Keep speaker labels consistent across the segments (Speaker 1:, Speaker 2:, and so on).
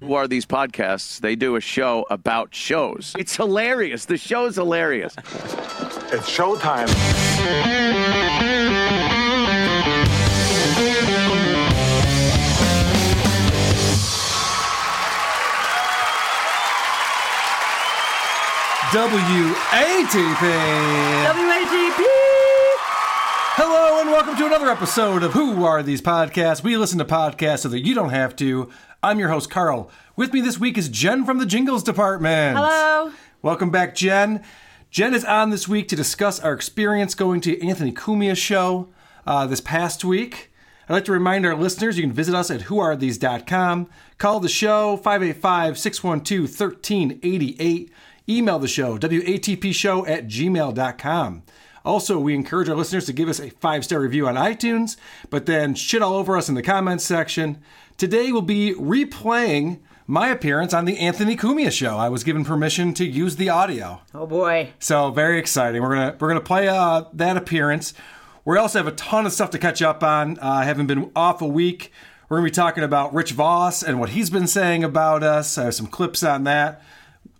Speaker 1: Who Are These Podcasts? They do a show about shows. It's hilarious. The show's hilarious.
Speaker 2: It's showtime.
Speaker 3: WATP.
Speaker 4: WAGP.
Speaker 3: Hello and welcome to another episode of Who Are These Podcasts? We listen to podcasts so that you don't have to. I'm your host, Carl. With me this week is Jen from the Jingles Department.
Speaker 4: Hello.
Speaker 3: Welcome back, Jen. Jen is on this week to discuss our experience going to Anthony Cumia's show uh, this past week. I'd like to remind our listeners you can visit us at whoarethese.com, call the show 585 612 1388, email the show watpshow at gmail.com. Also, we encourage our listeners to give us a five star review on iTunes, but then shit all over us in the comments section. Today we'll be replaying my appearance on the Anthony Cumia show. I was given permission to use the audio.
Speaker 4: Oh boy.
Speaker 3: So very exciting. We're gonna we're gonna play uh, that appearance. We also have a ton of stuff to catch up on. Uh, I haven't been off a week. We're gonna be talking about Rich Voss and what he's been saying about us. I have some clips on that.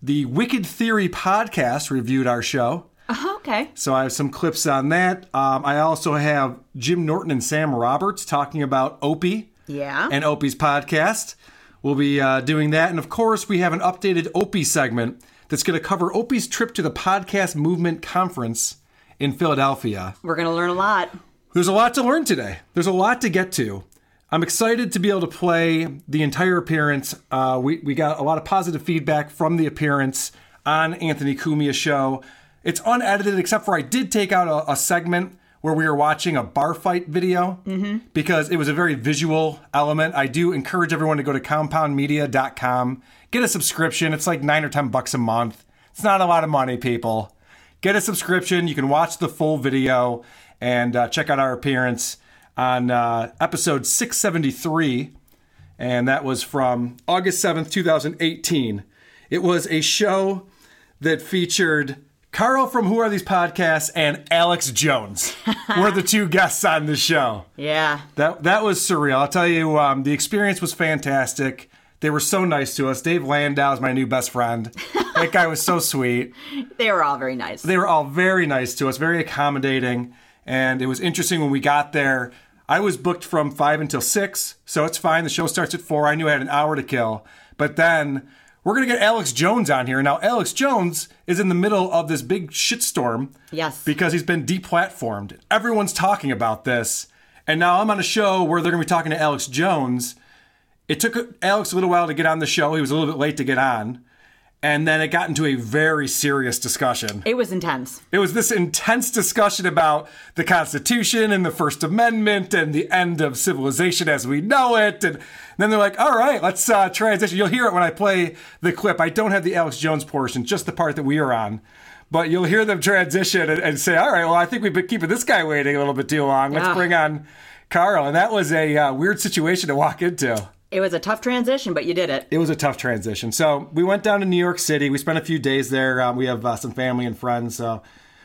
Speaker 3: The Wicked Theory podcast reviewed our show,
Speaker 4: Oh, okay.
Speaker 3: so I have some clips on that. Um, I also have Jim Norton and Sam Roberts talking about Opie
Speaker 4: Yeah.
Speaker 3: and Opie's podcast. We'll be uh, doing that. And of course, we have an updated Opie segment that's going to cover Opie's trip to the Podcast Movement Conference in Philadelphia.
Speaker 4: We're gonna learn a lot.
Speaker 3: There's a lot to learn today, there's a lot to get to. I'm excited to be able to play the entire appearance. Uh, we, we got a lot of positive feedback from the appearance on Anthony Cumia's show. It's unedited, except for I did take out a, a segment where we were watching a bar fight video
Speaker 5: Mm-hmm.
Speaker 3: because it was a very visual element. I do encourage everyone to go to compoundmedia.com, get a subscription. It's like nine or 10 bucks a month. It's not a lot of money, people. Get a subscription. You can watch the full video and uh, check out our appearance on uh, episode 673 and that was from August 7th, 2018. It was a show that featured Carl from Who Are These Podcasts and Alex Jones were the two guests on the show.
Speaker 4: Yeah.
Speaker 3: That that was surreal. I'll tell you, um, the experience was fantastic. They were so nice to us. Dave Landau is my new best friend. that guy was so sweet
Speaker 4: They were all very nice.
Speaker 3: they were all very nice to us, very accommodating, and it was interesting when we got there. I was booked from five until six, so it's fine. The show starts at four. I knew I had an hour to kill, but then we're gonna get Alex Jones on here now. Alex Jones is in the middle of this big shitstorm
Speaker 4: Yes.
Speaker 3: because he's been deplatformed. Everyone's talking about this, and now I'm on a show where they're gonna be talking to Alex Jones. It took Alex a little while to get on the show. He was a little bit late to get on. And then it got into a very serious discussion.
Speaker 4: it was intense.
Speaker 3: It was this intense discussion about the Constitution and the First Amendment and the end of civilization as we know it. And then they're like, all right, let's uh, transition. You'll hear it when I play the clip. I don't have the Alex Jones portion, just the part that we are on. But you'll hear them transition and, and say, all right, well, I think we've been keeping this guy waiting a little bit too long. Let's
Speaker 4: Ah.
Speaker 3: bring on Carl. And that was a uh, weird situation to walk into.
Speaker 4: It was a tough transition, but you did it.
Speaker 3: It was a tough transition. So we went down to New York City. We spent a few days there. Um, we have uh, some family and friends, so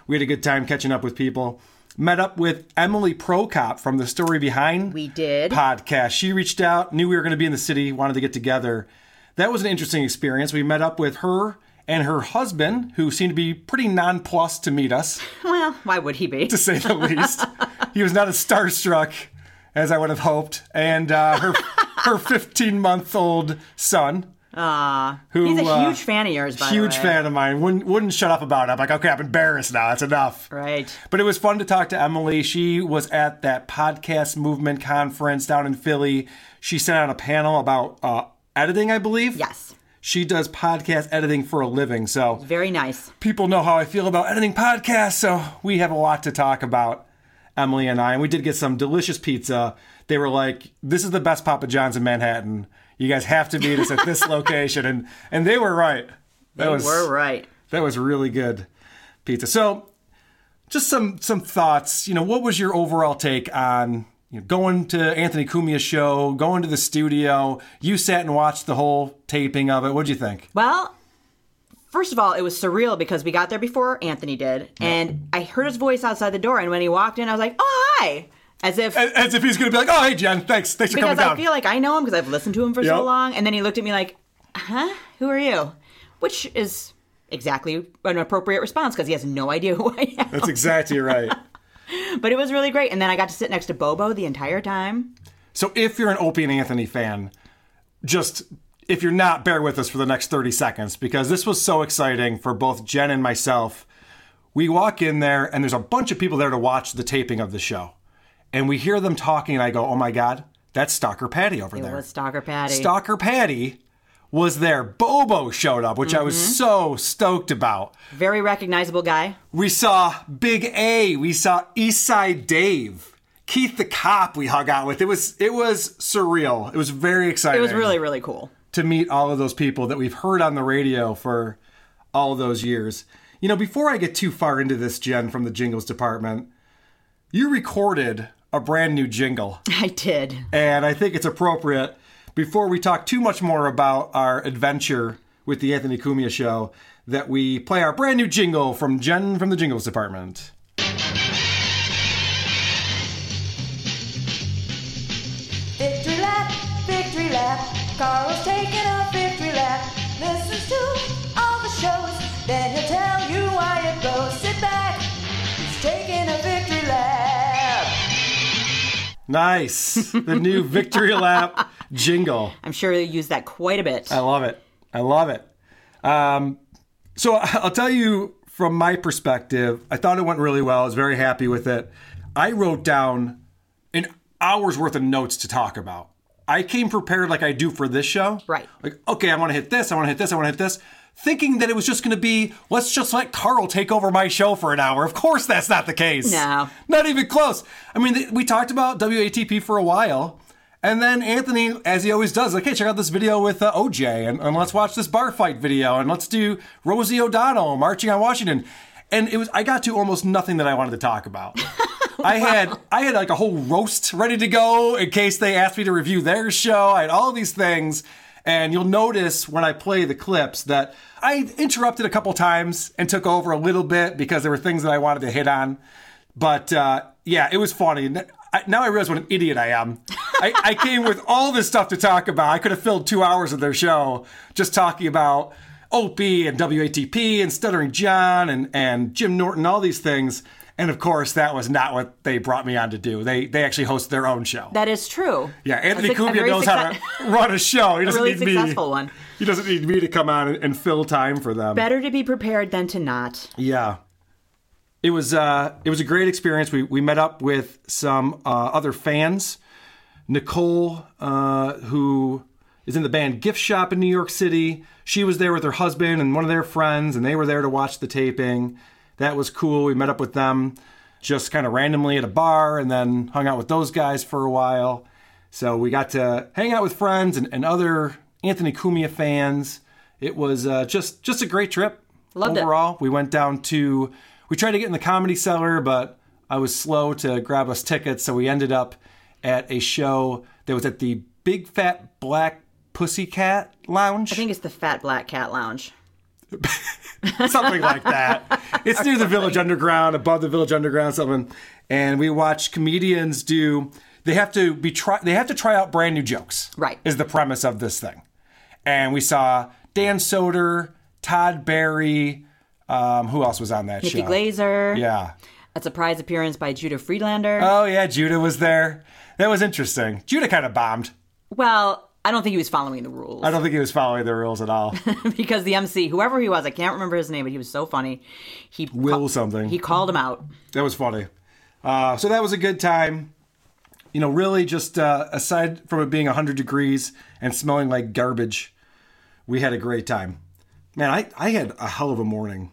Speaker 3: we had a good time catching up with people. Met up with Emily Prokop from the Story Behind
Speaker 4: We did.
Speaker 3: podcast. She reached out, knew we were going to be in the city, wanted to get together. That was an interesting experience. We met up with her and her husband, who seemed to be pretty nonplussed to meet us,
Speaker 4: Well, why would he be?
Speaker 3: to say the least. he was not as starstruck as I would have hoped, and uh, her her 15 month old son who,
Speaker 4: He's a huge
Speaker 3: uh,
Speaker 4: fan of yours, by
Speaker 3: huge
Speaker 4: the way.
Speaker 3: fan of mine. Wouldn't wouldn't shut up about it. I'm like, okay, I'm embarrassed now. That's enough.
Speaker 4: Right.
Speaker 3: But it was fun to talk to Emily. She was at that podcast movement conference down in Philly. She sent out a panel about uh, editing, I believe.
Speaker 4: Yes.
Speaker 3: She does podcast editing for a living, so
Speaker 4: Very nice.
Speaker 3: people know how I feel about editing podcasts. So we have a lot to talk about, Emily and I. And we did get some delicious pizza. They were like, "This is the best Papa John's in Manhattan. You guys have to meet us at this location." And and they were right. That
Speaker 4: They
Speaker 3: was
Speaker 4: were right.
Speaker 3: that was really good pizza. So, just some some thoughts. You know, what was your overall take on you know, going to Anthony Cumia's show, going to the studio? You sat and watched the whole taping of it. What'd you think?
Speaker 4: Well, first of all, it was surreal because we got there before Anthony did, and I heard his voice outside the door. And when he walked in, I was like, "Oh, hi!" As if
Speaker 3: As if he's gonna be like, "Oh, hey, Jen, thanks, thanks for
Speaker 4: because
Speaker 3: coming
Speaker 4: I
Speaker 3: down."
Speaker 4: feel like I know him because I've listened to him for
Speaker 3: Yep.
Speaker 4: so long. And then he looked at me like, huh? Who are you? Which is exactly an appropriate response because he has no idea who I am.
Speaker 3: That's exactly right.
Speaker 4: But it was really great. And then I got to sit next to Bobo the entire time.
Speaker 3: So if you're an Opie and Anthony fan, just if you're not, bear with us for the next 30 seconds because this was so exciting for both Jen and myself. We walk in there and there's a bunch of people there to watch the taping of the show. And we hear them talking, and I go, oh my God, that's Stalker Patty over
Speaker 4: It
Speaker 3: there.
Speaker 4: was Stalker Patty.
Speaker 3: Stalker Patty was there. Bobo showed up, which I
Speaker 4: Mm-hmm.
Speaker 3: was so stoked about.
Speaker 4: Very recognizable guy.
Speaker 3: We saw Big A. We saw Eastside Dave. Keith the cop we hung out with. It was it was surreal. It was very exciting.
Speaker 4: It was really, really cool.
Speaker 3: to meet all of those people that we've heard on the radio for all those years. You know, before I get too far into this, Jen from the jingles department, you recorded a brand new jingle,
Speaker 4: I did.
Speaker 3: and I think it's appropriate before we talk too much more about our adventure with the Anthony Cumia show that we play our brand new jingle from Jen from the jingles department.
Speaker 6: Victory lap, victory lap. Carl's taking a victory lap. Listens to all the shows, then he'll tell you why it goes. Sit back, he's taking a victory lap.
Speaker 3: Nice. The new victory lap jingle.
Speaker 4: I'm sure you used that quite a bit.
Speaker 3: I love it. I love it. Um, so I'll tell you from my perspective, I thought it went really well. I was very happy with it. I wrote down an hour's worth of notes to talk about. I came prepared like I do for this show.
Speaker 4: Right.
Speaker 3: Like, okay, I want to hit this, I want to hit this, I want to hit this. Thinking that it was just going to be, let's just let Carl take over my show for an hour. Of course, that's not the case.
Speaker 4: No.
Speaker 3: Not even close. I mean, th- we talked about WATP for a while. And then Anthony, as he always does, like, hey, check out this video with uh, OJ, and, and let's watch this bar fight video, and let's do Rosie O'Donnell marching on Washington. And it was I got to almost nothing that I wanted to talk about. I had I had like a whole roast ready to go in case they asked me to review their show. I had all these things, and you'll notice when I play the clips that I interrupted a couple times and took over a little bit because there were things that I wanted to hit on. But uh, yeah, it was funny. N- I- Now I realize what an idiot I am. I, I came with all this stuff to talk about. I could have filled two hours of their show just talking about Opie and WATP and Stuttering John and, and Jim Norton, all these things. And of course, that was not what they brought me on to do. They they actually host their own show.
Speaker 4: that is true.
Speaker 3: yeah, Anthony
Speaker 4: That's a- a
Speaker 3: Cumia
Speaker 4: very
Speaker 3: knows how to
Speaker 4: success-
Speaker 3: run a show. He doesn't
Speaker 4: really
Speaker 3: need me.
Speaker 4: successful one.
Speaker 3: He doesn't need me to come on and, and fill time for them.
Speaker 4: Better to be prepared than to not.
Speaker 3: Yeah. It was uh, it was a great experience. We we met up with some uh, other fans, Nicole, uh, who is in the band Gift Shop in New York City. She was there with her husband and one of their friends, and they were there to watch the taping. That was cool. We met up with them just kind of randomly at a bar, and then hung out with those guys for a while. So we got to hang out with friends and, and other Anthony Cumia fans. It was uh, just just a great trip.
Speaker 4: Loved it.
Speaker 3: overall. We went down to we tried to get in the comedy cellar, but I was slow to grab us tickets, so we ended up at a show that was at the Big Fat Black Pussycat Lounge.
Speaker 4: I think it's the Fat Black Cat Lounge.
Speaker 3: something like that. It's near the Village Underground, above the Village Underground, something. And we watch comedians do. They have to be try. They have to try out brand new jokes.
Speaker 4: Right.
Speaker 3: is the premise of this thing. And we saw Dan Soder, Todd Barry. Um, who else was on that
Speaker 4: Nikki
Speaker 3: show?
Speaker 4: Glazer.
Speaker 3: Yeah.
Speaker 4: A surprise appearance by Judah Friedlander.
Speaker 3: Oh yeah, Judah was there. That was interesting. Judah kind of bombed.
Speaker 4: well, I don't think he was following the rules.
Speaker 3: I don't think he was following the rules at all.
Speaker 4: because the MC, whoever he was, I can't remember his name, but he was so funny. He
Speaker 3: Will something.
Speaker 4: He called him out.
Speaker 3: That was funny. Uh, so that was a good time. You know, really, just uh, aside from it being 100 degrees and smelling like garbage, we had a great time. Man, I, I had a hell of a morning.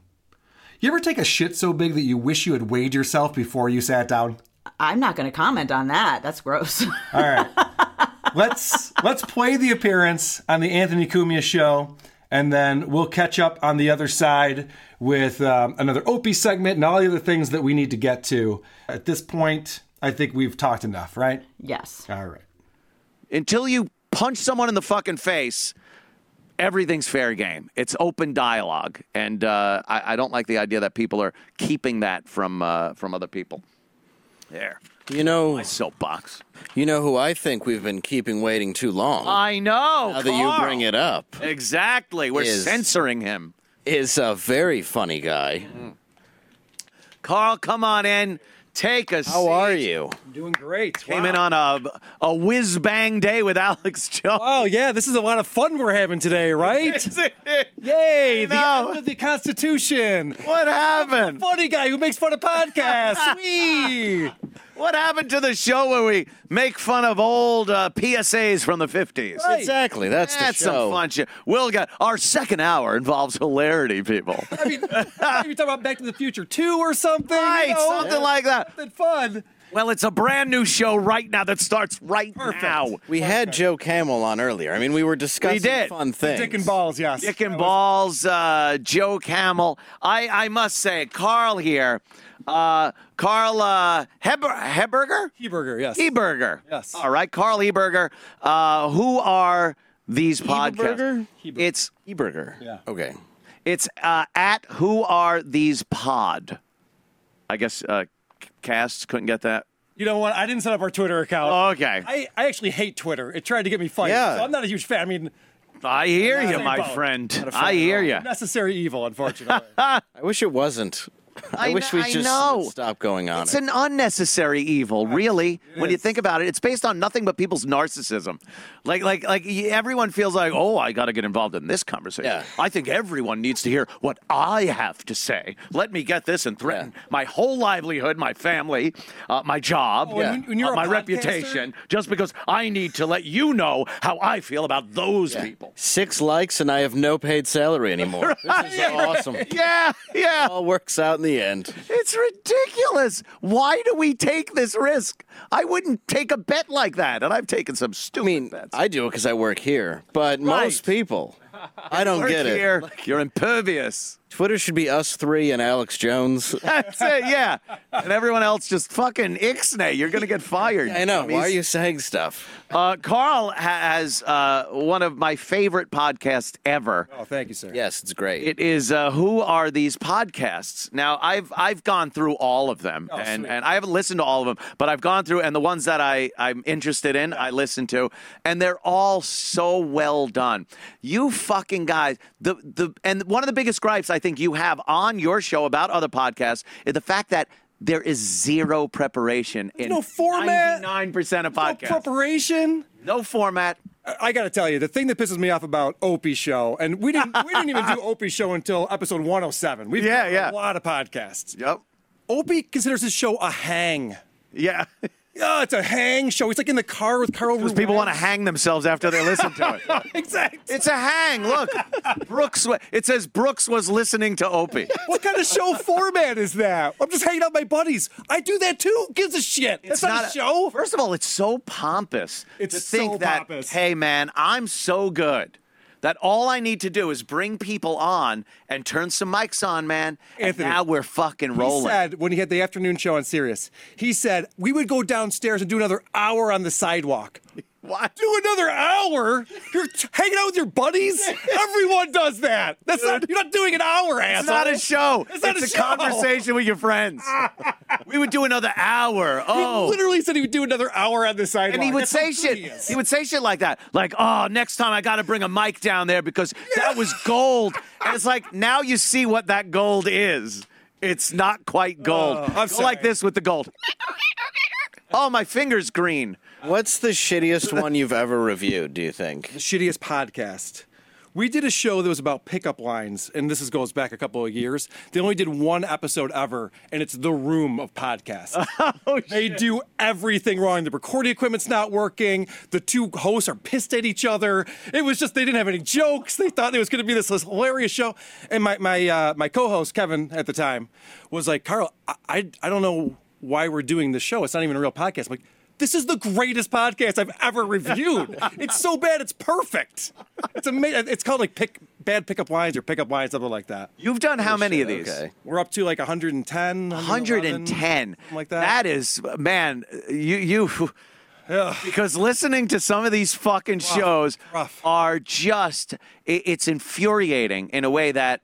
Speaker 3: You ever take a shit so big that you wish you had weighed yourself before you sat down?
Speaker 4: I'm not going to comment on that. That's gross.
Speaker 3: All right. let's let's play the appearance on the Anthony Cumia show, and then we'll catch up on the other side with um, another Opie segment and all the other things that we need to get to. At this point, I think we've talked enough, right?
Speaker 4: yes.
Speaker 3: All right.
Speaker 1: Until you punch someone in the fucking face, everything's fair game. It's open dialogue, and uh, I, I don't like the idea that people are keeping that from uh, from other people. There.
Speaker 7: You know,
Speaker 1: Soapbox.
Speaker 7: you know who I think we've been keeping waiting too long.
Speaker 1: I know.
Speaker 7: now that you bring it up,
Speaker 1: Exactly. We're
Speaker 7: Is-
Speaker 1: censoring him. Mm.
Speaker 7: is a very funny guy.
Speaker 1: Carl, come on in. Take a
Speaker 7: How are you?
Speaker 3: Doing great.
Speaker 1: Came in on a a whiz bang day with Alex Jones.
Speaker 3: Oh yeah, this is a lot of fun we're having today, right? Yay! The
Speaker 1: know.
Speaker 3: end of the Constitution.
Speaker 1: what happened?
Speaker 3: Funny guy who makes fun of podcasts. Wee!
Speaker 1: What happened to the show where we make fun of old uh, PSAs from the 50s?
Speaker 7: Exactly. That's,
Speaker 1: That's
Speaker 7: the
Speaker 1: some
Speaker 7: show.
Speaker 1: fun shit. Will got our second hour involves hilarity, people.
Speaker 3: I mean, you talking about Back to the Future Two or something?
Speaker 1: right,
Speaker 3: you know?
Speaker 1: something like that.
Speaker 3: Something fun.
Speaker 1: Well, it's a brand new show right now that starts right now.
Speaker 7: We had Joe Camel on earlier. I mean, we were discussing
Speaker 1: did.
Speaker 7: fun things.
Speaker 3: Dick and balls. Yes.
Speaker 1: Dick and Balls, uh, Joe Camel. I, I must say, Carl here, uh, Carl uh, Heber, Heberger?
Speaker 3: Burger. Yes.
Speaker 1: Heberger.
Speaker 3: Yes.
Speaker 1: All right, Carl Heberger. Uh, who are these podcasts?
Speaker 7: Heberger?
Speaker 1: It's
Speaker 7: Eberger.
Speaker 3: Yeah.
Speaker 7: Okay.
Speaker 1: it's uh, at who are these pod? I guess uh, casts couldn't get that.
Speaker 3: You know what? I didn't set up our Twitter account.
Speaker 1: Oh, Okay, I,
Speaker 3: I, I actually hate Twitter. It tried to get me fired.
Speaker 7: Yeah.
Speaker 3: So I'm not a huge fan. I mean,
Speaker 1: hear
Speaker 3: Not
Speaker 1: you,
Speaker 3: a
Speaker 1: my
Speaker 3: phone.
Speaker 1: friend.
Speaker 3: not a fan
Speaker 1: I
Speaker 3: at
Speaker 1: hear
Speaker 3: all.
Speaker 1: you.
Speaker 3: Necessary evil, unfortunately.
Speaker 7: I wish it wasn't. I,
Speaker 1: I
Speaker 7: wish
Speaker 1: kn-
Speaker 7: we
Speaker 1: I
Speaker 7: just
Speaker 1: know.
Speaker 7: would stop going on
Speaker 1: It's
Speaker 7: it.
Speaker 1: an unnecessary evil, really. when you
Speaker 3: is.
Speaker 1: think about it, it's based on nothing but people's narcissism. Like, like, like y- everyone feels like, oh, I got to get involved in this conversation.
Speaker 7: Yeah.
Speaker 1: I think everyone needs to hear what I have to say. Let me get this and threaten
Speaker 7: Yeah.
Speaker 1: my whole livelihood, my family, uh, my job,
Speaker 3: Oh, and when- when you're
Speaker 1: uh,
Speaker 3: a
Speaker 1: my
Speaker 3: podcaster-
Speaker 1: reputation, just because I need to let you know how I feel about those people.
Speaker 7: Six likes, and I have no paid salary anymore. This is awesome.
Speaker 1: Yeah, yeah.
Speaker 7: All works out in the end.
Speaker 1: It's ridiculous. Why do we take this risk? I wouldn't take a bet like that, and I've taken some stupid
Speaker 7: I mean,
Speaker 1: bets.
Speaker 7: I do it because I work here, but most people, I don't
Speaker 1: Work
Speaker 7: get it.
Speaker 1: here. You're impervious.
Speaker 7: Twitter should be us three and Alex Jones.
Speaker 1: That's it. Yeah, and everyone else just fucking ixnay. You're gonna get fired.
Speaker 7: I know. Why are
Speaker 1: dummies.
Speaker 7: you saying stuff?
Speaker 1: Uh, Carl ha- has uh, one of my favorite podcasts ever.
Speaker 3: oh, thank you, sir.
Speaker 7: Yes, it's great.
Speaker 1: It is uh, who are these podcasts? Now I've I've gone through all of them,
Speaker 7: Oh,
Speaker 1: and
Speaker 3: sweet.
Speaker 1: and I haven't listened to all of them, but I've gone through, and the ones that I I'm interested in, I listen to, and they're all so well done. You fucking guys, the the and one of the biggest gripes I think you have on your show about other podcasts is the fact that. There is zero preparation in
Speaker 3: no format.
Speaker 1: Ninety-nine percent of
Speaker 3: No
Speaker 1: podcasts.
Speaker 3: preparation.
Speaker 1: no format.
Speaker 3: I gotta tell you, the thing that pisses me off about Opie Show, and we didn't we didn't even do Opie Show until episode 107. We've
Speaker 1: Yeah,
Speaker 3: done
Speaker 1: yeah.
Speaker 3: a lot of podcasts.
Speaker 1: Yep.
Speaker 3: Opie considers his show a hang.
Speaker 1: Yeah.
Speaker 3: Oh, it's a hang show. He's like in the car with Carl.
Speaker 1: Because people want to hang themselves after they listen to it.
Speaker 3: Exactly.
Speaker 1: It's a hang. Look, Brooks. wa- It says Brooks was listening to Opie.
Speaker 3: what kind of show format is that? I'm just hanging out with my buddies. I do that too. Who gives a shit? That's not, a show.
Speaker 1: First of all, it's so pompous
Speaker 3: It's
Speaker 1: to think
Speaker 3: so
Speaker 1: that
Speaker 3: pompous.
Speaker 1: hey, man, I'm so good that all I need to do is bring people on and turn some mics on, man.
Speaker 3: Anthony,
Speaker 1: and now we're fucking
Speaker 3: He
Speaker 1: rolling.
Speaker 3: said when he had the afternoon show on Sirius, he said we would go downstairs and do another hour on the sidewalk.
Speaker 1: What?
Speaker 3: Do another hour? You're t- hanging out with your buddies. Everyone does that. That's not. You're not doing an hour, asshole.
Speaker 1: It's not a show.
Speaker 3: It's not a show.
Speaker 1: conversation with your friends. we would do another hour. Oh.
Speaker 3: He literally said he would do another hour on the sidewalk.
Speaker 1: And he would
Speaker 3: That's how
Speaker 1: say
Speaker 3: good
Speaker 1: shit.
Speaker 3: he is.
Speaker 1: He would say shit like that. Like, oh, next time I got to bring a mic down there because that was gold. and it's like, now you see what that gold is. It's not quite gold.
Speaker 3: Oh, I'm
Speaker 1: Go
Speaker 3: sorry.
Speaker 1: like this with the gold. oh, my finger's green.
Speaker 7: What's the shittiest one you've ever reviewed, do you think?
Speaker 3: shittiest podcast. We did a show that was about pickup lines, and this is, goes back a couple of years. They only did one episode ever, and it's the room of podcasts. they do everything wrong. The recording equipment's not working. The two hosts are pissed at each other. It was just they didn't have any jokes. They thought it was going to be this, this hilarious show. And my my uh, my co-host Kevin at the time was like, Carl, I, I I don't know why we're doing this show. It's not even a real podcast. I'm like. This is the greatest podcast I've ever reviewed. it's so bad, it's perfect. It's amazing. It's called like pick bad pickup lines or pickup lines, something like that.
Speaker 1: You've done how many of these?
Speaker 7: Okay.
Speaker 3: We're up to like 110, 111,
Speaker 1: 110.
Speaker 3: something like that.
Speaker 1: That is, man, you, you, because listening to some of these fucking shows
Speaker 3: rough.
Speaker 1: are just i- it's infuriating in a way that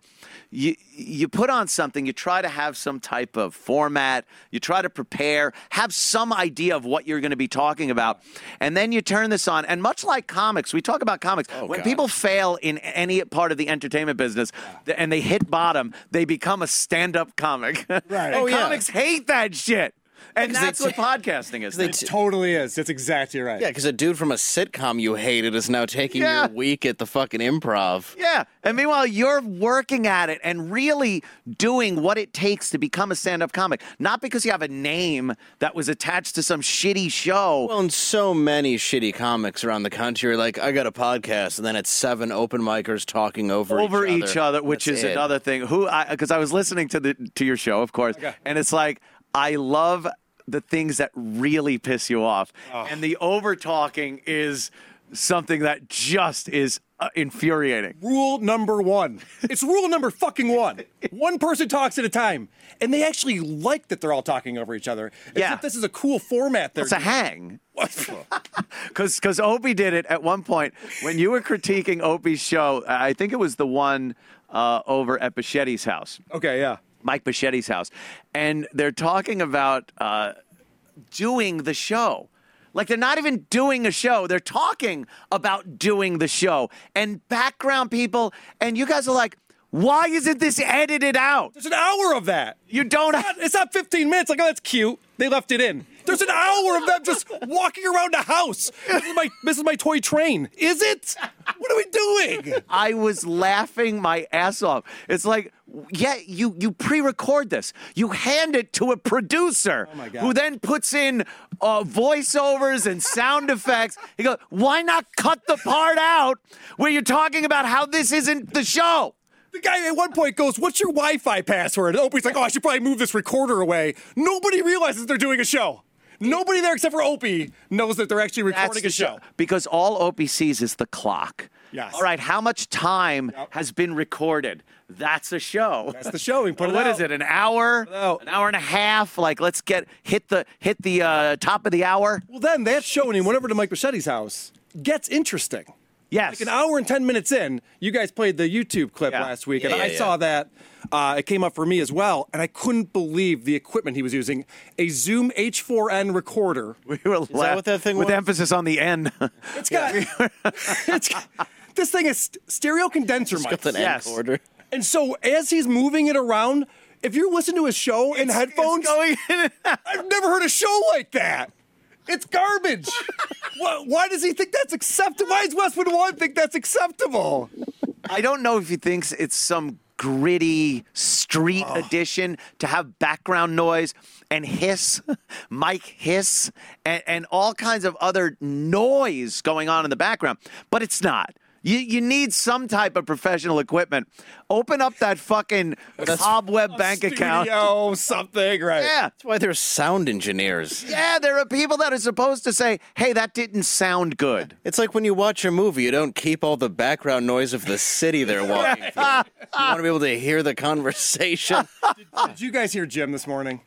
Speaker 1: you you put on something you try to have some type of format you try to prepare have some idea of what you're going to be talking about and then you turn this on and much like comics we talk about comics when
Speaker 7: Oh, God.
Speaker 1: people fail in any part of the entertainment business th- and they hit bottom they become a stand-up comic right and
Speaker 7: Oh, yeah.
Speaker 1: comics hate that shit and
Speaker 7: 'Cause they
Speaker 1: that's what
Speaker 7: ta-
Speaker 1: podcasting is
Speaker 7: They
Speaker 1: They
Speaker 7: t-
Speaker 3: Totally is. That's exactly right.
Speaker 7: yeah, because a dude from a sitcom you hated is now taking
Speaker 1: Yeah.
Speaker 7: your week at the fucking improv.
Speaker 1: Yeah. And meanwhile, you're working at it and really doing what it takes to become a stand up comic. Not because you have a name that was attached to some shitty show.
Speaker 7: Well, and so many shitty comics around the country are like, I got a podcast, and then it's seven open micers talking over
Speaker 1: over
Speaker 7: each other,
Speaker 1: which
Speaker 7: That's
Speaker 1: is
Speaker 7: it.
Speaker 1: another thing. Who I because I was listening to the to your show, of course, and it's like I love the things that really piss you off, and the over talking is something that just is uh, infuriating.
Speaker 3: Rule number one. It's rule number fucking one. One person talks at a time, and they actually like that they're all talking over each other. It's
Speaker 1: Yeah.
Speaker 3: that this is a cool format. There,
Speaker 1: It's a hang. Because because Opie did it at one point when you were critiquing Opie's show. I I think it was the one uh, over at Bichetti's house,
Speaker 3: okay, yeah.
Speaker 1: Mike Bichetti's house, and they're talking about uh, doing the show. Like they're not even doing a show; they're talking about doing the show and background people. And you guys are like, "Why isn't this edited out?
Speaker 3: There's an hour of that.
Speaker 1: You don't."
Speaker 3: It's not- It's not 15 minutes. Like, oh, that's cute. They left it in. There's an hour of them just walking around the house. This is my, this is my toy train. Is it? What are we doing?
Speaker 1: I was laughing my ass off. It's like, yeah, you you pre-record this. You hand it to a producer
Speaker 3: Oh
Speaker 1: who then puts in uh, voiceovers and sound effects. He goes, why not cut the part out where you're talking about how this isn't the show?
Speaker 3: The guy at one point goes, What's your Wi Fi password? And Opie's like, Oh, I should probably move this recorder away. Nobody realizes they're doing a show. Nobody there except for Opie knows that they're actually recording a
Speaker 1: the
Speaker 3: show.
Speaker 1: Because all OP sees is the clock.
Speaker 3: Yes.
Speaker 1: All right, how much time has been recorded? That's a show.
Speaker 3: That's the show. We put it
Speaker 1: What
Speaker 3: out.
Speaker 1: is it? An hour?
Speaker 3: out.
Speaker 1: An hour and a half? Like, let's get hit the hit the uh, top of the hour.
Speaker 3: Well, then that show, and he went over to Mike Bichetti's house, gets interesting.
Speaker 1: Yes.
Speaker 3: Like an hour and 10 minutes in, you guys played the YouTube clip
Speaker 1: Yeah.
Speaker 3: last week, and
Speaker 7: Yeah,
Speaker 3: I
Speaker 7: yeah,
Speaker 3: saw
Speaker 7: yeah.
Speaker 3: that. Uh, it came up for me as well, and I couldn't believe the equipment he was using a Zoom H4n recorder.
Speaker 1: We were laughing.
Speaker 7: what that thing
Speaker 1: with
Speaker 7: was?
Speaker 1: emphasis on the N.
Speaker 3: It's got. it's got this thing is st- stereo condenser mics.
Speaker 7: Got an
Speaker 1: Yes.
Speaker 7: encorder.
Speaker 3: And so as he's moving it around, if you're listening to a show in headphones,
Speaker 1: going in.
Speaker 3: I've never heard a show like that. It's garbage. why, why does he think that's acceptable? Why does Westwood One think that's acceptable?
Speaker 1: I don't know if he thinks it's some gritty street edition to have background noise and hiss, mic hiss, and, and all kinds of other noise going on in the background, but it's not. You, you need some type of professional equipment. Open up that fucking cobweb bank account.
Speaker 3: Studio something, right?
Speaker 1: Yeah.
Speaker 7: That's why they're sound engineers.
Speaker 1: Yeah, there are people that are supposed to say, hey, that didn't sound good.
Speaker 7: It's like when you watch a movie, you don't keep all the background noise of the city they're walking through. You want to be able to hear the conversation.
Speaker 3: Did you guys hear Jim this morning?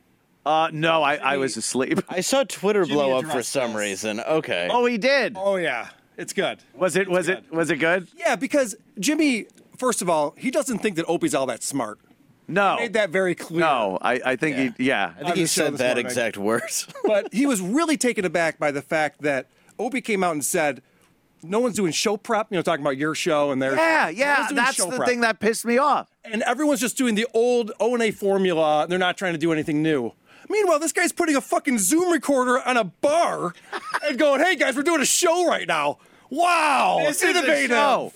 Speaker 1: Uh, no, I, I was asleep.
Speaker 7: I saw Twitter blow up for
Speaker 3: addressed
Speaker 7: some
Speaker 3: this.
Speaker 7: reason. Okay.
Speaker 1: Oh, he did.
Speaker 3: Oh yeah, it's good.
Speaker 1: Was it? Was it? Was it good?
Speaker 3: Yeah, because Jimmy, first of all, he doesn't think that Opie's all that smart.
Speaker 1: No.
Speaker 3: Made that very clear.
Speaker 1: No, I, I think he. Yeah.
Speaker 7: I think
Speaker 3: on
Speaker 7: he
Speaker 3: the show
Speaker 7: said
Speaker 3: this
Speaker 7: that
Speaker 3: morning.
Speaker 7: exact words.
Speaker 3: but he was really taken aback by the fact that Opie came out and said, "No one's doing show prep." You know, talking about your show and their
Speaker 1: Yeah,
Speaker 3: No
Speaker 1: yeah.
Speaker 3: one's doing
Speaker 1: That's
Speaker 3: show
Speaker 1: the
Speaker 3: prep.
Speaker 1: thing that pissed me off.
Speaker 3: and everyone's just doing the old O and A formula. And they're not trying to do anything new. Meanwhile, this guy's putting a fucking Zoom recorder on a bar and going, "Hey guys, we're doing a show right now." Wow,
Speaker 1: a
Speaker 3: innovative.
Speaker 1: show.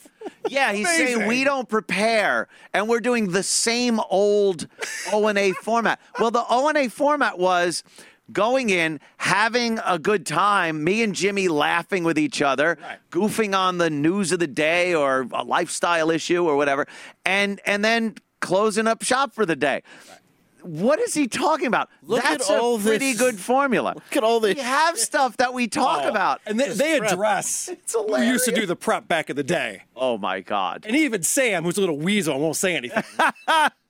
Speaker 1: Yeah, he's saying
Speaker 3: Amazing.
Speaker 1: we don't prepare, and we're doing the same old O and A format. Well, the O and A format was going in, having a good time, me and Jimmy laughing with each other, goofing on the news of the day or a lifestyle issue or whatever, and and then closing up shop for the day. What is he talking about?
Speaker 7: Look at
Speaker 1: That's
Speaker 7: all
Speaker 1: a
Speaker 7: this-
Speaker 1: pretty good formula.
Speaker 7: Look at all
Speaker 1: we
Speaker 7: this
Speaker 1: have stuff that we talk about.
Speaker 3: Oh. And they, they address who used to do the prep back in the day.
Speaker 1: Oh my god.
Speaker 3: And even Sam, who's a little weasel and won't say anything,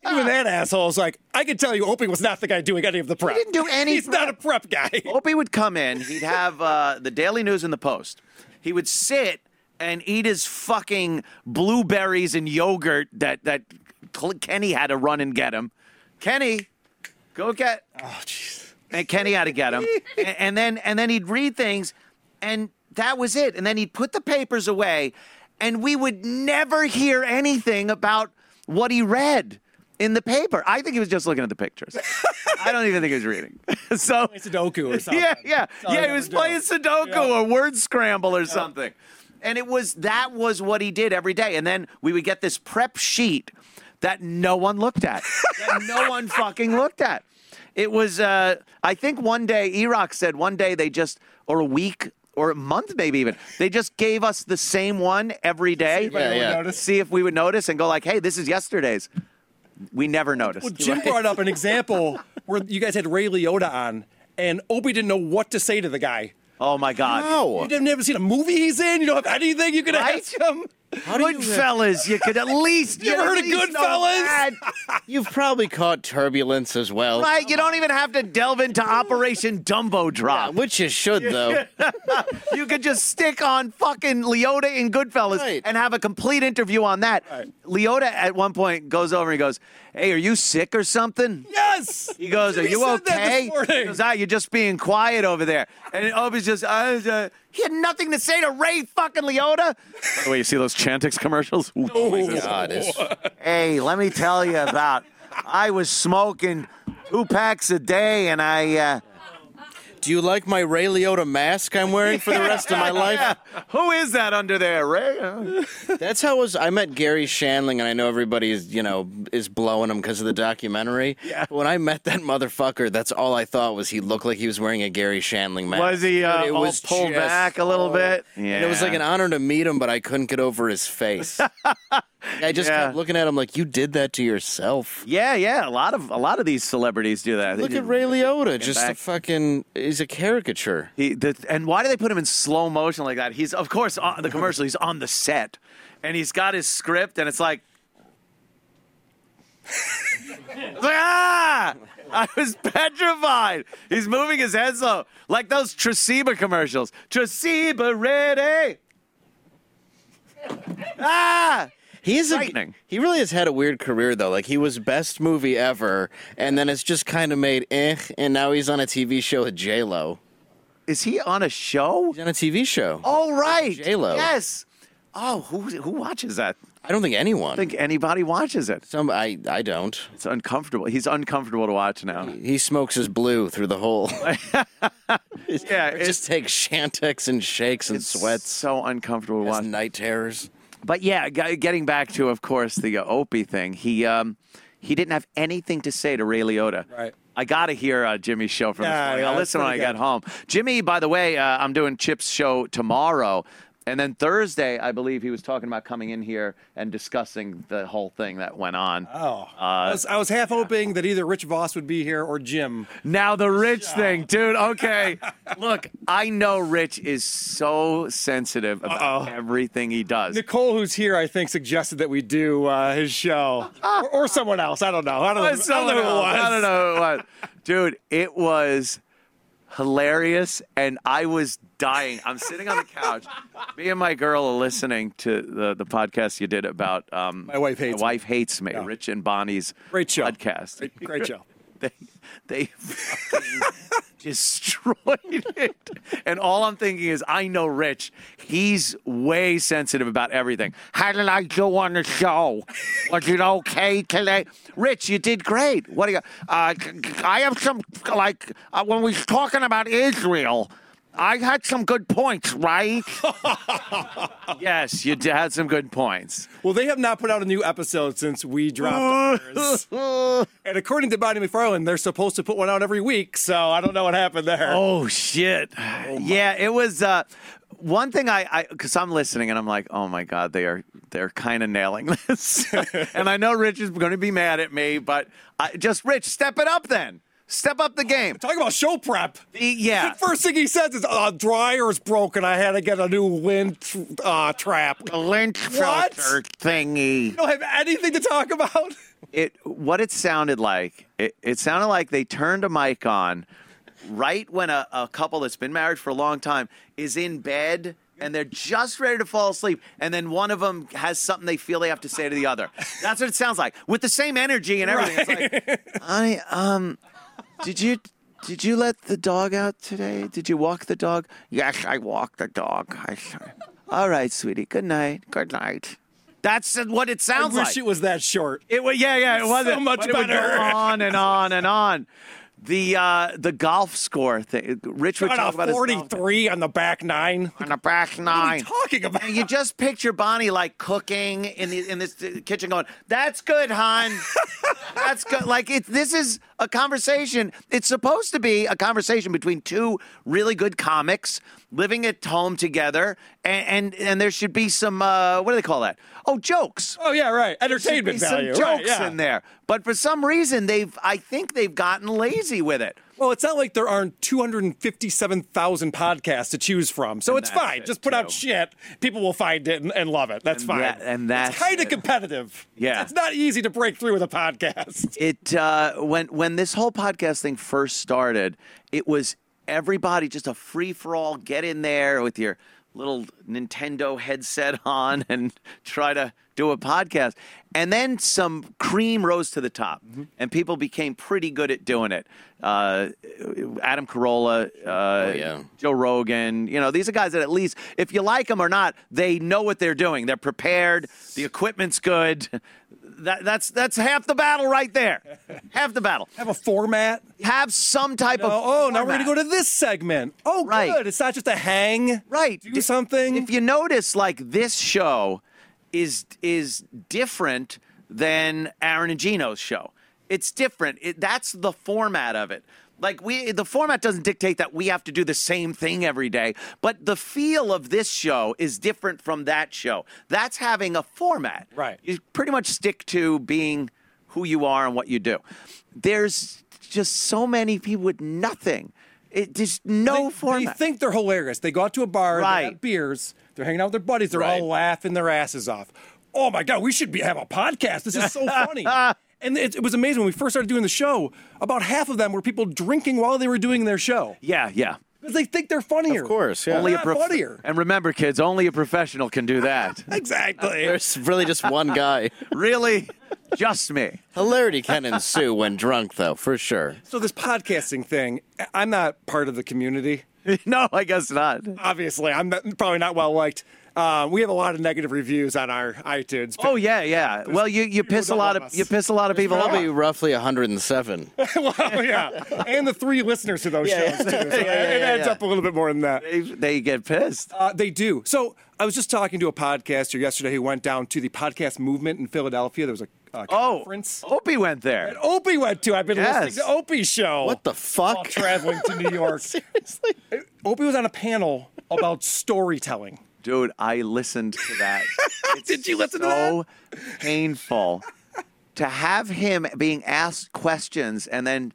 Speaker 5: Even that asshole is like, I can tell you, Opie was not the guy doing any of the prep.
Speaker 1: didn't do any
Speaker 5: He's not a prep guy.
Speaker 1: Opie would come in. He'd have uh, the Daily News and the Post. He would sit and eat his fucking blueberries and yogurt that that Cl- Kenny had to run and get him. Kenny, go get. Oh jeez. And Kenny had to get him. A- and, then and then he'd read things, and that was it. And then he'd put the papers away, and we would never hear anything about what he read. In the paper, I think he was just looking at the pictures. I don't even think he was reading. So
Speaker 5: Sudoku or something.
Speaker 1: yeah, yeah,
Speaker 5: all I
Speaker 1: yeah. He
Speaker 5: ever
Speaker 1: was
Speaker 5: do.
Speaker 1: playing Sudoku or word scramble or something, and it was that was what he did every day. And then we would get this prep sheet that no one looked at, that no one fucking looked at. It was, uh, I think, one day. Erock said one day they just or a week. Or a month, maybe even. They just gave us the same one every day.
Speaker 7: Yeah, would yeah. notice.
Speaker 1: See if we would notice and go like, "Hey, this is yesterday's." We never noticed.
Speaker 5: Well, Jim brought up an example where you guys had Ray Liotta on, and Opie didn't know what to say to the guy.
Speaker 1: oh my God!
Speaker 5: You
Speaker 7: How?
Speaker 5: didn't ever seen a movie he's in. You don't have anything you can
Speaker 1: Right?
Speaker 5: ask him.
Speaker 1: Goodfellas, you could at least.
Speaker 5: You ever
Speaker 1: at
Speaker 5: heard of
Speaker 1: least know
Speaker 5: Goodfellas?
Speaker 1: that.
Speaker 7: You've probably caught turbulence as well.
Speaker 1: Right, you don't even have to delve into Operation Dumbo Drop.
Speaker 7: Which you should, though.
Speaker 1: You could just stick on fucking Leota in Goodfellas
Speaker 7: Right.
Speaker 1: and have a complete interview on that. Leota at one point goes over and he goes, "Hey, are you sick or something?"
Speaker 5: Yes.
Speaker 1: He goes, "Are
Speaker 5: He
Speaker 1: you
Speaker 5: said that
Speaker 1: okay?"
Speaker 5: this morning.
Speaker 1: He goes, "Ah, you're just being quiet over there." And Obi's just, I was, uh, he had nothing to say to Ray fucking Leota. By the way, you see those Chantix commercials?
Speaker 7: Oh God, it's-
Speaker 1: Hey, let me tell you about. I was smoking two packs a day, and I. Uh,
Speaker 7: do you like my Ray Liotta mask I'm wearing for the rest of my life?
Speaker 1: Who is that under there, Ray? Uh,
Speaker 7: That's how it was. I met Gary Shanling, and I know everybody is, you know, is blowing him because of the documentary. Yeah. But when I met that motherfucker, that's all I thought was he looked like he was wearing a Gary Shanling mask.
Speaker 1: Was he uh,
Speaker 7: Dude, it
Speaker 1: all
Speaker 7: was
Speaker 1: pulled
Speaker 7: just-
Speaker 1: back a little bit? Yeah.
Speaker 7: And it was like an honor to meet him, but I couldn't get over his face. I just
Speaker 1: Yeah.
Speaker 7: kept looking at him like, you did that to yourself.
Speaker 1: Yeah, yeah. A lot of a lot of these celebrities do that. They
Speaker 7: Look
Speaker 1: do-
Speaker 7: at Ray Liotta, just a
Speaker 1: back.
Speaker 7: fucking, he's a caricature.
Speaker 1: He, the, and why do they put him in slow motion like that? He's of course on the commercial. He's on the set, and he's got his script, and it's like, It's like, ah! I was petrified. He's moving his head slow, like those Traceba commercials. Traceba ready. Ah!
Speaker 7: He's a,
Speaker 1: Frightening.
Speaker 7: he really has had a weird career though. Like he was best movie ever, and then it's just kind of made eh, and now he's on a TV show with J Lo.
Speaker 1: Is he on a show?
Speaker 7: He's on a TV show.
Speaker 1: Oh right,
Speaker 7: J-Lo.
Speaker 1: Yes. Oh, who who watches that?
Speaker 7: I don't think anyone.
Speaker 1: I don't think anybody watches it.
Speaker 7: Some I I don't.
Speaker 1: It's uncomfortable. He's uncomfortable to watch now.
Speaker 7: He smokes his blue through the hole.
Speaker 1: Yeah, it's
Speaker 7: just takes Shantex and shakes and sweats.
Speaker 1: So uncomfortable to
Speaker 7: Has
Speaker 1: watch.
Speaker 7: night terrors.
Speaker 1: But yeah, g- getting back to, of course, the uh, Opie thing. He um, he didn't have anything to say to Ray Liotta.
Speaker 5: Right.
Speaker 1: I gotta hear uh, Jimmy's show from
Speaker 5: Yeah,
Speaker 1: this morning.
Speaker 5: yeah,
Speaker 1: I'll
Speaker 5: that's
Speaker 1: listen when I
Speaker 5: pretty
Speaker 1: get
Speaker 5: good.
Speaker 1: home. Jimmy, by the way, uh, I'm doing Chip's show tomorrow. And then Thursday, I believe he was talking about coming in here and discussing the whole thing that went on. Uh,
Speaker 5: Oh, I, was, I was half hoping that either Rich Voss would be here or Jim.
Speaker 1: Now the Rich thing, dude. Okay, look, I know Rich is so sensitive about everything he does.
Speaker 5: Nicole, who's here, I think suggested that we do uh, his show or, or someone else. I don't know. I don't, know. I don't know who it was.
Speaker 1: I don't know who it was. Dude, it was hilarious, and I was dying. I'm sitting on the couch. Me and my girl are listening to the, the podcast you did about um,
Speaker 5: My Wife Hates Me.
Speaker 1: My Wife Hates Me, Rich and Bonnie's
Speaker 5: Great show.
Speaker 1: podcast.
Speaker 5: Great- Great show.
Speaker 1: They, they fucking destroyed it. And all I'm thinking is, I know Rich. He's way sensitive about everything. How did I do on the show? Was it okay today? Rich, you did great. What do you? Uh, I have some like uh, when we was talking about Israel. I had some good points, right? yes, you d- had some good points.
Speaker 5: Well, they have not put out a new episode since we dropped ours. and according to Bonnie McFarlane, they're supposed to put one out every week, so I don't know what happened there.
Speaker 1: Oh shit! yeah, it was uh, one thing I because I'm listening and I'm like, oh my god, they are they're kind of nailing this, and I know Rich is going to be mad at me, but I, just Rich, step it up then. Step up the game.
Speaker 3: Talking about show prep.
Speaker 1: The- yeah.
Speaker 3: The first thing he says is, uh, dryer's broken. I had to get a new lint uh, trap.
Speaker 1: The lynch
Speaker 3: What?
Speaker 1: filter thingy.
Speaker 3: You don't have anything to talk about?
Speaker 1: It what it sounded like. It, it sounded like they turned a mic on right when a, a couple that's been married for a long time is in bed and they're just ready to fall asleep and then one of them has something they feel they have to say to the other that's what it sounds like with the same energy and everything it's like i um did you did you let the dog out today did you walk the dog yes i walked the dog I, all right sweetie good night good night that's what it
Speaker 3: I
Speaker 1: sounds
Speaker 3: wish
Speaker 1: like
Speaker 3: it was that short.
Speaker 1: it was yeah, yeah. It wasn't
Speaker 3: much
Speaker 1: but it would go
Speaker 3: better.
Speaker 1: on and on and on. The uh, the golf score thing. Rich would
Speaker 3: Got
Speaker 1: talk
Speaker 3: a
Speaker 1: about his golf-
Speaker 3: 43 on the back nine.
Speaker 1: on the back nine.
Speaker 3: talking about?
Speaker 1: And you just picture Bonnie like cooking in the in this kitchen, going, "That's good, hon. That's good." Like it, this is a conversation. It's supposed to be a conversation between two really good comics living at home together, and and, and there should be some uh, what do they call that? Oh, jokes
Speaker 3: Oh, yeah, right.
Speaker 1: should be
Speaker 3: Entertainment
Speaker 1: some
Speaker 3: value.
Speaker 1: jokes
Speaker 3: right, yeah.
Speaker 1: in there. But for some reason, they've I think they've gotten lazy with it.
Speaker 3: Well, it's not like there aren't 257,000 podcasts to choose from. So it's
Speaker 1: that's
Speaker 3: fine.
Speaker 1: it,
Speaker 3: Just put out
Speaker 1: too.
Speaker 3: shit. People will find it and, and love it. That's
Speaker 1: And
Speaker 3: fine.
Speaker 1: that- and
Speaker 3: it's
Speaker 1: that's
Speaker 3: kind of
Speaker 1: it.
Speaker 3: competitive.
Speaker 1: Yeah.
Speaker 3: It's not easy to break through with a podcast.
Speaker 1: It uh, when when this whole podcast thing first started, it was everybody just a free for all. Get in there with your little Nintendo headset on and try to do a podcast. And then some cream rose to the top, and people became pretty good at doing it. Uh, Adam Carolla, uh,
Speaker 7: yeah.
Speaker 1: Joe Rogan. You know, these are guys that at least, if you like them or not, they know what they're doing. They're prepared. The equipment's good. That, that's that's half the battle right there. Half the battle.
Speaker 3: Have a format.
Speaker 1: Have some type of.
Speaker 3: Oh, oh now we're going
Speaker 1: format.
Speaker 3: to go to this segment. Oh,
Speaker 1: Right.
Speaker 3: good. It's not just a hang.
Speaker 1: right
Speaker 3: Do something.
Speaker 1: if you notice like this show is is different than aaron and gino's show it's different it, that's the format of it like we the format doesn't dictate that we have to do the same thing every day but the feel of this show is different from that show that's having a format
Speaker 3: Right.
Speaker 1: you pretty much stick to being who you are and what you do there's just so many people with nothing it just no
Speaker 3: they,
Speaker 1: format
Speaker 3: They think they're hilarious. They go out to a bar,
Speaker 1: Right.
Speaker 3: they have beers, they're hanging out with their buddies, they're
Speaker 7: Right.
Speaker 3: all laughing their asses off. Oh my god, we should be have a podcast. This is so funny. And it, it was amazing when we first started doing the show. About half of them were people drinking while they were doing their show
Speaker 1: yeah yeah
Speaker 3: because they think they're funnier.
Speaker 7: Of course, yeah.
Speaker 1: Only a
Speaker 3: Not
Speaker 1: prof-
Speaker 3: funnier.
Speaker 1: And remember, kids, only a professional can do that.
Speaker 3: exactly.
Speaker 7: There's really just one guy.
Speaker 1: really? Just me.
Speaker 7: Hilarity can ensue when drunk, though, for sure.
Speaker 3: So this podcasting thing, I- I'm not part of the community.
Speaker 1: no, I guess not.
Speaker 3: Obviously, I'm not, probably not well liked. Uh, we have a lot of negative reviews on our iTunes.
Speaker 1: Oh yeah, yeah. Well, you, you piss a
Speaker 3: don't
Speaker 1: lot
Speaker 3: love
Speaker 1: of
Speaker 3: us.
Speaker 1: you piss a lot of people
Speaker 7: Probably
Speaker 1: off.
Speaker 7: roughly 107.
Speaker 3: well, yeah, and the three listeners to those shows too. So it adds
Speaker 1: yeah.
Speaker 3: up a little bit more than that.
Speaker 1: They, they get pissed.
Speaker 3: Uh, they do. So I was just talking to a podcaster yesterday who went down to the podcast movement in Philadelphia. There was a, a
Speaker 1: Oh,
Speaker 3: conference.
Speaker 1: Opie went there.
Speaker 3: Opie went to. I've been
Speaker 1: Yes.
Speaker 3: listening to Opie's show.
Speaker 7: What the
Speaker 3: While
Speaker 7: fuck?
Speaker 3: traveling to New York. Uh,
Speaker 7: Seriously?
Speaker 3: Opie was on a panel about storytelling.
Speaker 1: Dude, I listened to that. It's
Speaker 3: Did you listen to
Speaker 1: so painful to have him being asked questions and then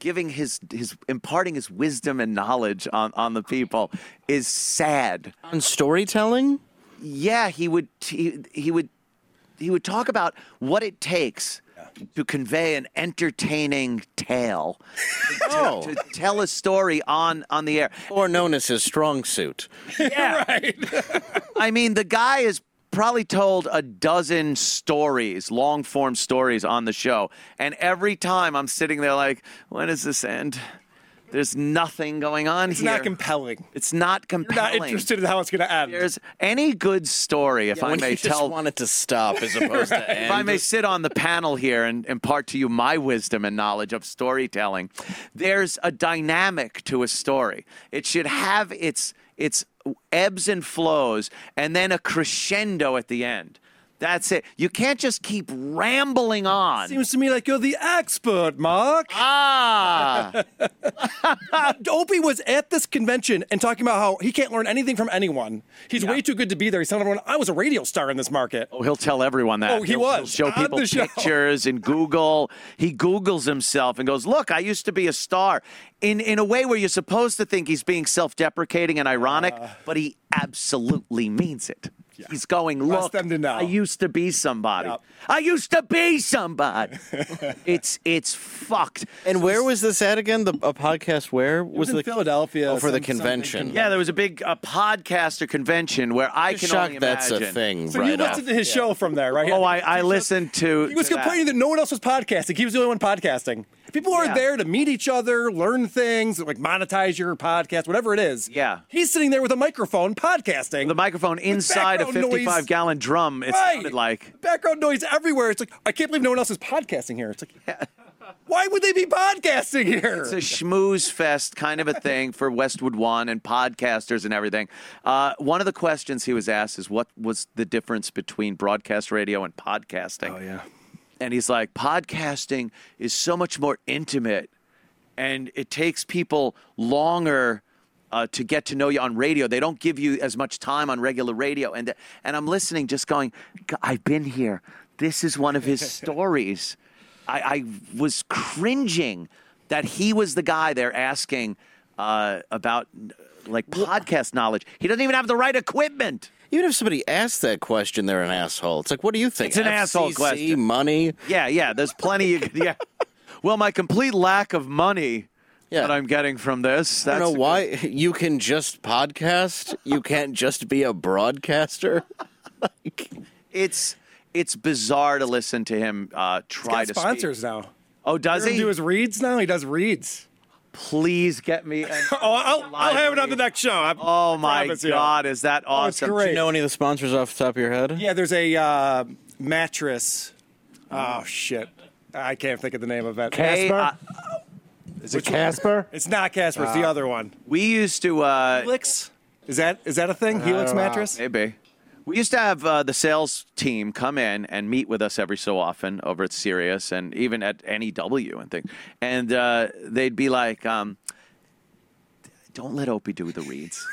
Speaker 1: giving his his imparting his wisdom and knowledge on on the people is sad.
Speaker 7: On storytelling?
Speaker 1: yeah, he would he, he would he would talk about what it takes to convey an entertaining tale,
Speaker 7: Oh.
Speaker 1: to tell a story on on the air.
Speaker 7: Or known as his strong suit.
Speaker 1: I mean, the guy is probably told a dozen stories, long form stories on the show, and every time I'm sitting there like, when does this end? There's nothing going on
Speaker 3: It's
Speaker 1: here.
Speaker 3: not compelling.
Speaker 1: it's not
Speaker 3: You're not
Speaker 1: compelling.
Speaker 3: interested in how it's going to end.
Speaker 1: There's any good story, if I
Speaker 7: when
Speaker 1: may
Speaker 7: you
Speaker 1: tell.
Speaker 7: just want it to stop as opposed to end.
Speaker 1: if I may sit on the panel here and impart to you my wisdom and knowledge of storytelling, there's a dynamic to a story. It should have its its ebbs and flows, and then a crescendo at the end. That's it. You can't just keep rambling on.
Speaker 3: Seems to me like you're the expert, Mark.
Speaker 1: ah,
Speaker 3: Opie was at this convention and talking about how he can't learn anything from anyone. He's way too good to be there. He's telling everyone, I was a radio star in this market.
Speaker 1: oh, he'll tell everyone that.
Speaker 3: Oh, he
Speaker 1: He'll-
Speaker 3: was
Speaker 1: He'll show
Speaker 3: on
Speaker 1: people
Speaker 3: the show.
Speaker 1: pictures and Google. He Googles himself and goes, "Look, I used to be a star." In in a way where you're supposed to think he's being self-deprecating and ironic,
Speaker 3: Uh.
Speaker 1: but he absolutely means it. He's going, "Look,
Speaker 3: them to know."
Speaker 1: I used to be somebody.
Speaker 3: Yep.
Speaker 1: I used to be somebody." it's it's fucked.
Speaker 7: And where was this at again? The a podcast where was,
Speaker 3: in
Speaker 7: the
Speaker 3: Philadelphia,
Speaker 7: oh, for the
Speaker 3: some- something
Speaker 7: convention?
Speaker 1: Yeah, there was a big uh podcaster convention where I
Speaker 7: I'm
Speaker 1: can only
Speaker 7: shocked that's
Speaker 1: imagine.
Speaker 7: a thing
Speaker 3: So you
Speaker 7: right off.
Speaker 3: listened to his show from there, right?
Speaker 1: Oh, I, I listened to.
Speaker 3: He was
Speaker 1: to that.
Speaker 3: complaining that. no one else was podcasting. He was the only one podcasting. People are
Speaker 1: Yeah.
Speaker 3: there to meet each other, learn things, like monetize your podcast, whatever it is.
Speaker 1: Yeah.
Speaker 3: He's sitting there with a microphone podcasting.
Speaker 1: the microphone inside a
Speaker 3: background
Speaker 1: 55
Speaker 3: noise.
Speaker 1: gallon drum. It
Speaker 3: Right.
Speaker 1: sounded like
Speaker 3: Background noise everywhere. It's like, I can't believe no one else is podcasting here. It's like, why would they be podcasting here?
Speaker 1: it's a schmooze fest kind of a thing for Westwood One and podcasters and everything. Uh, one of the questions he was asked is what was the difference between broadcast radio and podcasting? Oh yeah, and he's like, podcasting is so much more intimate, and it takes people longer. Uh, to get to know you on radio, they don't give you as much time on regular radio, and and I'm listening, just going, "G- I've been here. This is one of his stories. I, I was cringing that he was the guy they're asking uh, about like podcast knowledge. He doesn't even have the right equipment.
Speaker 7: Even if somebody asks that question, they're an asshole. It's like, what do you think?
Speaker 1: It's an asshole
Speaker 7: FCC
Speaker 1: question.
Speaker 7: Money.
Speaker 1: Yeah, yeah. There's plenty. You could, yeah. Well, my complete lack of money
Speaker 7: Yeah.
Speaker 1: that I'm getting from this.
Speaker 7: I
Speaker 1: That's
Speaker 7: don't know why you can just podcast. You can't just be a broadcaster. like,
Speaker 1: It's it's bizarre to listen to him uh, try
Speaker 3: He's
Speaker 1: to
Speaker 3: got
Speaker 1: speak.
Speaker 3: sponsors now.
Speaker 1: Oh, does
Speaker 3: Does he
Speaker 1: he?
Speaker 3: do his reads now? He does reads.
Speaker 1: Please get me. an-
Speaker 3: Oh, I'll, I'll have it on the next show. I
Speaker 1: oh my
Speaker 3: promise you. Oh,
Speaker 1: God, is that
Speaker 3: it's
Speaker 1: awesome?
Speaker 3: great.
Speaker 7: you know any of the sponsors off the top of your head?
Speaker 3: Yeah, there's a uh, mattress. Oh shit, I can't think of the name of it.
Speaker 1: Hey,
Speaker 3: Casper?
Speaker 1: I-
Speaker 8: Is it Casper?
Speaker 3: it's not Casper. It's the other one.
Speaker 1: we used to uh,
Speaker 3: Helix. Is that is that a thing? Helix
Speaker 8: don't know.
Speaker 3: mattress.
Speaker 1: Maybe. We used to have uh, the sales team come in and meet with us every so often over at Sirius and even at NEW and things. And uh, they'd be like, um, don't let Opie do the reads.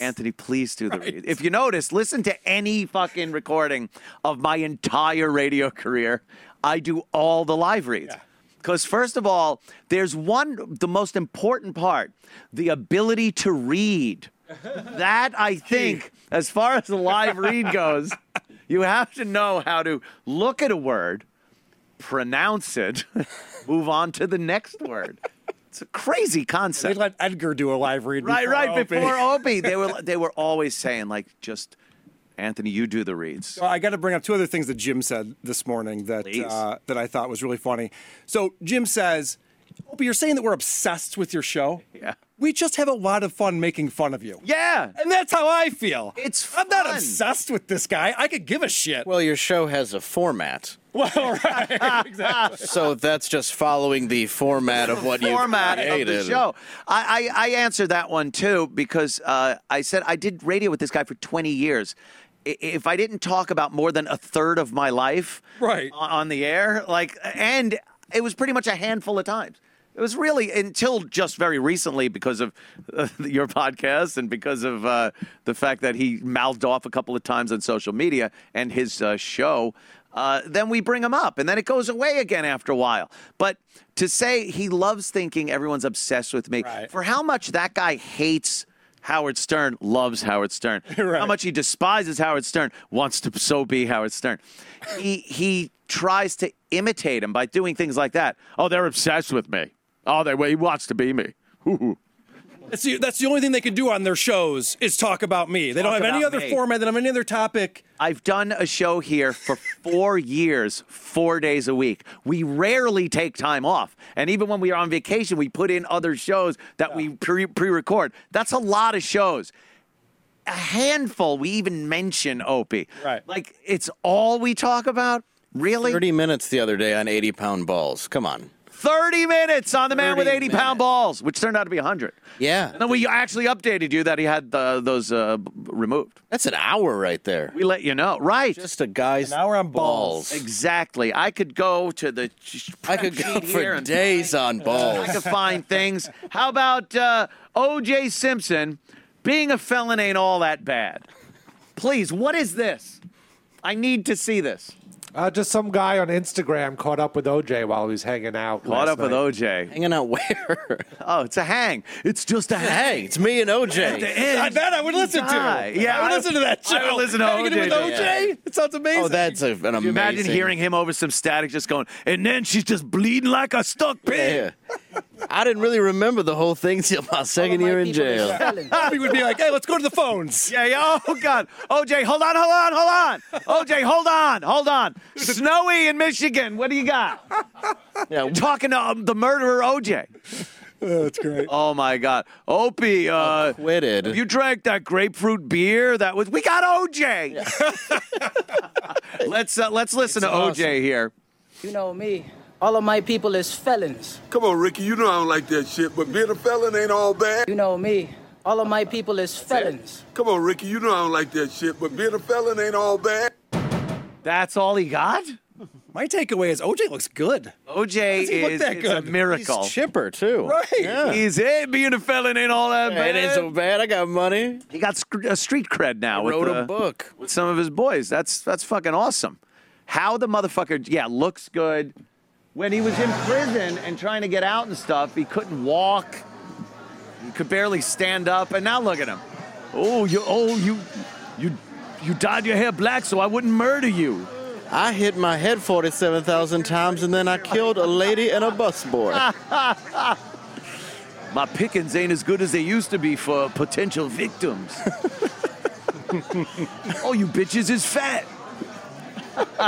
Speaker 1: Anthony, please do the reads. If you notice, listen to any fucking recording of my entire radio career. I do all the live reads. Because, first of all, there's one, the most important part the ability to read. That, I think, as far as the live read goes, you have to know how to look at a word, pronounce it, move on to the next word. It's a crazy
Speaker 3: They
Speaker 1: concept.
Speaker 3: let Edgar do a live read.
Speaker 1: Right,
Speaker 3: before
Speaker 1: right.
Speaker 3: Opie.
Speaker 1: Before Opie, they were they were always saying like, just Anthony, you do the reads.
Speaker 3: Well, I got to bring up two other things that Jim said this morning that
Speaker 1: Please.
Speaker 3: uh, that I thought was really funny. So Jim says, "Opie, you're saying that we're obsessed with your show.
Speaker 1: Yeah.
Speaker 3: we just have a lot of fun making fun of you.
Speaker 1: Yeah,
Speaker 3: And that's how I feel.
Speaker 1: It's
Speaker 3: I'm not
Speaker 1: fun.
Speaker 3: obsessed with this guy. I could give a shit.
Speaker 7: Well, your show has a format.
Speaker 3: Well, right.
Speaker 7: So that's just following the format of what you
Speaker 1: format of
Speaker 7: created.
Speaker 1: the show. I, I I answered that one too because uh, I said I did radio with this guy for 20 years. I- If I didn't talk about more than a third of my life,
Speaker 3: Right.
Speaker 1: on on the air, like, and it was pretty much a handful of times. It was really until just very recently because of uh, your podcast and because of uh, the fact that he mouthed off a couple of times on social media and his uh, show. Uh, then we bring him up, and then it goes away again after a while. But to say he loves thinking everyone's obsessed with me
Speaker 3: Right.
Speaker 1: for how much that guy hates Howard Stern, loves Howard Stern, how much he despises Howard Stern, wants to so be Howard Stern. He he tries to imitate him by doing things like that. Oh, they're obsessed with me. Oh, they he wants to be me. Hoo-hoo.
Speaker 3: That's the, that's the only thing they can do on their shows is talk about me. They don't
Speaker 1: Talk
Speaker 3: have any
Speaker 1: about
Speaker 3: other
Speaker 1: me.
Speaker 3: format. They don't have any other topic.
Speaker 1: I've done a show here for four years, four days a week. We rarely take time off. And even when we are on vacation, we put in other shows that we pre record. That's a lot of shows. A handful Oh, we even mention Opie.
Speaker 3: Right.
Speaker 1: Like, it's all we talk about? Really?
Speaker 7: 30 minutes the other day on 80 pound balls. Come on.
Speaker 1: 30 minutes on the man
Speaker 7: 30
Speaker 1: with 80 pound
Speaker 7: minutes.
Speaker 1: balls, which turned out to be 100.
Speaker 7: Yeah.
Speaker 1: And then we actually updated you that he had uh, those uh, b- removed.
Speaker 7: That's an hour right there.
Speaker 1: We let you know. Right.
Speaker 7: Just a guy's
Speaker 5: An hour on balls.
Speaker 1: exactly. I could go to the.
Speaker 7: I could go
Speaker 1: sheet here
Speaker 7: for
Speaker 1: and
Speaker 7: days on
Speaker 1: I
Speaker 7: balls.
Speaker 1: could find things. How about uh, O.J. Simpson? Being a felon ain't all that bad. Please, what is this? I need to see this.
Speaker 9: Uh, just some guy on Instagram caught up with OJ while he was hanging out.
Speaker 1: Caught
Speaker 9: last
Speaker 1: up with
Speaker 9: night.
Speaker 1: OJ.
Speaker 7: Hanging out where?
Speaker 1: Oh, it's a hang. It's just a hang.
Speaker 7: hey, it's me and OJ.
Speaker 1: And
Speaker 5: I bet I would listen
Speaker 1: die.
Speaker 5: to.
Speaker 1: Yeah,
Speaker 5: I would
Speaker 1: I-
Speaker 5: listen to that show.
Speaker 1: I would listen to
Speaker 5: Hanging
Speaker 1: OJ.
Speaker 5: with OJ. It sounds amazing.
Speaker 7: Oh, that's a, an amazing.
Speaker 1: You imagine hearing him over some static just going, and then she's just bleeding like a stuck pig.
Speaker 7: Yeah. I didn't really remember the whole thing till my second year in jail.
Speaker 5: We would be like, hey, let's go to the phones.
Speaker 1: Yeah, yeah. Oh God. OJ, hold on, hold on, hold on. OJ, hold on, hold on. Snowy in Michigan. What do you got?
Speaker 7: Yeah, we-
Speaker 1: Talking to um, the murderer OJ.
Speaker 5: that's great.
Speaker 1: Oh my God. Opie, uh,
Speaker 7: Acquitted.
Speaker 1: if you drank that grapefruit beer, that was we got OJ. let's uh, let's listen to OJ here.
Speaker 10: You know me. All of my people is felons.
Speaker 11: Come on, Ricky, you know I don't like that shit, but being a felon ain't all bad.
Speaker 10: You know me. All of my people is felons.
Speaker 11: Come on, Ricky, you know I don't like that shit, but being a felon ain't all bad.
Speaker 1: That's all he got?
Speaker 5: My takeaway is OJ looks good.
Speaker 1: OJ
Speaker 5: he look
Speaker 1: is
Speaker 5: that
Speaker 1: it's a
Speaker 5: good?
Speaker 1: miracle.
Speaker 7: He's chipper too.
Speaker 5: Right.
Speaker 7: Yeah.
Speaker 1: He's it. Being a felon ain't all that
Speaker 7: It
Speaker 1: bad.
Speaker 7: ain't so bad. I got money.
Speaker 1: He got sc- uh, street cred now. with
Speaker 7: Wrote
Speaker 1: the-
Speaker 7: a book.
Speaker 1: with some of his boys. That's that's fucking awesome. How the motherfucker, yeah, looks good. When he was in prison and trying to get out and stuff, he couldn't walk. He could barely stand up, and now look at him. Oh, you, oh, you, you, you dyed your hair black so I wouldn't murder you.
Speaker 7: I hit my head 47,000 times and then I killed a lady and a busboy.
Speaker 1: My pickings ain't as good as they used to be for potential victims. oh, you bitches is fat.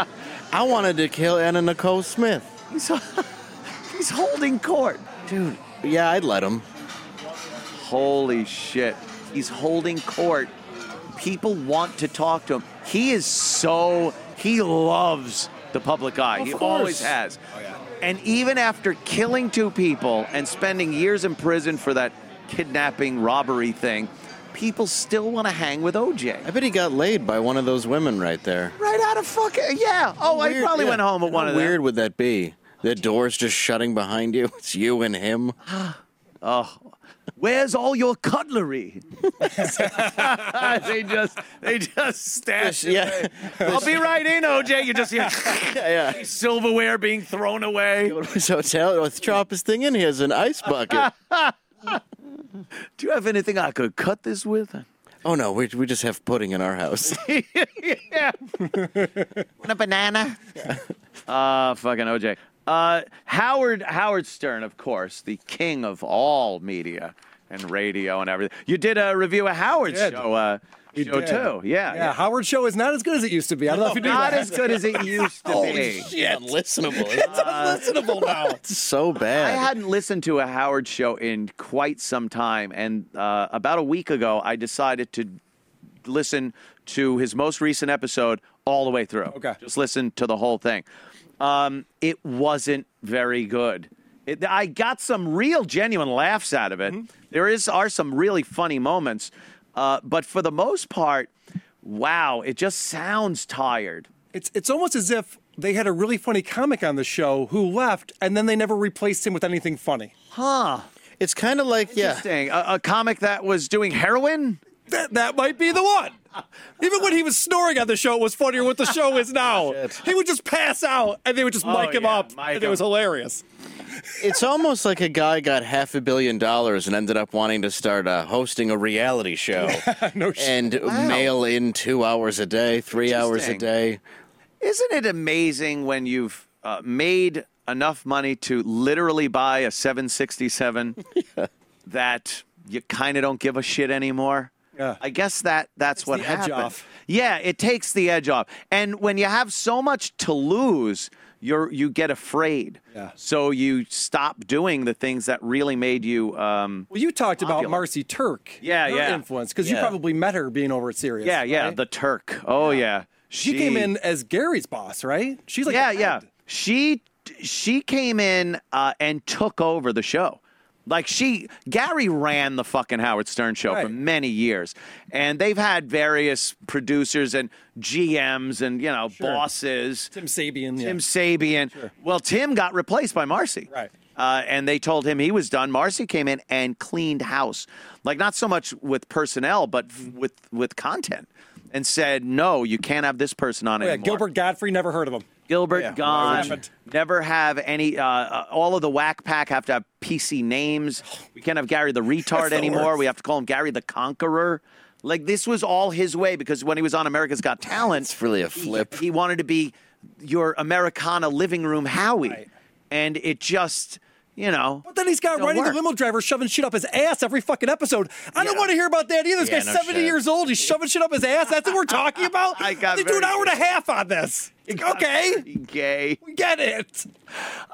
Speaker 7: I wanted to kill Anna Nicole Smith.
Speaker 1: He's, he's holding court, dude.
Speaker 7: Yeah, I'd let him.
Speaker 1: Holy shit. He's holding court. People want to talk to him. He is so, he loves the public eye. he always has. And even after killing two people and spending years in prison for that kidnapping robbery thing, people still want to hang with
Speaker 7: I
Speaker 1: OJ.
Speaker 7: bet he got laid by one of those women right there.
Speaker 1: Right out of fucking, yeah. Oh, I
Speaker 7: Weird-
Speaker 1: probably
Speaker 7: yeah.
Speaker 1: went home with
Speaker 7: How
Speaker 1: one of
Speaker 7: weird
Speaker 1: them.
Speaker 7: would that be? The door's just shutting behind you. It's you and him.
Speaker 1: Oh. Where's all your cutlery? they just, they just stash it.
Speaker 7: Yeah.
Speaker 1: I'll be right in, OJ. You just hear
Speaker 7: Yeah, yeah.
Speaker 1: silverware being thrown away.
Speaker 7: So tell let's drop his thing in here as an ice bucket.
Speaker 1: Do you have anything I could cut this with?
Speaker 7: Oh no, we, we just have pudding in our house.
Speaker 1: A banana. uh fucking OJ. Uh, Howard Howard Stern, of course, the king of all media and radio and everything. You did a review of Howard's
Speaker 5: Did.
Speaker 1: show, uh, show
Speaker 5: did.
Speaker 1: too. Yeah,
Speaker 5: Yeah, Howard Show is not as good as it used to be. I don't know if you knew
Speaker 1: Not
Speaker 5: that.
Speaker 1: as good as it used to be.
Speaker 7: Shit, unlistenable. It's
Speaker 5: listenable now.
Speaker 7: so
Speaker 1: I
Speaker 7: bad.
Speaker 1: hadn't listened to a Howard show in quite some time, and uh, about a week ago, I decided to listen to his most recent episode all the way through.
Speaker 5: Okay.
Speaker 1: just listen to the whole thing. Um, it wasn't very good. It, I got some real genuine laughs out of it.
Speaker 7: Mm-hmm.
Speaker 1: There is are some really funny moments, uh, but for the most part, wow, it just sounds tired.
Speaker 5: It's it's almost as if they had a really funny comic on the show who left, and then they never replaced him with anything funny.
Speaker 7: it's kind of like yeah.
Speaker 1: Interesting. A, a comic that was doing heroin.
Speaker 5: That that might be the one. Even when he was snoring on the show, it was funnier what the show is now. he would just pass out, and they would just mic him
Speaker 1: Oh, yeah,
Speaker 5: up,
Speaker 1: mic
Speaker 5: and
Speaker 1: him.
Speaker 5: it was hilarious.
Speaker 7: It's almost like a guy got half a billion dollars and ended up wanting to start uh, hosting a reality show
Speaker 1: Oh,
Speaker 5: No shit.
Speaker 7: and mail in two hours a day, three hours a
Speaker 1: Interesting.
Speaker 7: day.
Speaker 1: Isn't it amazing when you've uh, made enough money to literally buy a 767 that you kind of don't give a shit anymore?
Speaker 5: Yeah.
Speaker 1: I guess that that's what
Speaker 5: the edge
Speaker 1: happened.
Speaker 5: off.
Speaker 1: Yeah, it takes the edge off. And when you have so much to lose, you're you get afraid.
Speaker 5: Yeah.
Speaker 1: So you stop doing the things that really made you um
Speaker 5: Well, you talked
Speaker 1: Popular.
Speaker 5: about Marcy Turk.
Speaker 1: Yeah,
Speaker 5: her
Speaker 1: yeah.
Speaker 5: Influence because
Speaker 1: Yeah.
Speaker 5: you probably met her being over at Sirius.
Speaker 1: Yeah, yeah,
Speaker 5: right?
Speaker 1: the Turk. Oh yeah.
Speaker 5: she came in as Gary's boss, right? She's like,
Speaker 1: yeah,
Speaker 5: the
Speaker 1: yeah.
Speaker 5: head.
Speaker 1: She she came in uh, and took over the show. Like she, Gary ran the fucking Howard Stern show for many years, and they've had various producers and GMs and you know bosses.
Speaker 3: Tim Sabian. yeah.
Speaker 1: Tim Sabian. Well, Tim got replaced by Marcy.
Speaker 3: Right.
Speaker 1: Uh, and they told him he was done. Marcy came in and cleaned house, like not so much with personnel, but f-
Speaker 3: Mm-hmm.
Speaker 1: with with content, and said, "No, you can't have this person on
Speaker 3: Oh, yeah,
Speaker 1: anymore."
Speaker 3: Gilbert Godfrey never heard of him. Oh,
Speaker 1: Gilbert
Speaker 3: Yeah, why would
Speaker 1: gone.
Speaker 3: you?
Speaker 1: Never have any. Uh, uh, all of the whack pack have to have PC names. We can't have Gary the retard
Speaker 3: the
Speaker 1: anymore.
Speaker 3: worst.
Speaker 1: We have to call him Gary the Conqueror. Like this was all his way because when he was on America's Got Talent,
Speaker 7: It's really a flip.
Speaker 1: he wanted to be your Americana living room Howie, and it just you know.
Speaker 3: But then he's got
Speaker 1: Don't
Speaker 3: riding
Speaker 1: work.
Speaker 3: the limo driver shoving shit up his ass every fucking episode. I don't want to hear about that either. This
Speaker 7: Yeah,
Speaker 3: guy's
Speaker 7: no
Speaker 3: 70
Speaker 7: shit.
Speaker 3: years old. He's shoving shit up his ass. That's what we're talking about?
Speaker 1: I got
Speaker 3: they do an
Speaker 1: very-
Speaker 3: hour and a half on this. Okay.
Speaker 1: Gay.
Speaker 3: We get it.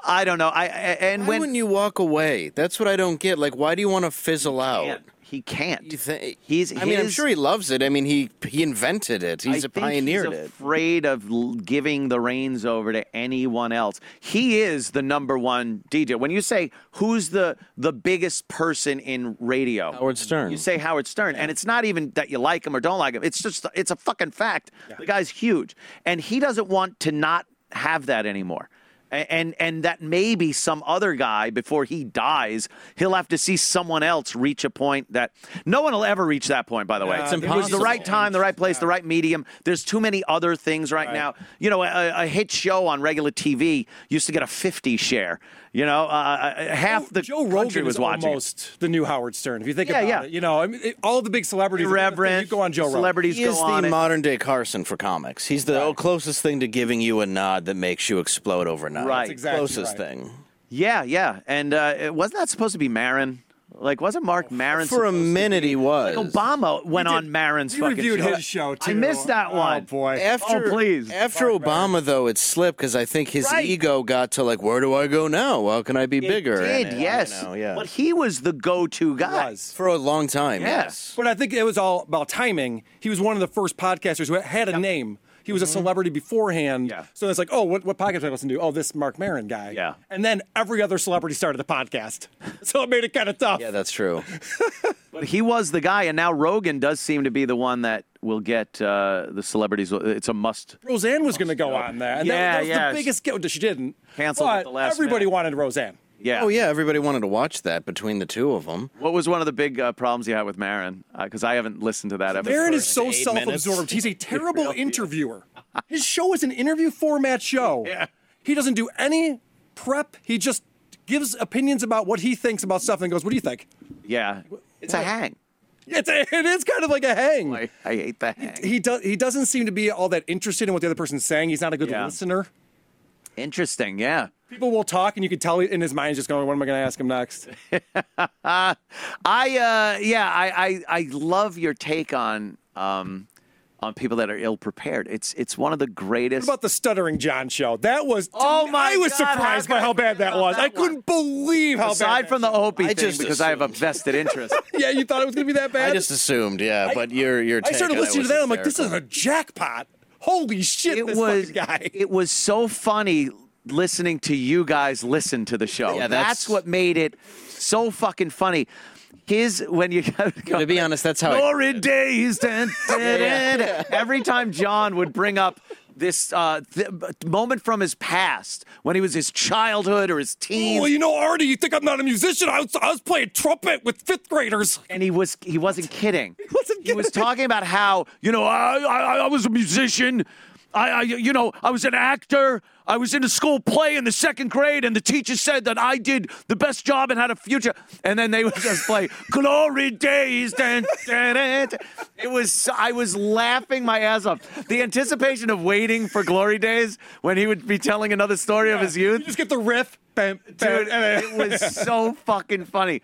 Speaker 1: I don't know. I I- and
Speaker 7: Why
Speaker 1: when
Speaker 7: wouldn't you walk away? That's what I don't get. Like, why do you want to fizzle out?
Speaker 1: can't. he can't.
Speaker 7: You think
Speaker 1: He's-
Speaker 7: I mean, I'm
Speaker 1: his-
Speaker 7: sure he loves it. I mean, he he invented it. He's
Speaker 1: a
Speaker 7: a pioneer.
Speaker 1: He's
Speaker 7: in it.
Speaker 1: afraid of l- giving the reins over to anyone else. He is the number one DJ. When you say who's the the biggest person in radio,
Speaker 7: Howard Stern.
Speaker 1: You say Howard Stern, and it's not even that you like him or don't like him. It's just it's a fucking fact. The guy's huge, and he doesn't want to not have that anymore. A- And and that maybe some other guy before he dies, he'll have to see someone else reach a point that no one will ever reach that point. By the way,
Speaker 7: It's
Speaker 1: It was the
Speaker 7: impossible.
Speaker 1: right time, the right place, the right medium. There's too many other things right, now. You know, a, a hit show on regular TV used to get a 50 share. You know, uh, uh, half the
Speaker 3: Joe
Speaker 1: country
Speaker 3: Rogan
Speaker 1: was
Speaker 3: was
Speaker 1: watching. it.
Speaker 3: almost the new Howard Stern. If you think
Speaker 1: Yeah,
Speaker 3: about
Speaker 1: yeah.
Speaker 3: it, you know, I mean, it- all the big celebrities.
Speaker 1: Irreverent,
Speaker 3: You go on Joe Rogan.
Speaker 1: celebrities
Speaker 7: He
Speaker 1: go
Speaker 7: is
Speaker 1: on
Speaker 7: the
Speaker 1: it.
Speaker 7: modern day Carson for comics. He's the closest thing to giving you a nod that makes you explode overnight.
Speaker 1: Right.
Speaker 7: It's
Speaker 1: That's
Speaker 7: the
Speaker 3: exactly
Speaker 7: closest
Speaker 3: right.
Speaker 7: thing.
Speaker 1: Yeah, yeah. And uh, it- wasn't that supposed to be Marin? Like, wasn't Mark Marin
Speaker 7: For a
Speaker 1: supposed to-
Speaker 7: minute, he was.
Speaker 1: Obama went
Speaker 3: Oh, did-
Speaker 1: on Marin's
Speaker 3: we
Speaker 1: fucking
Speaker 3: reviewed
Speaker 1: show.
Speaker 3: his show
Speaker 1: I
Speaker 3: too.
Speaker 1: missed that
Speaker 3: Oh,
Speaker 1: one.
Speaker 3: boy.
Speaker 7: After,
Speaker 1: Oh, please.
Speaker 7: After Obama, though, it slipped because I think his
Speaker 1: Right.
Speaker 7: ego got to like, where do I go now? How can I be
Speaker 1: It
Speaker 7: bigger?
Speaker 1: did,
Speaker 7: And it-
Speaker 1: yes.
Speaker 7: you know, yeah.
Speaker 1: But he was the go-to guy.
Speaker 3: was.
Speaker 7: For a long time,
Speaker 1: Yeah.
Speaker 7: yes.
Speaker 3: But I think it was all about timing. He was one of the first podcasters who had a name. He was a celebrity beforehand.
Speaker 1: Mm-hmm. Yeah.
Speaker 3: So it's like, oh, what, what podcast do I listen to? Oh, this Mark Maron guy.
Speaker 1: Yeah.
Speaker 3: And then every other celebrity started the podcast. So it made it kind of tough.
Speaker 7: Yeah, that's true.
Speaker 1: But he was the guy, and now Rogan does seem to be the one that will get uh, the celebrities. It's a must.
Speaker 3: Roseanne was going to go on that. And
Speaker 1: Yeah,
Speaker 3: that, that was
Speaker 1: yeah.
Speaker 3: the biggest get. She didn't.
Speaker 1: Canceled at
Speaker 3: But
Speaker 1: the last
Speaker 3: Everybody
Speaker 1: minute.
Speaker 3: wanted Roseanne.
Speaker 1: Yeah.
Speaker 7: Oh yeah, everybody wanted to watch that between the two of them.
Speaker 1: What was one of the big uh, problems you had with Marin? Because I haven't listened to that episode.
Speaker 3: Maron is so
Speaker 7: eight minutes.
Speaker 3: self-absorbed. He's a terrible interviewer. His show is an interview format show. He doesn't do any prep. He just gives opinions about what he thinks about stuff and goes, "What do you think?"
Speaker 1: yeah, it's a hang.
Speaker 3: It's it is kind of like a hang.
Speaker 1: I, I hate that hang.
Speaker 3: he does he doesn't seem to be all that interested in what the other person's saying. He's not a good
Speaker 1: Yeah.
Speaker 3: listener.
Speaker 1: Interesting. Yeah.
Speaker 3: People will talk, and you can tell in his mind he's just going, "What am I going to ask him next?"
Speaker 1: I uh, yeah, I, I I love your take on um on people that are ill prepared. It's it's one of the greatest.
Speaker 3: What about the stuttering John show? That was
Speaker 1: Oh my
Speaker 3: I was
Speaker 1: God, how
Speaker 3: surprised
Speaker 1: could
Speaker 3: by
Speaker 1: I
Speaker 3: how
Speaker 1: forget
Speaker 3: bad that
Speaker 1: about
Speaker 3: was.
Speaker 1: that
Speaker 3: I couldn't believe how
Speaker 1: aside
Speaker 3: bad.
Speaker 1: from the Opie thing because
Speaker 7: just
Speaker 1: I have a vested interest.
Speaker 3: yeah, you thought it was going to be that bad.
Speaker 7: I just assumed, yeah. but your your
Speaker 3: I
Speaker 7: take
Speaker 3: started
Speaker 7: on it
Speaker 3: listening to
Speaker 7: was
Speaker 3: that. I'm like, this is
Speaker 7: hysterical.
Speaker 3: a jackpot. Holy shit,
Speaker 1: it
Speaker 3: this
Speaker 1: was
Speaker 3: fucking guy.
Speaker 1: it was so funny listening to you guys listen to the show.
Speaker 7: Yeah,
Speaker 1: that's,
Speaker 7: that's-
Speaker 1: what made it so fucking funny. His when you
Speaker 7: To be honest, that's how. I,
Speaker 1: glory days. dun, dun, dun. Every time John would bring up this uh, th- moment from his past when he was his childhood or his teens,
Speaker 3: well, you know, Artie, you think I'm not a musician? I was, I was playing trumpet with fifth graders.
Speaker 1: and he was he wasn't kidding. He
Speaker 3: wasn't
Speaker 1: He was talking about how you know I I, I was a musician. I, I you know I was an actor. I was in a school play in the second grade, and the teacher said that I did the best job and had a future. And then they would just play "Glory Days." Dun, dun, dun, dun. It was so- I was laughing my ass off. The anticipation of waiting for "Glory Days" when he would be telling another story of his
Speaker 3: You
Speaker 1: youth.
Speaker 3: just get the riff. Bam, bam,
Speaker 1: Dude,
Speaker 3: and
Speaker 1: it was so fucking funny.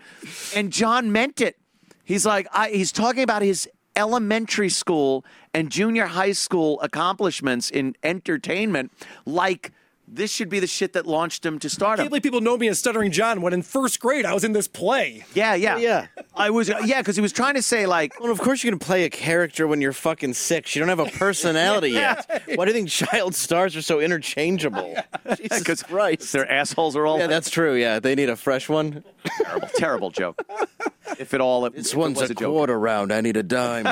Speaker 1: And John meant it. He's like, I, he's talking about his elementary school and junior high school accomplishments in entertainment, like This should be the shit that launched him to stardom.
Speaker 3: can't believe people know me as Stuttering John when in first grade I was in this play.
Speaker 1: Yeah, yeah,
Speaker 7: Oh, yeah.
Speaker 1: I was, yeah, because he was trying to say like,
Speaker 7: Well, of course you're gonna play a character when you're fucking six. You don't have a personality yet. Why do you think child stars are so interchangeable? Jesus Christ.
Speaker 1: their assholes are all
Speaker 7: yeah, that's true. Yeah, they need a fresh one.
Speaker 1: terrible, terrible joke. If at all, it,
Speaker 7: This
Speaker 1: if it
Speaker 7: one's
Speaker 1: was
Speaker 7: a,
Speaker 1: joke.
Speaker 7: quarter round. I need a dime.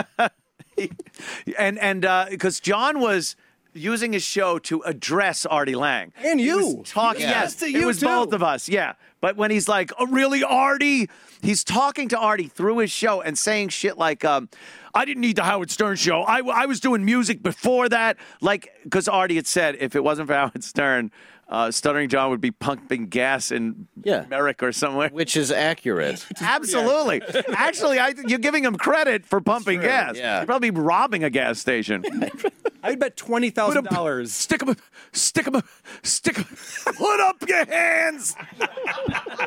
Speaker 1: and and because John was using his show to address Artie Lang
Speaker 3: And
Speaker 1: He was
Speaker 3: you.
Speaker 1: talking.
Speaker 3: Yeah.
Speaker 1: Yes,
Speaker 3: Yes, to
Speaker 1: it
Speaker 3: you
Speaker 1: was
Speaker 3: too.
Speaker 1: both of us. Yeah, but when he's like, oh, "Really, Artie?" He's talking to Artie through his show and saying shit like, um, "I didn't need the Howard Stern show. I, w- I was doing music before that." Like, because Artie had said, if it wasn't for Howard Stern. Uh, Stuttering John would be pumping gas in
Speaker 7: Yeah.
Speaker 1: Merrick or somewhere.
Speaker 7: Which is accurate.
Speaker 1: Absolutely. Actually, I think you're giving him credit for pumping gas.
Speaker 7: yeah.
Speaker 1: You're probably robbing a gas station.
Speaker 3: I bet twenty thousand dollars.
Speaker 1: stick 'em up, stick 'em up, stick 'em Put up your hands.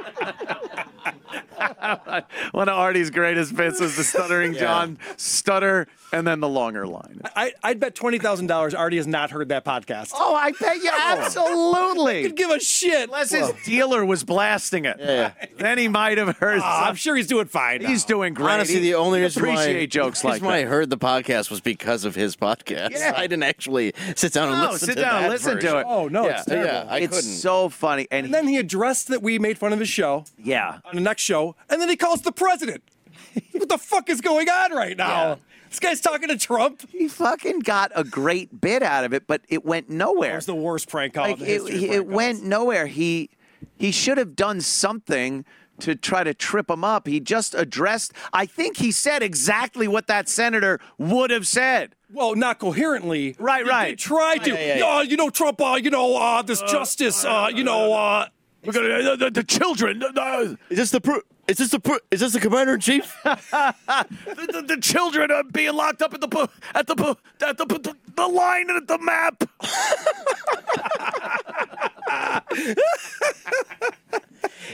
Speaker 1: One of Artie's greatest bits is the stuttering John stutter and then the longer line.
Speaker 3: I, I'd bet twenty thousand dollars. Artie has not heard that podcast.
Speaker 1: Oh, I bet you absolutely.
Speaker 3: Give a shit.
Speaker 1: Unless his dealer was blasting it. Then he might have heard
Speaker 3: Ah, I'm
Speaker 1: some-
Speaker 3: sure he's doing fine. now.
Speaker 1: He's doing great.
Speaker 7: Honestly,
Speaker 1: He-
Speaker 7: the only
Speaker 1: he
Speaker 7: reason
Speaker 1: appreciate
Speaker 7: why,
Speaker 1: jokes
Speaker 7: the
Speaker 1: like
Speaker 7: reason why I
Speaker 1: that.
Speaker 7: heard the podcast was because of his podcast.
Speaker 1: Yeah.
Speaker 7: I didn't actually sit down and
Speaker 1: No,
Speaker 7: listen
Speaker 1: sit
Speaker 7: to
Speaker 1: down and
Speaker 7: that
Speaker 1: listen to
Speaker 7: version.
Speaker 1: it.
Speaker 3: Oh no,
Speaker 7: yeah,
Speaker 3: it's terrible.
Speaker 7: yeah, I
Speaker 1: it's
Speaker 7: couldn't.
Speaker 1: so funny, and,
Speaker 3: And then he addressed that we made fun of his show
Speaker 1: yeah,
Speaker 3: on the next show, and then he calls the president. what the fuck is going on right now?
Speaker 7: Yeah.
Speaker 3: This guy's talking to Trump. It
Speaker 1: he fucking got a great bit out of it, but it went nowhere.
Speaker 3: was the worst prank call.
Speaker 1: like
Speaker 3: in the
Speaker 1: it,
Speaker 3: history of
Speaker 1: he-
Speaker 3: prank
Speaker 1: it
Speaker 3: calls.
Speaker 1: went nowhere. He he should have done something to try to trip him up. He just addressed. I think he said exactly what that senator would have said.
Speaker 3: Well, not coherently.
Speaker 1: Right,
Speaker 3: He did
Speaker 1: right.
Speaker 3: Try to.
Speaker 7: yeah, yeah.
Speaker 3: Uh, you know, Trump. Uh, you know, uh, this justice. Uh, you know, uh,
Speaker 1: We're gonna the, children.
Speaker 7: Is this the pro- is this the pro- is this the commander in chief?
Speaker 1: the, the, the children are being locked up at the po- at the po- at the po- the, the line at the map.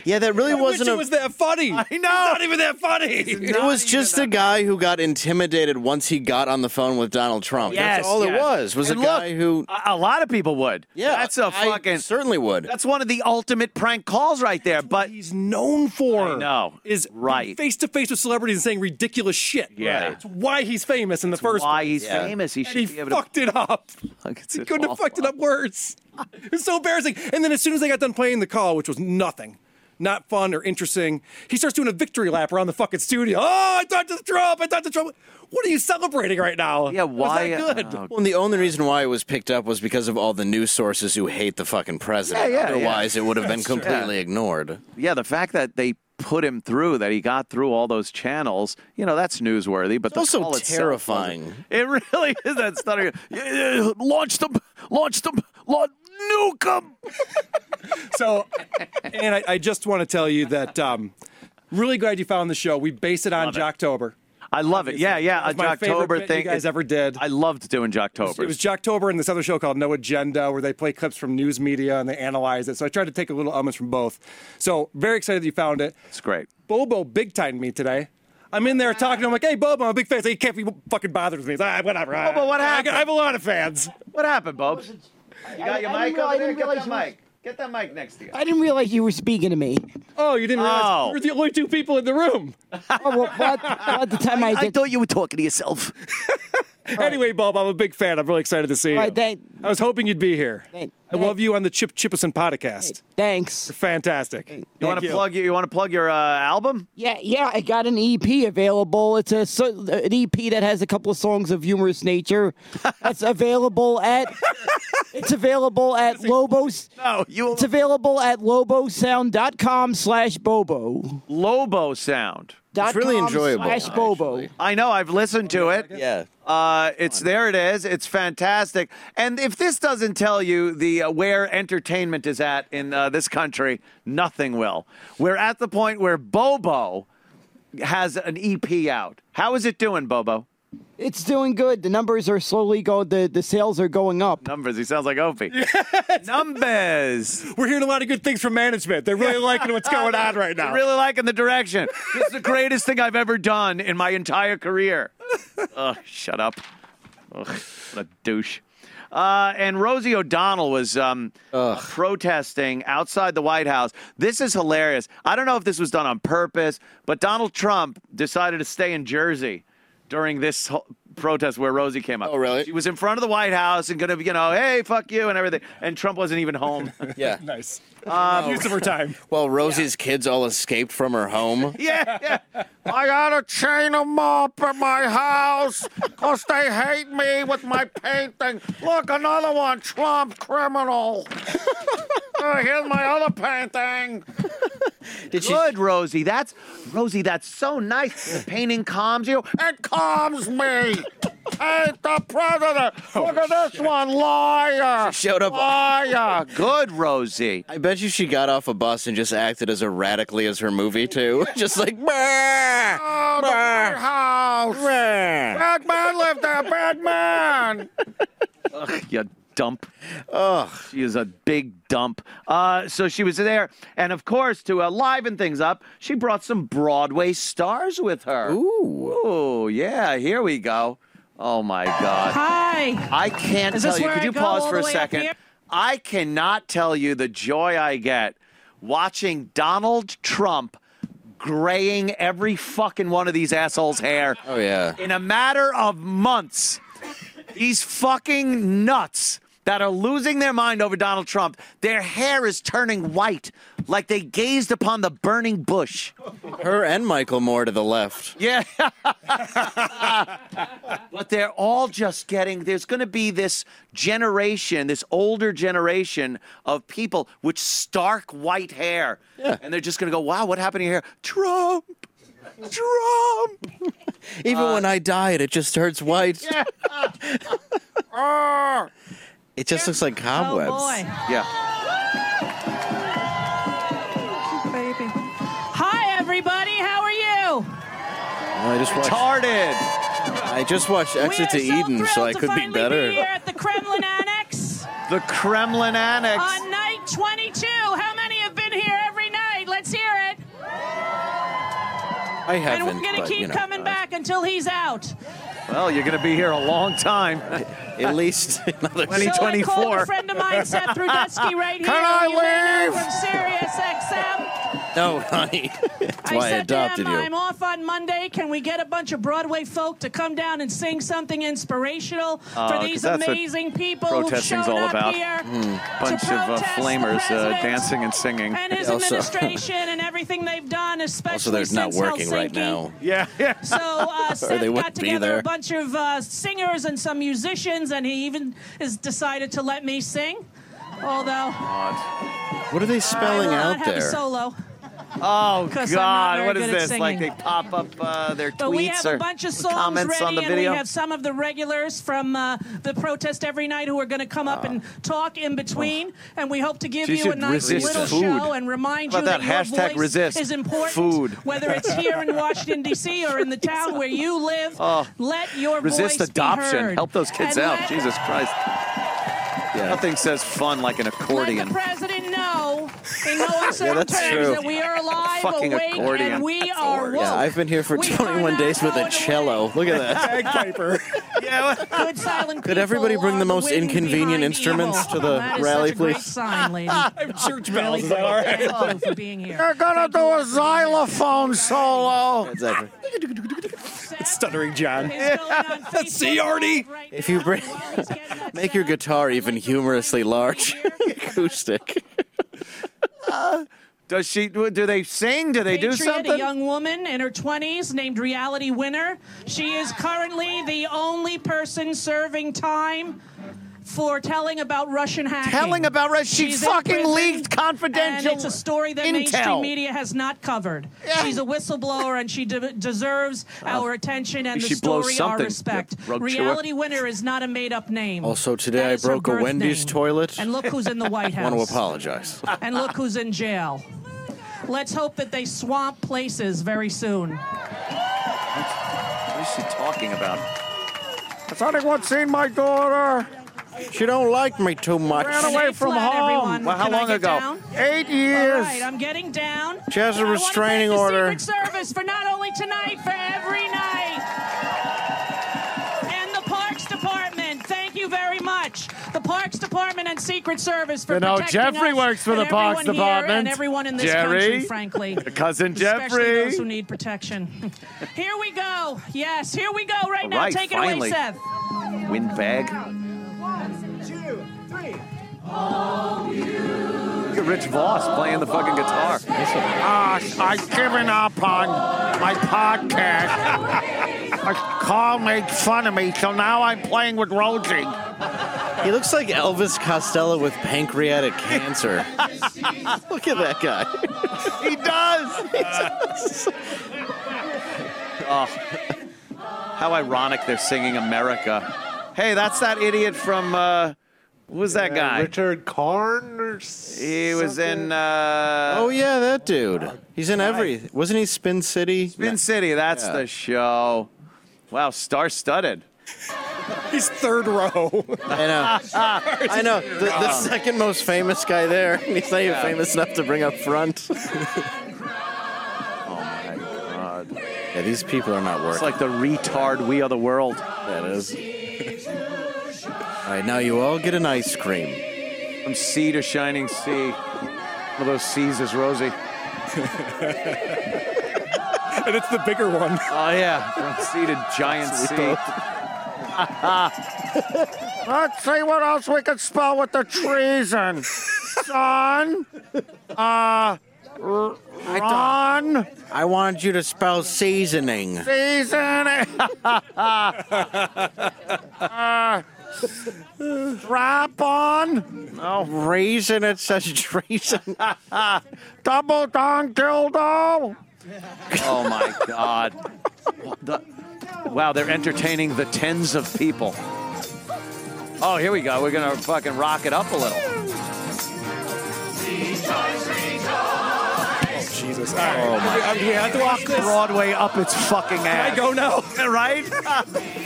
Speaker 7: yeah, that really
Speaker 3: I wish
Speaker 7: wasn't
Speaker 3: it
Speaker 7: a.
Speaker 3: was that funny. I know. not even that funny.
Speaker 7: it was just a guy who got intimidated once he got on the phone with Donald Trump. That's all it
Speaker 1: yes.
Speaker 7: was. Was
Speaker 1: And
Speaker 7: a
Speaker 1: look,
Speaker 7: guy who.
Speaker 1: a, a lot of people would.
Speaker 7: Yeah,
Speaker 1: that's a
Speaker 7: I
Speaker 1: fucking.
Speaker 7: certainly would.
Speaker 1: that's one of the ultimate prank calls right there. But
Speaker 3: He's known for.
Speaker 1: I know.
Speaker 3: Is
Speaker 1: Right.
Speaker 3: Face to face with celebrities and saying ridiculous shit.
Speaker 1: Yeah.
Speaker 3: It's why he's famous in the first.
Speaker 1: why
Speaker 3: place.
Speaker 1: he's
Speaker 7: Yeah.
Speaker 1: famous? He
Speaker 3: And he
Speaker 1: should be able
Speaker 3: fucked it up.
Speaker 1: to. It's
Speaker 3: He couldn't have fucked it up worse. It was so embarrassing. And then as soon as I got done playing the call, which was nothing, not fun or interesting, he starts doing a victory lap around the fucking studio. Oh, I talked to Trump. I talked to Trump. What are you celebrating right now?
Speaker 1: Yeah, why?
Speaker 3: Was that good?
Speaker 1: oh,
Speaker 7: Well, and the only reason why it was picked up was because of all the news sources who hate the fucking president.
Speaker 1: Yeah, yeah, yeah.
Speaker 7: Otherwise, it would have been completely ignored.
Speaker 1: yeah, the fact that they put him through, that he got through all those channels, you know, that's newsworthy. But the
Speaker 7: also
Speaker 1: call itself
Speaker 7: terrifying.
Speaker 1: wasn't. it really is that stuttering. Yeah, yeah, launch them, launch them, launch, nuke them.
Speaker 3: So, and I, I just want to tell you that um, really glad you found the show. We base it on Jocktober.
Speaker 1: I love it. Yeah, yeah, a
Speaker 3: It's my favorite
Speaker 1: Jocktober
Speaker 3: bit
Speaker 1: thing.
Speaker 3: you guys ever did.
Speaker 1: I loved doing Jocktober.
Speaker 3: It was Jocktober and this other show called No Agenda, where they play clips from news media and they analyze it. So I tried to take a little elements from both. So very excited that you found it.
Speaker 1: it's great.
Speaker 3: Bobo big timed me today. I'm in there talking. I'm like, hey, Bobo, I'm a big fan. He's like, He can't be fucking bothered with me. He's like, "Ah, whatever. ah,
Speaker 1: Bobo, what
Speaker 3: I-
Speaker 1: happened?"
Speaker 3: I have a lot of fans.
Speaker 1: What happened, Bob? You got your
Speaker 8: I
Speaker 1: mic
Speaker 8: didn't
Speaker 1: over there.
Speaker 8: realize- I didn't
Speaker 1: Get
Speaker 8: realize
Speaker 1: that
Speaker 8: you was-
Speaker 1: mic. Get that mic next to you.
Speaker 8: I didn't realize you were speaking to me.
Speaker 3: Oh, you didn't realize
Speaker 1: Oh.
Speaker 3: we're the only two people in the room.
Speaker 8: Oh, well, well, at, well, at the time I, did.
Speaker 1: thought you were talking to yourself.
Speaker 3: Anyway, Bob, I'm a big fan. I'm really excited to see you.
Speaker 8: All right, thank-
Speaker 3: I was hoping you'd be here.
Speaker 8: Thank-
Speaker 3: I love you on the Chip Chippison podcast.
Speaker 8: Thanks.
Speaker 3: Fantastic.
Speaker 1: You want to plug your, you want to plug your uh, album?
Speaker 8: Yeah, yeah, I got an EP available. It's a so- an EP that has a couple of songs of humorous nature. That's available at. It's available at Lobos.
Speaker 1: No, you
Speaker 8: It's available at lobosound.com slash bobo.
Speaker 1: Lobo Sound.
Speaker 8: It's
Speaker 7: really enjoyable,
Speaker 8: Slash bobo.
Speaker 1: I know. I've listened to it.
Speaker 7: Yeah.
Speaker 1: Uh, it's there. It is. It's fantastic. And if this doesn't tell you the uh, where entertainment is at in uh, this country, nothing will. We're at the point where Bobo has an EP out. How is it doing, Bobo?
Speaker 8: It's doing good. The numbers are slowly going. The the sales are going up.
Speaker 1: Numbers. He sounds like Opie. Numbers.
Speaker 3: We're hearing a lot of good things from management. They're really liking what's going on right now.
Speaker 1: I'm really liking the direction. This is the greatest thing I've ever done in my entire career. Ugh, shut up. Ugh, what a douche. Uh, and Rosie O'Donnell was um, protesting outside the White House. This is hilarious. I don't know if this was done on purpose, but Donald Trump decided to stay in Jersey during this whole protest where Rosie came up. Oh,
Speaker 7: really?
Speaker 1: She was in front of the White House and going to, you know, hey, fuck you and everything. And Trump wasn't even home.
Speaker 7: Yeah.
Speaker 5: Nice.
Speaker 7: Uh,
Speaker 5: Um,
Speaker 8: Oh.
Speaker 5: Use of her time.
Speaker 7: Well, Rosie's kids all escaped from her home.
Speaker 1: yeah, yeah.
Speaker 11: I gotta chain them up at my house because they hate me with my painting. Look, another one, Trump criminal. Uh, here's my other painting.
Speaker 7: Did she?
Speaker 1: Good, Rosie. That's Rosie. That's so nice. The painting calms you.
Speaker 11: It calms me. Ain't the president. Look at this one, liar.
Speaker 7: Oh, She showed up-
Speaker 11: Liar.
Speaker 1: Good, Rosie.
Speaker 7: I bet you she got off a bus and just acted as erratically as her movie too. just like. "Bah,
Speaker 11: Oh, the White
Speaker 7: bah,
Speaker 11: House.
Speaker 7: bah."
Speaker 11: Bad man lived there, bad man.
Speaker 1: you dump. Ugh. She is a big dump. Uh, so she was there. And of course, to uh, liven things up, she brought some Broadway stars with her. Ooh. Ooh, yeah. Here we go. Oh, my God.
Speaker 4: Hi.
Speaker 1: I can't
Speaker 4: Is this
Speaker 1: tell you.
Speaker 4: where
Speaker 1: Could
Speaker 4: I
Speaker 1: you
Speaker 4: go
Speaker 1: pause
Speaker 4: all
Speaker 1: for
Speaker 4: the
Speaker 1: a
Speaker 4: way up
Speaker 1: second?
Speaker 4: here?
Speaker 1: I cannot tell you the joy I get watching Donald Trump graying every fucking one of these assholes' hair
Speaker 7: Oh yeah.
Speaker 1: in a matter of months, these fucking nuts that are losing their mind over Donald Trump, their hair is turning white like they gazed upon the burning bush.
Speaker 7: Her and Michael Moore to the left.
Speaker 1: Yeah. but they're all just getting, there's going to be this generation, this older generation of people with stark white hair.
Speaker 7: Yeah.
Speaker 1: And they're just going to go, wow, what happened to your hair? Trump. Trump.
Speaker 7: Even
Speaker 8: Uh,
Speaker 7: when I died, it just hurts white.
Speaker 3: Uh,
Speaker 11: Ah.
Speaker 7: It just looks like
Speaker 8: Oh,
Speaker 7: cobwebs.
Speaker 1: Yeah.
Speaker 6: Baby. Hi, everybody. How are you?
Speaker 7: Well, I just watched.
Speaker 1: Tarded.
Speaker 7: I just watched Exit to
Speaker 6: we are so
Speaker 7: Eden, so
Speaker 6: thrilled
Speaker 7: I
Speaker 6: to
Speaker 7: could be
Speaker 6: finally
Speaker 7: better.
Speaker 6: Be here at the Kremlin Annex
Speaker 1: The Kremlin Annex.
Speaker 6: on night 22. How many have been here every night? Let's hear it.
Speaker 7: I
Speaker 6: And
Speaker 7: haven't.
Speaker 6: we're going to
Speaker 7: but,
Speaker 6: keep
Speaker 7: you know,
Speaker 6: coming
Speaker 7: uh,
Speaker 6: back until he's out.
Speaker 1: Well, you're going to be here a long time.
Speaker 7: At least another.
Speaker 6: So I called
Speaker 1: 2024.
Speaker 6: a friend of mine, Seth Rudetsky, right here.
Speaker 11: Can I
Speaker 6: You may know
Speaker 11: leave?
Speaker 6: From Sirius XM.
Speaker 7: No, honey. That's
Speaker 6: Uh, I
Speaker 7: why I
Speaker 6: said
Speaker 7: adopted
Speaker 6: to him, I'm
Speaker 7: you.
Speaker 6: off on Monday. Can we get a bunch of Broadway folk to come down and sing something inspirational
Speaker 1: Oh, 'cause
Speaker 6: for these
Speaker 1: that's what
Speaker 6: amazing people who've shown
Speaker 1: protesting's all
Speaker 6: up
Speaker 1: about. Hmm,
Speaker 6: here?
Speaker 1: bunch of uh,
Speaker 6: protest the
Speaker 1: flamers uh,
Speaker 6: president.
Speaker 1: dancing and singing.
Speaker 6: and his
Speaker 7: Also-
Speaker 6: administration and everything they've done, especially
Speaker 7: Also, they're
Speaker 6: since
Speaker 7: not working
Speaker 6: Helsinki.
Speaker 7: right now.
Speaker 1: Yeah, yeah.
Speaker 6: So uh, Seth
Speaker 7: they
Speaker 6: got
Speaker 7: wouldn't be
Speaker 6: together
Speaker 7: there.
Speaker 6: a bunch of uh, singers and some musicians, and he even has decided to let me sing. Although
Speaker 7: What are they
Speaker 6: I will
Speaker 7: spelling
Speaker 6: not
Speaker 7: out
Speaker 6: have a
Speaker 7: there?
Speaker 6: solo,
Speaker 1: Oh
Speaker 6: 'Cause I'm not
Speaker 1: God,
Speaker 6: very
Speaker 1: what is
Speaker 6: good at
Speaker 1: this? Like they
Speaker 6: singing.
Speaker 1: pop up uh, their
Speaker 6: but
Speaker 1: tweets
Speaker 6: we have
Speaker 1: or
Speaker 6: a bunch of songs
Speaker 1: comments
Speaker 6: ready,
Speaker 1: on the
Speaker 6: and
Speaker 1: video.
Speaker 6: we have some of the regulars from uh, the protest every night who are going to come
Speaker 1: Oh.
Speaker 6: up and talk in between, and we hope to give
Speaker 1: She
Speaker 6: you a
Speaker 1: should
Speaker 6: nice
Speaker 1: resist
Speaker 6: little
Speaker 1: food.
Speaker 6: show and remind
Speaker 1: Oh. How
Speaker 6: you
Speaker 1: about
Speaker 6: that,
Speaker 1: that?
Speaker 6: your
Speaker 1: Hashtag
Speaker 6: voice
Speaker 1: resist
Speaker 6: is important,
Speaker 1: food.
Speaker 6: whether it's here in Washington D.C. or in the town where you live. let your
Speaker 1: Oh, Resist
Speaker 6: voice Be
Speaker 1: adoption.
Speaker 6: heard.
Speaker 1: Help those kids
Speaker 6: And
Speaker 1: out.
Speaker 6: let-
Speaker 1: Jesus Christ. Nothing says fun like an
Speaker 6: let the
Speaker 1: accordion.
Speaker 6: president know in no uncertain
Speaker 7: that's
Speaker 6: terms
Speaker 7: true.
Speaker 6: that we are alive,
Speaker 1: Fucking
Speaker 6: awake,
Speaker 1: accordion.
Speaker 6: and we are woke.
Speaker 7: Yeah, I've been here for
Speaker 6: We are
Speaker 7: 21
Speaker 6: not
Speaker 7: days with
Speaker 6: going
Speaker 7: a
Speaker 6: away.
Speaker 7: cello. Look at that.
Speaker 5: Bagpiper.
Speaker 6: Good silent
Speaker 7: Could everybody
Speaker 6: people
Speaker 7: bring
Speaker 6: are
Speaker 7: the most
Speaker 6: wind
Speaker 7: inconvenient
Speaker 6: behind
Speaker 7: instruments
Speaker 6: evil.
Speaker 7: to the
Speaker 6: That is
Speaker 7: rally,
Speaker 6: such a great
Speaker 7: please?
Speaker 6: sign, lady.
Speaker 5: Church
Speaker 6: Really
Speaker 5: bells. Is that
Speaker 6: great.
Speaker 5: all right?
Speaker 6: Thank you for being here.
Speaker 11: They're gonna do a xylophone solo.
Speaker 7: Exactly.
Speaker 5: Stuttering John.
Speaker 6: See,
Speaker 5: See, Artie?
Speaker 7: If you bring- Make your guitar even humorously large. Acoustic.
Speaker 1: Does she? Do they sing? Do they do
Speaker 6: Patriot,
Speaker 1: something?
Speaker 6: a young woman in her 20s named Reality Winner. She is currently the only person serving time for telling about Russian hacking.
Speaker 1: Telling about Russia. She
Speaker 6: She's in
Speaker 1: fucking
Speaker 6: prison,
Speaker 1: leaked confidential
Speaker 6: And it's a story that
Speaker 1: intel.
Speaker 6: mainstream media has not covered. She's a whistleblower, and she de- deserves our attention and the
Speaker 1: she blows
Speaker 6: story our
Speaker 1: something.
Speaker 6: respect.
Speaker 1: Yep, broke chewer.
Speaker 6: Reality Winner is not a made-up name.
Speaker 7: Also, Oh, today
Speaker 6: That
Speaker 7: I
Speaker 6: is her
Speaker 7: broke a
Speaker 6: birth
Speaker 7: Wendy's
Speaker 6: name.
Speaker 7: toilet.
Speaker 6: And look who's in the White House
Speaker 7: want to apologize.
Speaker 6: and look who's in jail. Let's hope that they swamp places very soon.
Speaker 1: What is she talking about?
Speaker 11: Has anyone seen my daughter?
Speaker 7: She don't like me too
Speaker 11: Ran
Speaker 7: much.
Speaker 11: away
Speaker 6: Stay
Speaker 11: from
Speaker 6: flat,
Speaker 11: home.
Speaker 6: everyone.
Speaker 1: Well, how
Speaker 6: Can I
Speaker 1: long
Speaker 6: get
Speaker 1: ago?
Speaker 6: down?
Speaker 11: Eight
Speaker 6: All
Speaker 11: years.
Speaker 6: right, I'm getting down.
Speaker 7: She has a
Speaker 6: I wanna
Speaker 7: restraining
Speaker 6: thank
Speaker 7: order.
Speaker 6: The Secret Service for not only tonight, for every night. And the Parks Department, thank you very much.
Speaker 12: the Parks Department and Secret Service for
Speaker 11: You know,
Speaker 12: protecting
Speaker 11: Jeffrey
Speaker 12: us
Speaker 11: works for
Speaker 12: and
Speaker 11: the Parks
Speaker 12: everyone here and
Speaker 11: Department.
Speaker 12: everyone in this
Speaker 11: Jerry.
Speaker 12: country, frankly.
Speaker 1: Cousin
Speaker 12: Especially
Speaker 1: Jeffrey.
Speaker 12: those who need protection. here we go. Yes, here we go right
Speaker 1: All
Speaker 12: now.
Speaker 1: right,
Speaker 12: Take
Speaker 1: finally.
Speaker 12: it away, Seth.
Speaker 1: Windbag.
Speaker 12: One, two, three.
Speaker 6: Oh,
Speaker 1: Look at Rich Voss playing the fucking guitar.
Speaker 11: Gosh, I've given up on my podcast. I Carl made fun of me, so now I'm playing with Rosie.
Speaker 7: He looks like Elvis Costello with pancreatic cancer. Look at that guy.
Speaker 1: he does. oh, how ironic they're singing America. Hey, that's that idiot from uh, who was that guy?
Speaker 9: Richard Karn or
Speaker 1: He was in. Uh,
Speaker 7: Oh yeah, that dude. He's in every. Wasn't he Spin City?
Speaker 1: Spin City. That's
Speaker 7: Yeah.
Speaker 1: the show. Wow, star-studded.
Speaker 5: He's third row.
Speaker 7: I know. I know. The, the second most famous guy there. and He's not even
Speaker 1: Yeah.
Speaker 7: famous enough to bring up front.
Speaker 1: Oh my god.
Speaker 7: yeah, these people are not
Speaker 1: It's
Speaker 7: working.
Speaker 1: like the retard We Are the World.
Speaker 7: that is. all right, now you all get an ice cream.
Speaker 1: From sea to shining sea. One of those seas is rosy.
Speaker 5: and it's the bigger one.
Speaker 1: Oh yeah, from sea to giant sea.
Speaker 11: Let's see what else we can spell with the treason. Son, uh, Ron,
Speaker 7: I wanted you to spell seasoning.
Speaker 11: season, uh, strap on,
Speaker 7: Reason it says reason.
Speaker 11: double dong dildo.
Speaker 1: Oh my God. The- wow, they're entertaining the tens of people. Oh, here we go. We're going to fucking rock it up a little.
Speaker 5: Jesus. All
Speaker 8: Oh,
Speaker 5: right. I, we have to watch this.
Speaker 1: Broadway up its fucking ass.
Speaker 5: Oh
Speaker 1: Oh,
Speaker 5: I go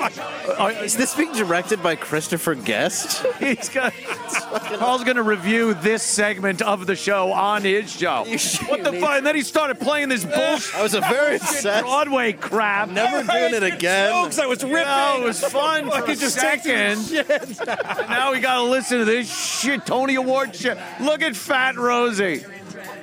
Speaker 5: now.
Speaker 1: right?
Speaker 7: Is this being directed by Christopher Guest?
Speaker 1: He's gonna, Paul's going to review this segment of the show on his show.
Speaker 7: should-
Speaker 1: What the fuck? And then he started playing this bullshit
Speaker 7: I was a very upset.
Speaker 1: Broadway crap.
Speaker 7: Never doing it again.
Speaker 5: Jokes I was ripping.
Speaker 1: No, it was fun for
Speaker 5: Fucking
Speaker 1: a
Speaker 5: just
Speaker 1: second. And now we gotta listen to this shit, Tony Award shit. Look at Fat Rosie.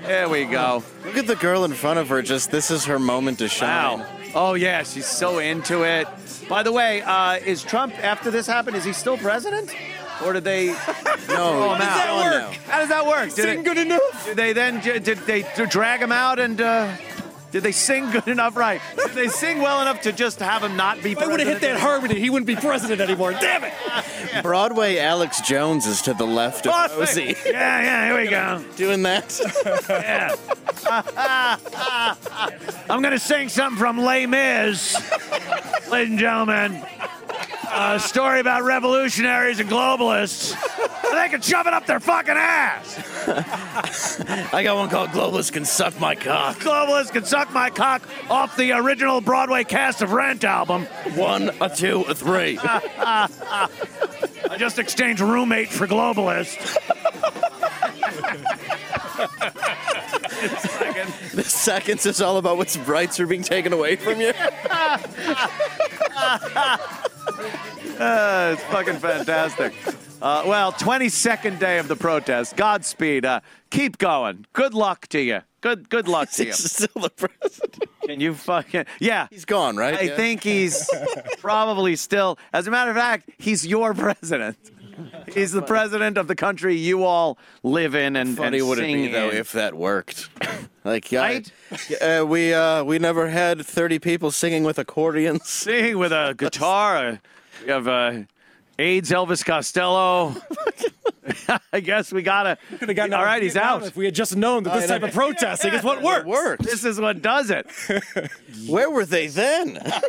Speaker 1: There we go.
Speaker 7: Look at the girl in front of her. Just this is her moment to shine.
Speaker 1: Wow. Oh yeah, she's so into it. By the way, uh, is Trump after this happened? Is he still president, or did they?
Speaker 7: No,
Speaker 1: How does that
Speaker 7: he's gone
Speaker 1: work?
Speaker 7: now.
Speaker 1: How does that work? Did,
Speaker 5: Sing
Speaker 1: it-
Speaker 5: good enough.
Speaker 1: did they then j- did they d- drag him out and? Uh, did they sing good enough? Right. Did they sing well enough to just have him not be?
Speaker 5: If I would have hit that harmony, he wouldn't be president anymore. Damn it.
Speaker 7: Broadway Alex Jones is to the left of Rosie.
Speaker 1: Yeah, yeah. Here we go.
Speaker 7: Doing that.
Speaker 1: Yeah. I'm going to sing something from Les Mis, ladies and gentlemen. A story about revolutionaries and globalists. They can shove it up their fucking ass.
Speaker 7: I got one called Globalist Can Suck My Cock.
Speaker 1: Globalists can suck my cock off the original Broadway cast of Rent album.
Speaker 7: One, a two, a three.
Speaker 1: I just exchanged roommate for globalist.
Speaker 7: the seconds is all about what's rights are being taken away from you.
Speaker 1: Uh, it's fucking fantastic. Uh, well, 22nd day of the protest. Godspeed. Uh, keep going. Good luck to you. Good good luck to you.
Speaker 7: He's still the president.
Speaker 1: Can you fucking yeah?
Speaker 7: He's gone, right?
Speaker 1: I
Speaker 7: Yeah.
Speaker 1: think he's probably still. As a matter of fact, he's your president. He's the president of the country you all live in and,
Speaker 7: Funny
Speaker 1: and
Speaker 7: would it
Speaker 1: sing
Speaker 7: be though
Speaker 1: in.
Speaker 7: if that worked? like, yeah,
Speaker 1: Right?
Speaker 7: uh, we uh, we never had thirty people singing with accordions.
Speaker 1: singing with a guitar. uh, We have uh, AIDS Elvis Costello. I guess we gotta.
Speaker 5: Could have gotten
Speaker 1: all right, he's
Speaker 5: Vietnam
Speaker 1: out.
Speaker 5: If we had just known that this
Speaker 7: Uh,
Speaker 5: type of protesting is what works.
Speaker 7: Worked.
Speaker 1: This is what does it.
Speaker 7: Where were they then?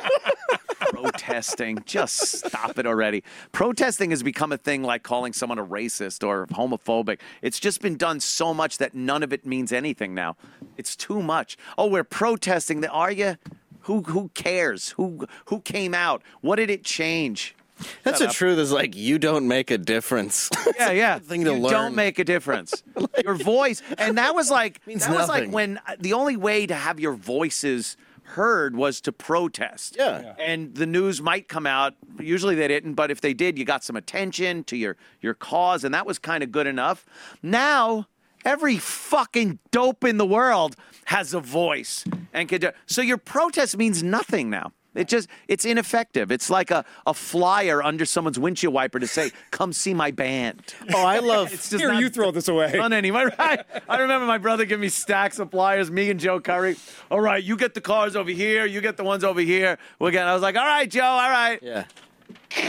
Speaker 1: protesting. Just stop it already. Protesting has become a thing like calling someone a racist or homophobic. It's just been done so much that none of it means anything now. It's too much. Oh, we're protesting. The- Are you? Who who cares? Who who came out? What did it change?
Speaker 7: That's the truth. Is like you don't make a difference.
Speaker 1: Yeah, yeah.
Speaker 7: thing to
Speaker 1: you
Speaker 7: learn.
Speaker 1: Don't make a difference. Your voice, and that was like that
Speaker 7: Means
Speaker 1: was like uh,
Speaker 7: nothing.
Speaker 1: when the only way to have your voices heard was to protest.
Speaker 7: Yeah.
Speaker 1: And the news might come out. Usually they didn't, but if they did, you got some attention to your your cause, and that was kind of good enough. Now every fucking dope in the world has a voice and could do- so your protest means nothing now. It just it's ineffective. It's like a, a flyer under someone's windshield wiper to say, "Come see my band."
Speaker 7: Oh, I love.
Speaker 1: It's just not- Done any? Am I right? I remember my brother giving me stacks of flyers. Me and Joe Curry. All right, you get the cars over here. You get the ones over here. We're getting. I was like, all right, Joe. All right.
Speaker 7: Yeah.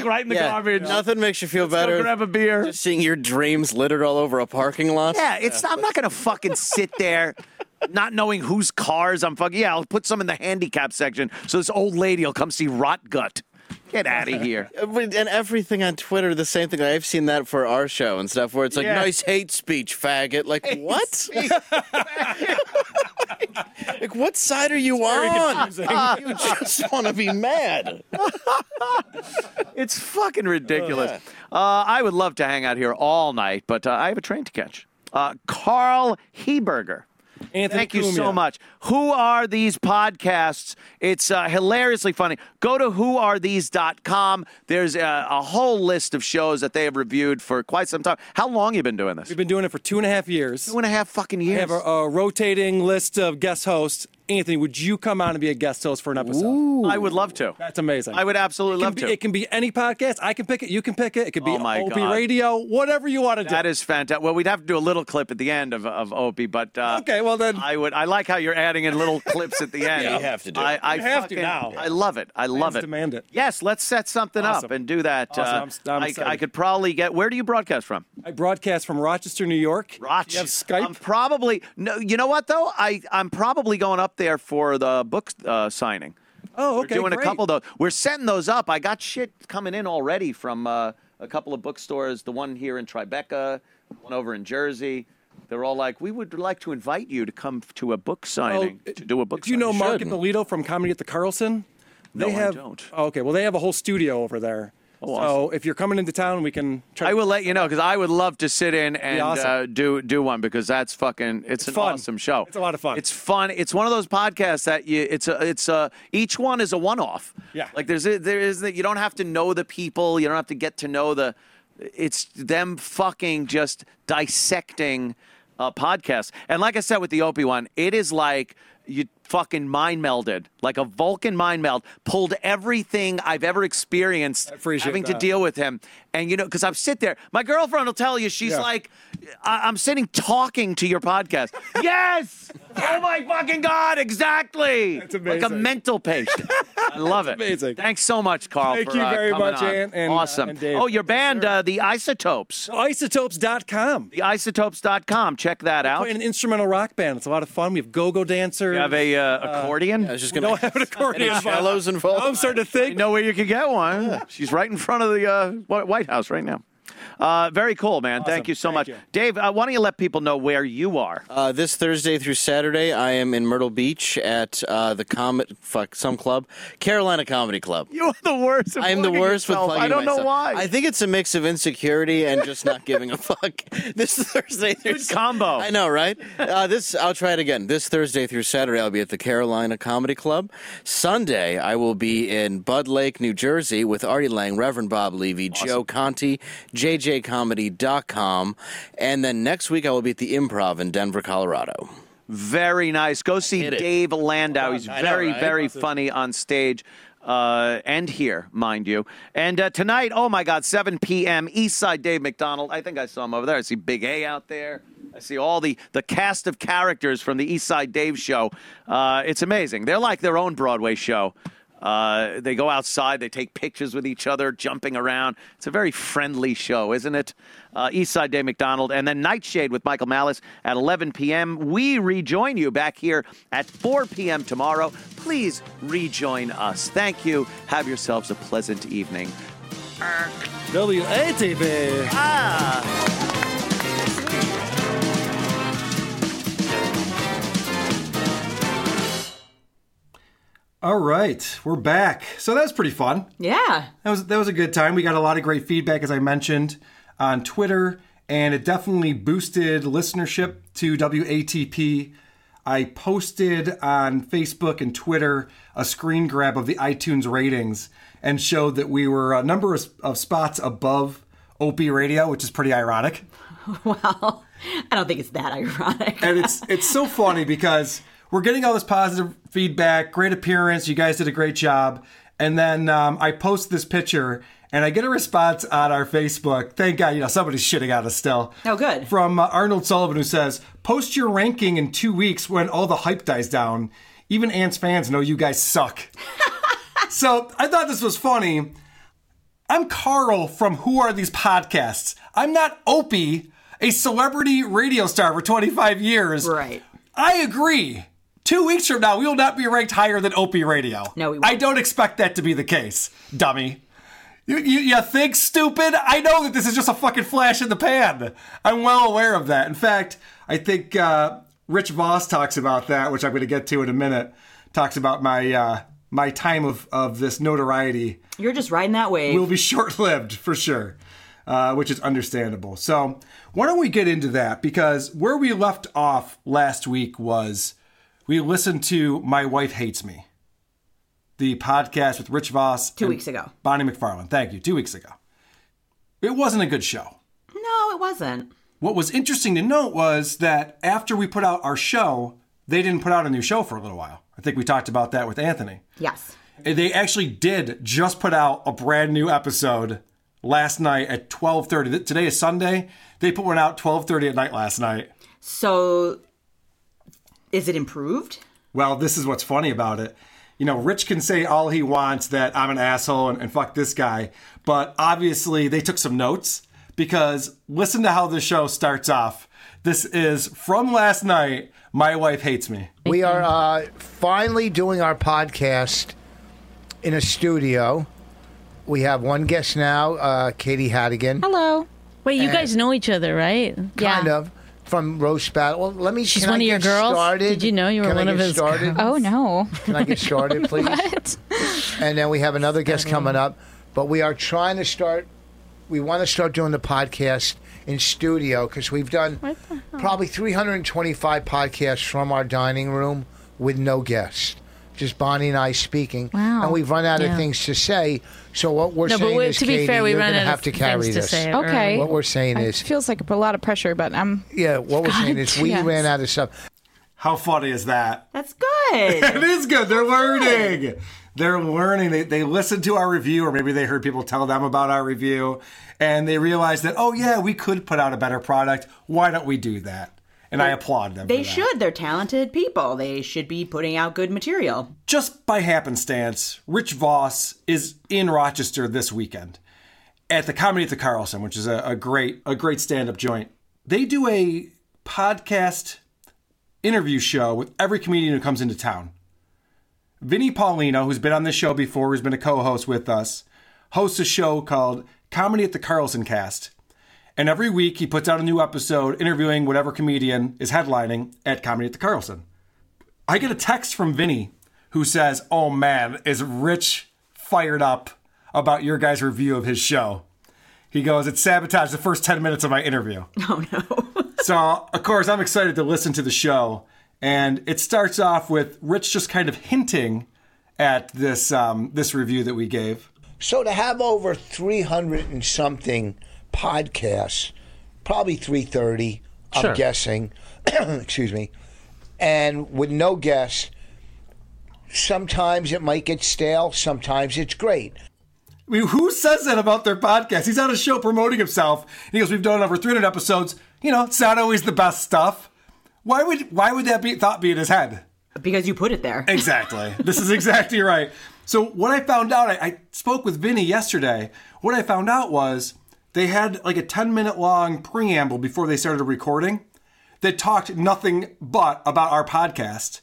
Speaker 1: Right in the
Speaker 7: Yeah,
Speaker 1: garbage.
Speaker 7: Nothing makes you feel
Speaker 1: Let's go
Speaker 7: better.
Speaker 1: grab a beer.
Speaker 7: Just seeing your dreams littered all over a parking lot.
Speaker 1: Yeah, it's I'm not gonna fucking sit there not knowing whose cars I'm fucking. Yeah, I'll put some in the handicap section so this old lady will come see Rot Gut. Get out of here.
Speaker 7: Uh, but- And everything on Twitter, the same thing. I've seen that for our show and stuff, where it's like
Speaker 1: Yeah.
Speaker 7: nice hate speech, faggot. Like what? like what side are you on? you just want to be mad.
Speaker 1: It's fucking ridiculous. Uh, I would love to hang out here all night, but uh, I have a train to catch. Uh, Carl Heberger.
Speaker 5: Anthony
Speaker 1: Thank you so
Speaker 5: Cumia.
Speaker 1: much. Who are these podcasts? It's uh, hilariously funny. Go to whoarethese.com. There's uh, a, a whole list of shows that they have reviewed for quite some time. How long you been doing this?
Speaker 5: We've been doing it for two and a half years.
Speaker 1: Two and a half fucking
Speaker 5: We
Speaker 1: years.
Speaker 5: have a, a rotating list of guest hosts. Anthony, would you come on and be a guest host for an episode?
Speaker 1: I would love to.
Speaker 5: That's amazing.
Speaker 1: I would absolutely
Speaker 5: It
Speaker 1: love
Speaker 5: can be-
Speaker 1: to.
Speaker 5: It can be any podcast. I can pick it. You can pick it. It could be
Speaker 1: Oh my
Speaker 5: OP
Speaker 1: God.
Speaker 5: Radio, whatever you want to do.
Speaker 1: That is fantastic. Well, we'd have to do a little clip at the end of of Opie, but uh,
Speaker 5: Okay, well then.
Speaker 1: I would. I like how you're adding in little clips at the end.
Speaker 7: Yeah, you have to do
Speaker 1: I,
Speaker 7: it.
Speaker 1: I
Speaker 5: You have to
Speaker 1: fucking-
Speaker 5: now.
Speaker 1: I love it. I love
Speaker 5: Fans
Speaker 1: it.
Speaker 5: demand it.
Speaker 1: Yes, let's set something
Speaker 5: Awesome.
Speaker 1: up and do that. uh,
Speaker 5: Awesome. I'm s- I'm
Speaker 1: I- I,
Speaker 5: excited.
Speaker 1: could probably get. Where do you broadcast from?
Speaker 5: I broadcast from Rochester, New York.
Speaker 1: Roch.
Speaker 5: You have Skype.
Speaker 1: I'm probably no. You know what though? I I'm probably going up there for the book uh, signing.
Speaker 5: oh, okay.
Speaker 1: We're doing
Speaker 5: great.
Speaker 1: a couple of those. We're setting those up. I got shit coming in already from uh, a couple of bookstores. The one here in Tribeca, one over in Jersey. They're all like, we would like to invite you to come to a book signing
Speaker 5: it-
Speaker 1: to do a book.
Speaker 5: Oh, uh, Do you know
Speaker 1: signing."
Speaker 5: Mark
Speaker 7: should.
Speaker 5: Ippolito from Comedy at the Carlson?
Speaker 1: No,
Speaker 5: They
Speaker 1: I
Speaker 5: have,
Speaker 1: don't.
Speaker 5: oh, okay, well, they have a whole studio over there.
Speaker 1: Oh,
Speaker 5: so
Speaker 1: awesome.
Speaker 5: if you're coming into town, we can try.
Speaker 1: I will let you know because I would love to sit in and
Speaker 5: awesome.
Speaker 1: uh, do do one because that's fucking it's, an
Speaker 5: fun.
Speaker 1: awesome show.
Speaker 5: It's a lot of fun.
Speaker 1: It's fun. It's one of those podcasts that you it's a it's a each one is a one off.
Speaker 5: Yeah.
Speaker 1: like there's a, there is that you don't have to know the people. You don't have to get to know the. It's them fucking just dissecting a podcast. And like I said with the Opie one, it is like you fucking mind melded, like a Vulcan mind meld, pulled everything I've ever experienced
Speaker 5: appreciate
Speaker 1: having to
Speaker 5: that.
Speaker 1: deal deal with him. And you know, because I'm sit there. My girlfriend will tell you she's
Speaker 5: Yeah.
Speaker 1: like, I- I'm sitting talking to your podcast. yes. Oh my fucking god! Exactly.
Speaker 5: That's
Speaker 1: Like a
Speaker 5: amazing.
Speaker 1: mental patient. I love it.
Speaker 5: amazing.
Speaker 1: Thanks so much, Carl.
Speaker 5: Thank
Speaker 1: for,
Speaker 5: you
Speaker 1: uh,
Speaker 5: very
Speaker 1: coming
Speaker 5: much,
Speaker 1: on.
Speaker 5: Ant, and, uh,
Speaker 1: awesome.
Speaker 5: and Dave.
Speaker 1: Oh, your band, uh, the Isotopes.
Speaker 5: Isotopes.com.
Speaker 1: The Isotopes.com. Check that out.
Speaker 5: Play an instrumental rock band. It's a lot of fun. We have go-go dancers.
Speaker 1: You have a uh, accordion.
Speaker 7: I was just
Speaker 5: We
Speaker 7: gonna.
Speaker 5: don't have an accordion.
Speaker 7: Any cellos involved?
Speaker 5: I'm starting to
Speaker 1: You
Speaker 5: think.
Speaker 1: know where you can get one. She's right in front of the uh, Wh- White House right now. Uh, very cool, man. Thank you so much,
Speaker 5: you.
Speaker 1: Dave. Uh, why don't you let people know where you are?
Speaker 7: Uh, this Thursday through Saturday, I am in Myrtle Beach at uh, the Comet, fuck, some club, Carolina Comedy Club.
Speaker 1: You're the worst. at
Speaker 7: I am the
Speaker 1: plugging
Speaker 7: worst with
Speaker 1: yourself.
Speaker 7: plugging
Speaker 1: I don't know
Speaker 7: myself.
Speaker 1: why.
Speaker 7: I think it's a mix of insecurity and just not giving a fuck. This Thursday through
Speaker 1: Good combo.
Speaker 7: I know, right? Uh, this I'll try it again. This Thursday through Saturday, I'll be at the Carolina Comedy Club. Sunday, I will be in Bud Lake, New Jersey, with Artie Lang, Reverend Bob Levy, Joe Conti, JJComedy.com, and then next week I will be at the Improv in Denver, Colorado.
Speaker 1: very nice. Go see
Speaker 7: Hit it.
Speaker 1: Dave Landau. He's
Speaker 7: I know,
Speaker 1: very,
Speaker 7: right?
Speaker 1: very funny on stage. Uh, and here, mind you. And uh, tonight, oh my God, 7 p.m. Eastside Dave McDonald. I think I saw him over there. I see Big A out there. I see all the the cast of characters from the Eastside Dave show. Uh, it's amazing. They're like their own Broadway show. Uh, they go outside, they take pictures with each other, jumping around. It's a very friendly show, isn't it? Uh, Eastside Day McDonald, and then Nightshade with Michael Malice at 11 p.m. We rejoin you back here at 4 p.m. tomorrow. Please rejoin us. Thank you. Have yourselves a pleasant evening.
Speaker 5: WATV.
Speaker 3: Ah. All right, we're back. So that was pretty fun.
Speaker 4: Yeah.
Speaker 3: That was that was a good time. We got a lot of great feedback, as I mentioned, on Twitter, and it definitely boosted listenership to WATP. I posted on Facebook and Twitter a screen grab of the iTunes ratings and showed that we were a number of, of spots above OP Radio, which is pretty ironic.
Speaker 4: I don't think it's that ironic.
Speaker 3: and it's it's so funny because we're getting all this positive feedback, great appearance, you guys did a great job, and then um, I post this picture and I get a response on our Facebook. Thank God, you know somebody's shitting on us still.
Speaker 4: Oh, good.
Speaker 3: From uh, Arnold Sullivan who says, "Post your ranking in two weeks when all the hype dies down. Even Ants fans know you guys suck." so I thought this was funny. I'm Carl from Who Are These Podcasts. I'm not Opie, a celebrity radio star for 25 years. Right. I agree. Two weeks from now, we will not be ranked higher than Opie Radio. No, we won't. I don't expect that to be the case, dummy. You, you, you think, stupid? I know that this is just a fucking flash in the pan. I'm well aware of that. In fact, I think uh, Rich Voss talks about that, which I'm going to get to in a minute. Talks about my uh, my time of, of this notoriety
Speaker 4: You're just riding that wave.
Speaker 3: will be short lived for sure, uh, which is understandable. So, why don't we get into that? Because where we left off last week was we listened to My Wife Hates Me, the podcast with Rich Voss.
Speaker 4: Two
Speaker 3: and
Speaker 4: weeks ago.
Speaker 3: Bonnie McFarlane. Thank you. Two weeks ago. It wasn't a good show.
Speaker 4: No, it wasn't.
Speaker 3: What was interesting to note was that after we put out our show, they didn't put out a new show for a little while. I think we talked about that with Anthony.
Speaker 4: Yes.
Speaker 3: They actually did just put out a brand new episode last night at 12:30. Th- Today is Sunday. They put one out 12:30 at night last night.
Speaker 4: So, is it improved?
Speaker 3: Well, this is what's funny about it. You know, Rich can say all he wants that I'm an asshole and, and fuck this guy, but obviously they took some notes because listen to how the show starts off. This is from last night. My wife hates me.
Speaker 13: We are uh, finally doing our podcast in a studio. We have one guest now, uh, Katie Hattigan.
Speaker 14: Hello. Wait, you
Speaker 13: And-
Speaker 14: guys know each other, right?
Speaker 13: Kind of from Roast Battle. Well, let me.
Speaker 14: She's
Speaker 13: can I
Speaker 14: one of your
Speaker 13: get
Speaker 14: girls?
Speaker 13: Started?
Speaker 14: Did you know you were
Speaker 13: Can I
Speaker 14: one of
Speaker 13: get
Speaker 14: his
Speaker 13: started?
Speaker 14: girls? Oh, no.
Speaker 13: Can I get started, please? And then we have another guest coming up, but we are trying to start. We want to start doing the podcast in studio because we've done probably 325 podcasts from our dining room with no guest, just Bonnie and I speaking.
Speaker 14: Wow.
Speaker 13: And we've run out
Speaker 14: Yeah.
Speaker 13: of things to say. So what we're
Speaker 14: No, but
Speaker 13: saying
Speaker 14: we-
Speaker 13: is,
Speaker 14: to be
Speaker 13: Katie,
Speaker 14: fair, we
Speaker 13: you're
Speaker 14: ran
Speaker 13: gonna
Speaker 14: out of
Speaker 13: have to carry
Speaker 14: things to
Speaker 13: this.
Speaker 14: say Okay.
Speaker 13: What we're saying
Speaker 15: It
Speaker 13: is,
Speaker 15: feels like a lot of pressure, but I'm.
Speaker 13: yeah, what we're saying is, we
Speaker 15: yes.
Speaker 13: ran out of stuff.
Speaker 3: How funny is that?
Speaker 4: That's good.
Speaker 3: it is good. They're learning. They're learning. They, they listened to our review, or maybe they heard people tell them about our review, and they realized that, oh, yeah, we could put out a better product. Why don't we do that? And I applaud them.
Speaker 4: They
Speaker 3: for that.
Speaker 4: should. They're talented people. They should be putting out good material.
Speaker 3: Just by happenstance, Rich Voss is in Rochester this weekend at the Comedy at the Carlson, which is a, a great a great stand up joint. They do a podcast interview show with every comedian who comes into town. Vinny Paulino, who's been on this show before, who's been a co-host with us, hosts a show called Comedy at the Carlson Cast. And every week he puts out a new episode interviewing whatever comedian is headlining at Comedy at the Carlson. I get a text from Vinny who says, Oh man, is Rich fired up about your guys' review of his show? He goes, It sabotaged the first 10 minutes of my interview. Oh no. so, of course, I'm excited to listen to the show. And it starts off with Rich just kind of hinting at this um, this review that we gave.
Speaker 13: So to have over 300 and something podcasts, probably 330,
Speaker 11: Sure.
Speaker 13: I'm guessing, excuse me, and with no guests, sometimes it might get stale, sometimes it's great.
Speaker 3: I mean, who says that about their podcast? He's on a show promoting himself, and he goes, "We've done over 300 episodes. You know, it's not always the best stuff. Why would why would that be thought be in his head?
Speaker 4: Because you put it there.
Speaker 3: Exactly. this is exactly right. So what I found out, I, I spoke with Vinny yesterday. What I found out was they had like a 10 minute long preamble before they started recording that talked nothing but about our podcast,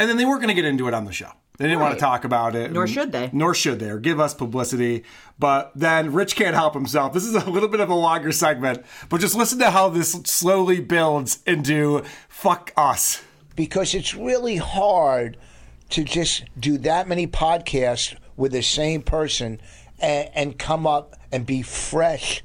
Speaker 3: and then they weren't going to get into it on the show. They didn't want
Speaker 4: Right.
Speaker 3: to talk about it.
Speaker 4: Nor should they.
Speaker 3: Nor should they, or give us publicity. But then Rich can't help himself. This is a little bit of a longer segment, but just listen to how this slowly builds into fuck us.
Speaker 13: Because it's really hard to just do that many podcasts with the same person and, and come up and be fresh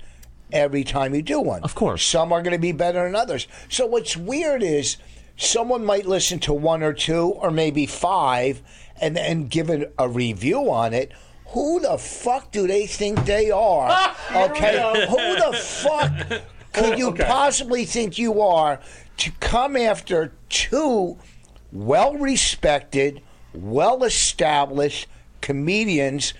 Speaker 13: every time you do one. Of course. Some are going to be better than others. So what's weird is someone might listen to one or two or maybe five and then give it a review on it. Who the fuck do they think they are? Okay, who the fuck could you possibly think you are to come after two well respected, well established comedians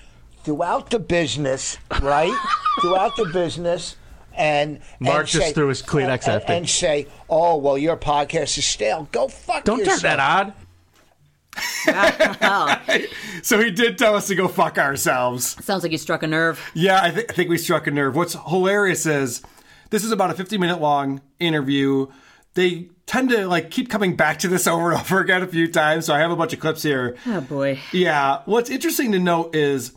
Speaker 13: throughout the business, right? throughout the business. And
Speaker 16: Mark
Speaker 13: and
Speaker 16: just
Speaker 13: say-
Speaker 16: threw his Kleenex
Speaker 13: and,
Speaker 16: at me.
Speaker 13: and say, "Oh, well, your podcast is stale. Go fuck
Speaker 16: Don't turn
Speaker 13: yourself."
Speaker 16: that on.
Speaker 3: So he did tell us to go fuck ourselves.
Speaker 4: Sounds like you struck a nerve.
Speaker 3: Yeah, I, thi- I think we struck a nerve. What's hilarious is this is about a 50 minute long interview. They tend to like keep coming back to this over and over again a few times. So I have a bunch of clips here.
Speaker 4: Oh boy.
Speaker 3: Yeah. What's interesting to note is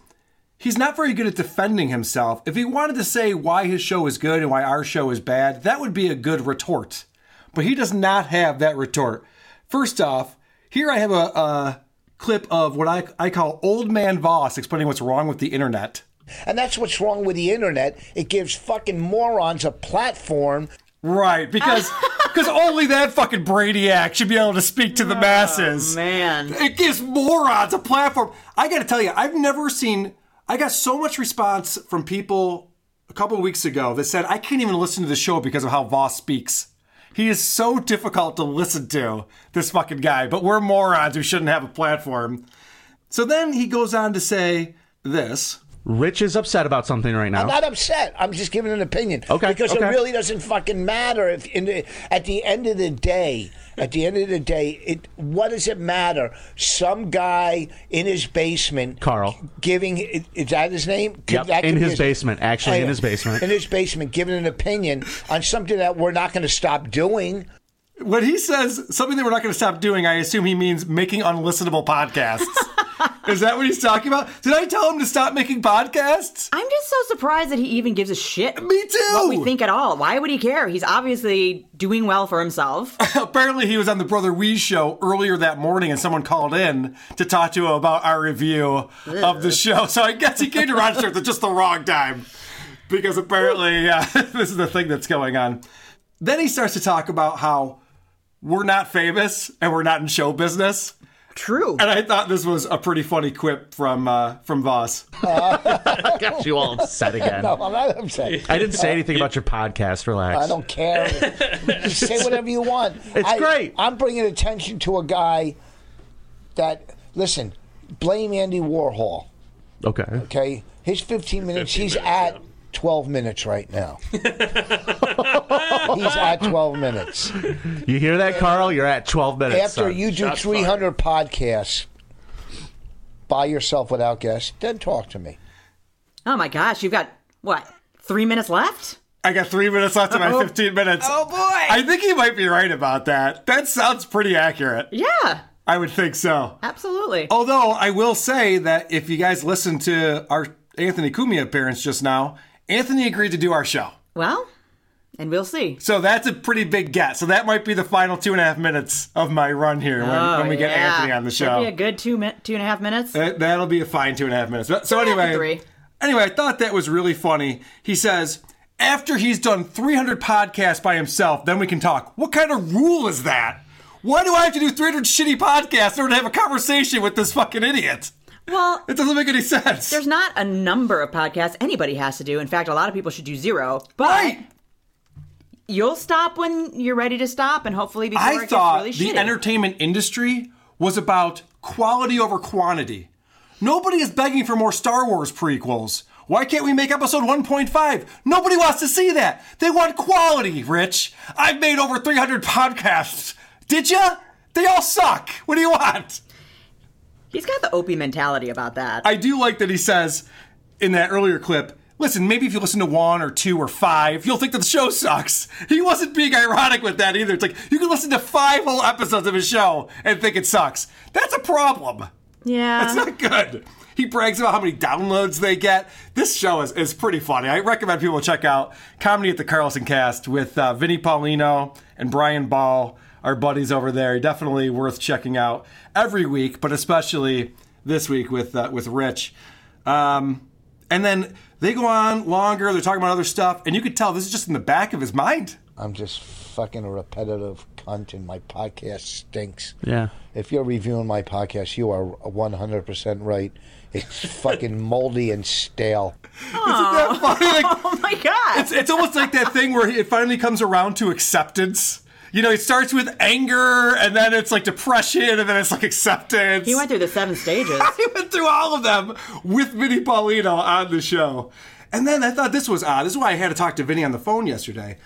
Speaker 3: he's not very good at defending himself. If he wanted to say why his show is good and why our show is bad, that would be a good retort. But he does not have that retort. First off, here I have a, a clip of what I, I call Old Man Voss explaining what's wrong with the internet.
Speaker 13: And that's what's wrong with the internet. It gives fucking morons a platform.
Speaker 3: Right, because because only that fucking Brainiac should be able to speak to the masses.
Speaker 4: Man,
Speaker 3: it gives morons a platform. I got to tell you, I've never seen. I got so much response from people a couple of weeks ago that said I can't even listen to the show because of how Voss speaks. He is so difficult to listen to. This fucking guy, but we're morons who shouldn't have a platform. So then he goes on to say this.
Speaker 16: Rich is upset about something right now.
Speaker 13: I'm not upset. I'm just giving an opinion.
Speaker 16: Okay,
Speaker 13: Because it
Speaker 16: okay.
Speaker 13: really doesn't fucking matter. If in the, at the end of the day, at the end of the day, it what does it matter? Some guy in his basement,
Speaker 16: Carl.
Speaker 13: giving is that his name?
Speaker 16: Yep,
Speaker 13: That could
Speaker 16: in
Speaker 13: be Oh,
Speaker 16: his basement, actually, in his basement.
Speaker 13: In his basement, giving an opinion on something that we're not going to stop doing.
Speaker 3: When he says something that we're not going to stop doing, I assume he means making unlistenable podcasts. Is that what he's talking about? Did I tell him to stop making podcasts?
Speaker 4: I'm just so surprised that he even gives a shit.
Speaker 3: Me too.
Speaker 4: What we think at all? Why would he care? He's obviously doing well for himself.
Speaker 3: Apparently, he was on the Brother Wee show earlier that morning, and someone called in to talk to him about our review of the show. So I guess he came to Rochester at just the wrong time because apparently, yeah, this is the thing that's going on. Then he starts to talk about how we're not famous and we're not in show business.
Speaker 4: True.
Speaker 3: And I thought this was a pretty funny quip from uh, from Voss.
Speaker 16: Got you all upset again.
Speaker 13: No, I'm not upset.
Speaker 16: I didn't say anything about your podcast. Relax.
Speaker 13: I don't care. Just say whatever you want. It's great. I'm bringing attention to a guy that listen. Blame Andy Warhol.
Speaker 16: Okay.
Speaker 13: Okay, his 15 minutes. he's at 12 minutes right now. he's at 12 minutes.
Speaker 16: You hear that, Carl? You're at 12 minutes.
Speaker 13: After
Speaker 16: son.
Speaker 13: you do 300 podcasts by yourself without guests, then talk to me.
Speaker 4: Oh my gosh, you've got what? Three minutes left?
Speaker 3: I got three minutes left of my
Speaker 4: Oh.
Speaker 3: 15 minutes. Oh boy! I think he might be right about that. That sounds pretty accurate.
Speaker 4: Yeah,
Speaker 3: I would think so.
Speaker 4: absolutely.
Speaker 3: Although I will say that if you guys listened to our Anthony Cumia appearance just now, Anthony agreed to do our show.
Speaker 4: Well, and we'll see.
Speaker 3: So that's a pretty big get. So that might be the final two and a half minutes of my run here when,
Speaker 4: Oh,
Speaker 3: when we get
Speaker 4: yeah.
Speaker 3: Anthony on the
Speaker 4: Should be a
Speaker 3: show.
Speaker 4: good two min- two and a half minutes.
Speaker 3: That, that'll be a fine two and a half minutes. But- So
Speaker 4: Two and a half to
Speaker 3: anyway,
Speaker 4: three.
Speaker 3: anyway, I thought that was really funny. He says after he's done 300 podcasts by himself, then we can talk. What kind of rule is that? Why do I have to do 300 shitty podcasts in order to have a conversation with this fucking idiot?
Speaker 4: Well,
Speaker 3: it doesn't make any sense.
Speaker 4: There's not a number of podcasts anybody has to do. In fact, a lot of people should do zero. But you'll stop when you're ready to stop, and hopefully before
Speaker 3: I
Speaker 4: it
Speaker 3: thought
Speaker 4: gets
Speaker 3: the
Speaker 4: really shitty.
Speaker 3: entertainment industry was about quality over quantity. Nobody is begging for more Star Wars prequels. Why can't we make episode 1.5? Nobody wants to see that. They want quality, Rich. I've made over 300 podcasts. Did ya? They all suck. What do you want?
Speaker 4: He's got the Opie mentality about that.
Speaker 3: I do like that he says in that earlier clip, listen, maybe if you listen to one or two or five, you'll think that the show sucks. He wasn't being ironic with that either. It's like you can listen to five whole episodes of his show and think it sucks. That's a problem.
Speaker 4: yeah.
Speaker 3: That's not good. He brags about how many downloads they get. This show is, is pretty funny. I recommend people check out Comedy at the Carlson Cast with uh, Vinny Paulino and Brian Ball, our buddies over there. Definitely worth checking out every week, but especially this week with uh, with Rich. Um, and then they go on longer. They're talking about other stuff, and you could tell this is just in the back of his mind.
Speaker 13: I'm just fucking a repetitive cunt and my podcast stinks.
Speaker 16: Yeah.
Speaker 13: If you're reviewing my podcast, you are 100% right. It's fucking moldy and stale.
Speaker 3: that funny? Like, oh
Speaker 4: my god!
Speaker 3: It's it's almost like that thing where it finally comes around to acceptance. You know, it starts with anger, and then it's like depression, and then it's like acceptance. He went
Speaker 4: through the seven stages.
Speaker 3: I went through all of them with Vinny Paulino on the show, and then I thought this was odd. This is why I had to talk to Vinny on the phone yesterday.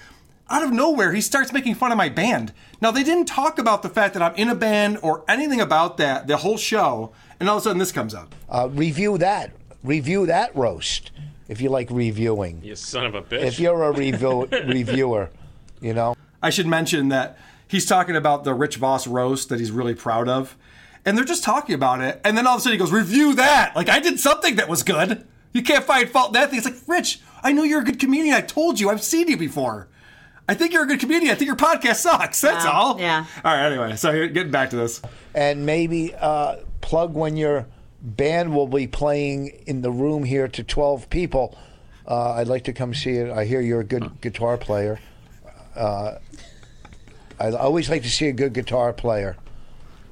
Speaker 3: Out of nowhere, he starts making fun of my band. Now they didn't talk about the fact that I'm in a band or anything about that the whole show, and all of a sudden this comes up.
Speaker 13: Uh, review that. Review that roast if you like reviewing.
Speaker 17: You son of a bitch.
Speaker 13: If you're a review- reviewer, you know.
Speaker 3: I should mention that he's talking about the Rich Voss roast that he's really proud of. And they're just talking about it. And then all of a sudden he goes, review that. Like, I did something that was good. You can't find fault in that thing. It's like, Rich, I know you're a good comedian. I told you. I've seen you before. I think you're a good comedian. I think your podcast sucks. That's
Speaker 4: Wow.
Speaker 3: all.
Speaker 4: Yeah.
Speaker 3: All right, anyway. So here- getting back to this.
Speaker 13: and maybe uh, plug when your band will be playing in the room here to 12 people. Uh, I'd like to come see it. I hear you're a good guitar player. Uh, I always like to see a good guitar player.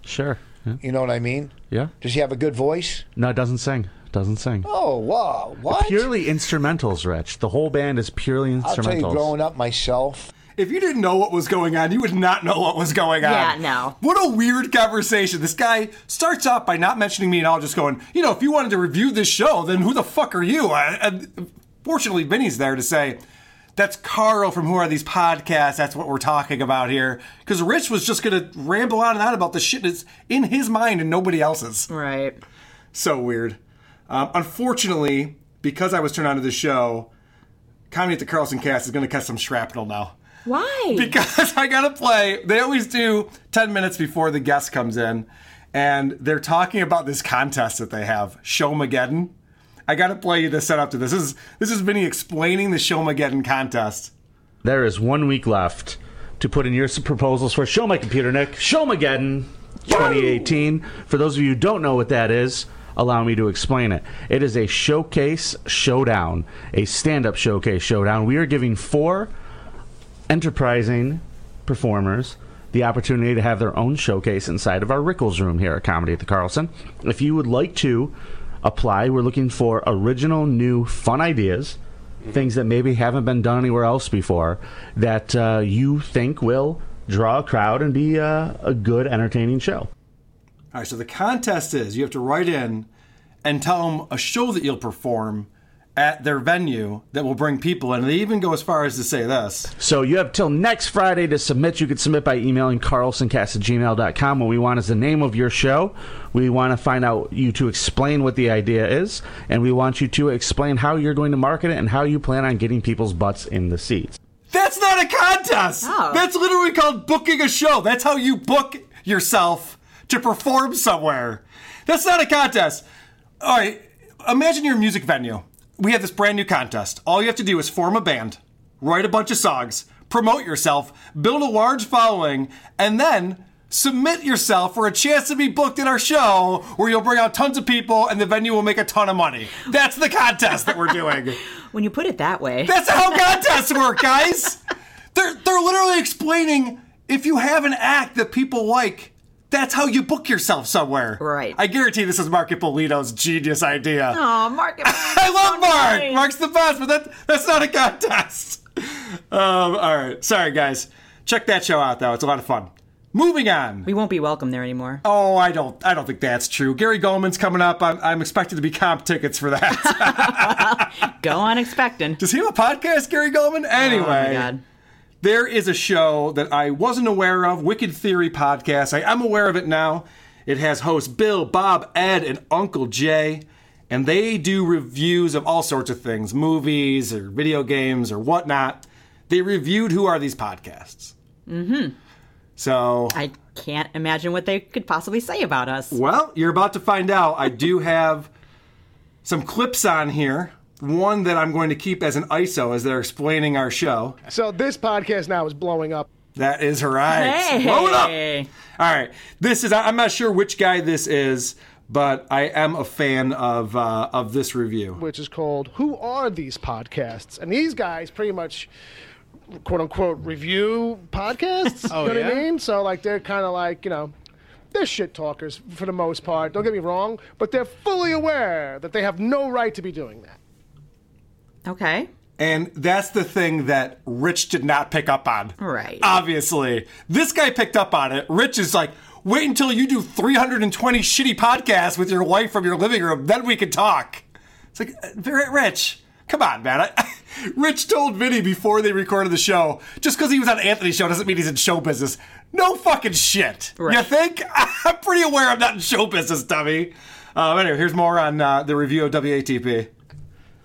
Speaker 16: Sure. Yeah.
Speaker 13: You know what I mean?
Speaker 16: Yeah.
Speaker 13: Does he have a good voice?
Speaker 16: No, it doesn't sing. Doesn't sing.
Speaker 13: Oh, wow. What?
Speaker 16: Purely instrumentals, Rich. The whole band is purely instrumentals.
Speaker 13: I'll tell you, growing up myself,
Speaker 3: If you didn't know what was going on, you would not know what was going on.
Speaker 4: Yeah, no.
Speaker 3: What a weird conversation. This guy starts off by not mentioning me at all, just going, you know, if you wanted to review this show, then who the fuck are you? I- And fortunately, Vinny's there to say, that's Carl from Who Are These Podcasts. That's what we're talking about here. Because Rich was just going to ramble on and on about the shit that's in his mind and nobody else's.
Speaker 4: Right.
Speaker 3: So weird. Um, unfortunately, because I was turned on to the show, Comedy at the Carlson cast is going to cut some shrapnel now.
Speaker 4: Why?
Speaker 3: Because I gotta play. They always do ten minutes before the guest comes in, and they're talking about this contest that they have, Showmageddon. I gotta play you the setup to this. This is this is Vinny explaining the Showmageddon contest.
Speaker 16: There is one week left to put in your s- proposals for Show My Computer, Nick. Showmageddon 2018. For those of you who don't know what that is, allow me to explain it. It is a showcase showdown, a stand up showcase showdown. We are giving four enterprising performers the opportunity to have their own showcase inside of our Rickles room here at Comedy at the Carlson. If you would like to apply, we're looking for original, new, fun ideas, things that maybe haven't been done anywhere else before that uh, you think will draw a crowd and be uh, a good, entertaining show.
Speaker 3: All right, so the contest is you have to write in and tell them a show that you'll perform at their venue that will bring people in. And they even go as far as to say this.
Speaker 16: So you have till next Friday to submit. You can submit by emailing carlsoncast at gmail.com. What we want is the name of your show. We want to find out you to explain what the idea is, and we want you to explain how you're going to market it and how you plan on getting people's butts in the seats.
Speaker 3: That's not a contest. That's literally called booking a show. That's how you book yourself to perform somewhere. That's not a contest. All right, imagine your music venue. We have this brand new contest. All you have to do is form a band, write a bunch of songs, promote yourself, build a large following, and then submit yourself for a chance to be booked in our show where you'll bring out tons of people and the venue will make a ton of money. That's the contest that we're doing.
Speaker 4: When you put it that way.
Speaker 3: That's how contests work, guys. They're they're literally explaining if you have an act that people like, that's how you book yourself somewhere. Right. I guarantee this is Mark Ippolito's genius idea.
Speaker 4: Oh, Mark.
Speaker 3: I love Mark. Mark's the best, but that that's not a contest. Um, all right, sorry guys. Check that show out though; it's a lot of fun. Moving on.
Speaker 4: We won't be welcome there anymore.
Speaker 3: Oh, I don't. I don't think that's true. Gary Goldman's coming up. I'm, I'm expected to be comp tickets for that.
Speaker 4: Go on expecting.
Speaker 3: Does he have a podcast, Gary Goldman? Anyway, there is a show that I wasn't aware of, Wicked Theory podcast. I am aware of it now. It has hosts Bill, Bob, Ed, and Uncle Jay, and they do reviews of all sorts of things, movies or video games or whatnot. They reviewed who are these podcasts.
Speaker 4: Mm-hmm.
Speaker 3: So
Speaker 4: I can't imagine what they could possibly say about us.
Speaker 3: Well, you're about to find out. I do have some clips on here. One that I'm going to keep as an ISO as they're explaining our show.
Speaker 18: So this podcast now is blowing up.
Speaker 3: That is right. Blow it up. All right. This is, I- I'm not sure which guy this is, but I am a fan of uh, of this review.
Speaker 18: which is called Who Are These Podcasts? And these guys pretty much quote unquote review podcasts.
Speaker 17: Oh,
Speaker 18: you know what I
Speaker 17: yeah?
Speaker 18: mean? So like they're kind of like you know. They're shit talkers for the most part. Don't get me wrong, but they're fully aware that they have no right to be doing that.
Speaker 4: Okay.
Speaker 3: And that's the thing that Rich did not pick up on.
Speaker 4: Right.
Speaker 3: Obviously. This guy picked up on it. Rich is like, wait until you do 320 shitty podcasts with your wife from your living room, then we can talk. It's like, uh, very Rich, come on, man. I, Rich told Vinny before they recorded the show, just because he was on Anthony's show doesn't mean he's in show business. No fucking shit. You think? I'm pretty aware I'm not in show business, dummy. Uh, anyway, here's more on uh, the review of WATP.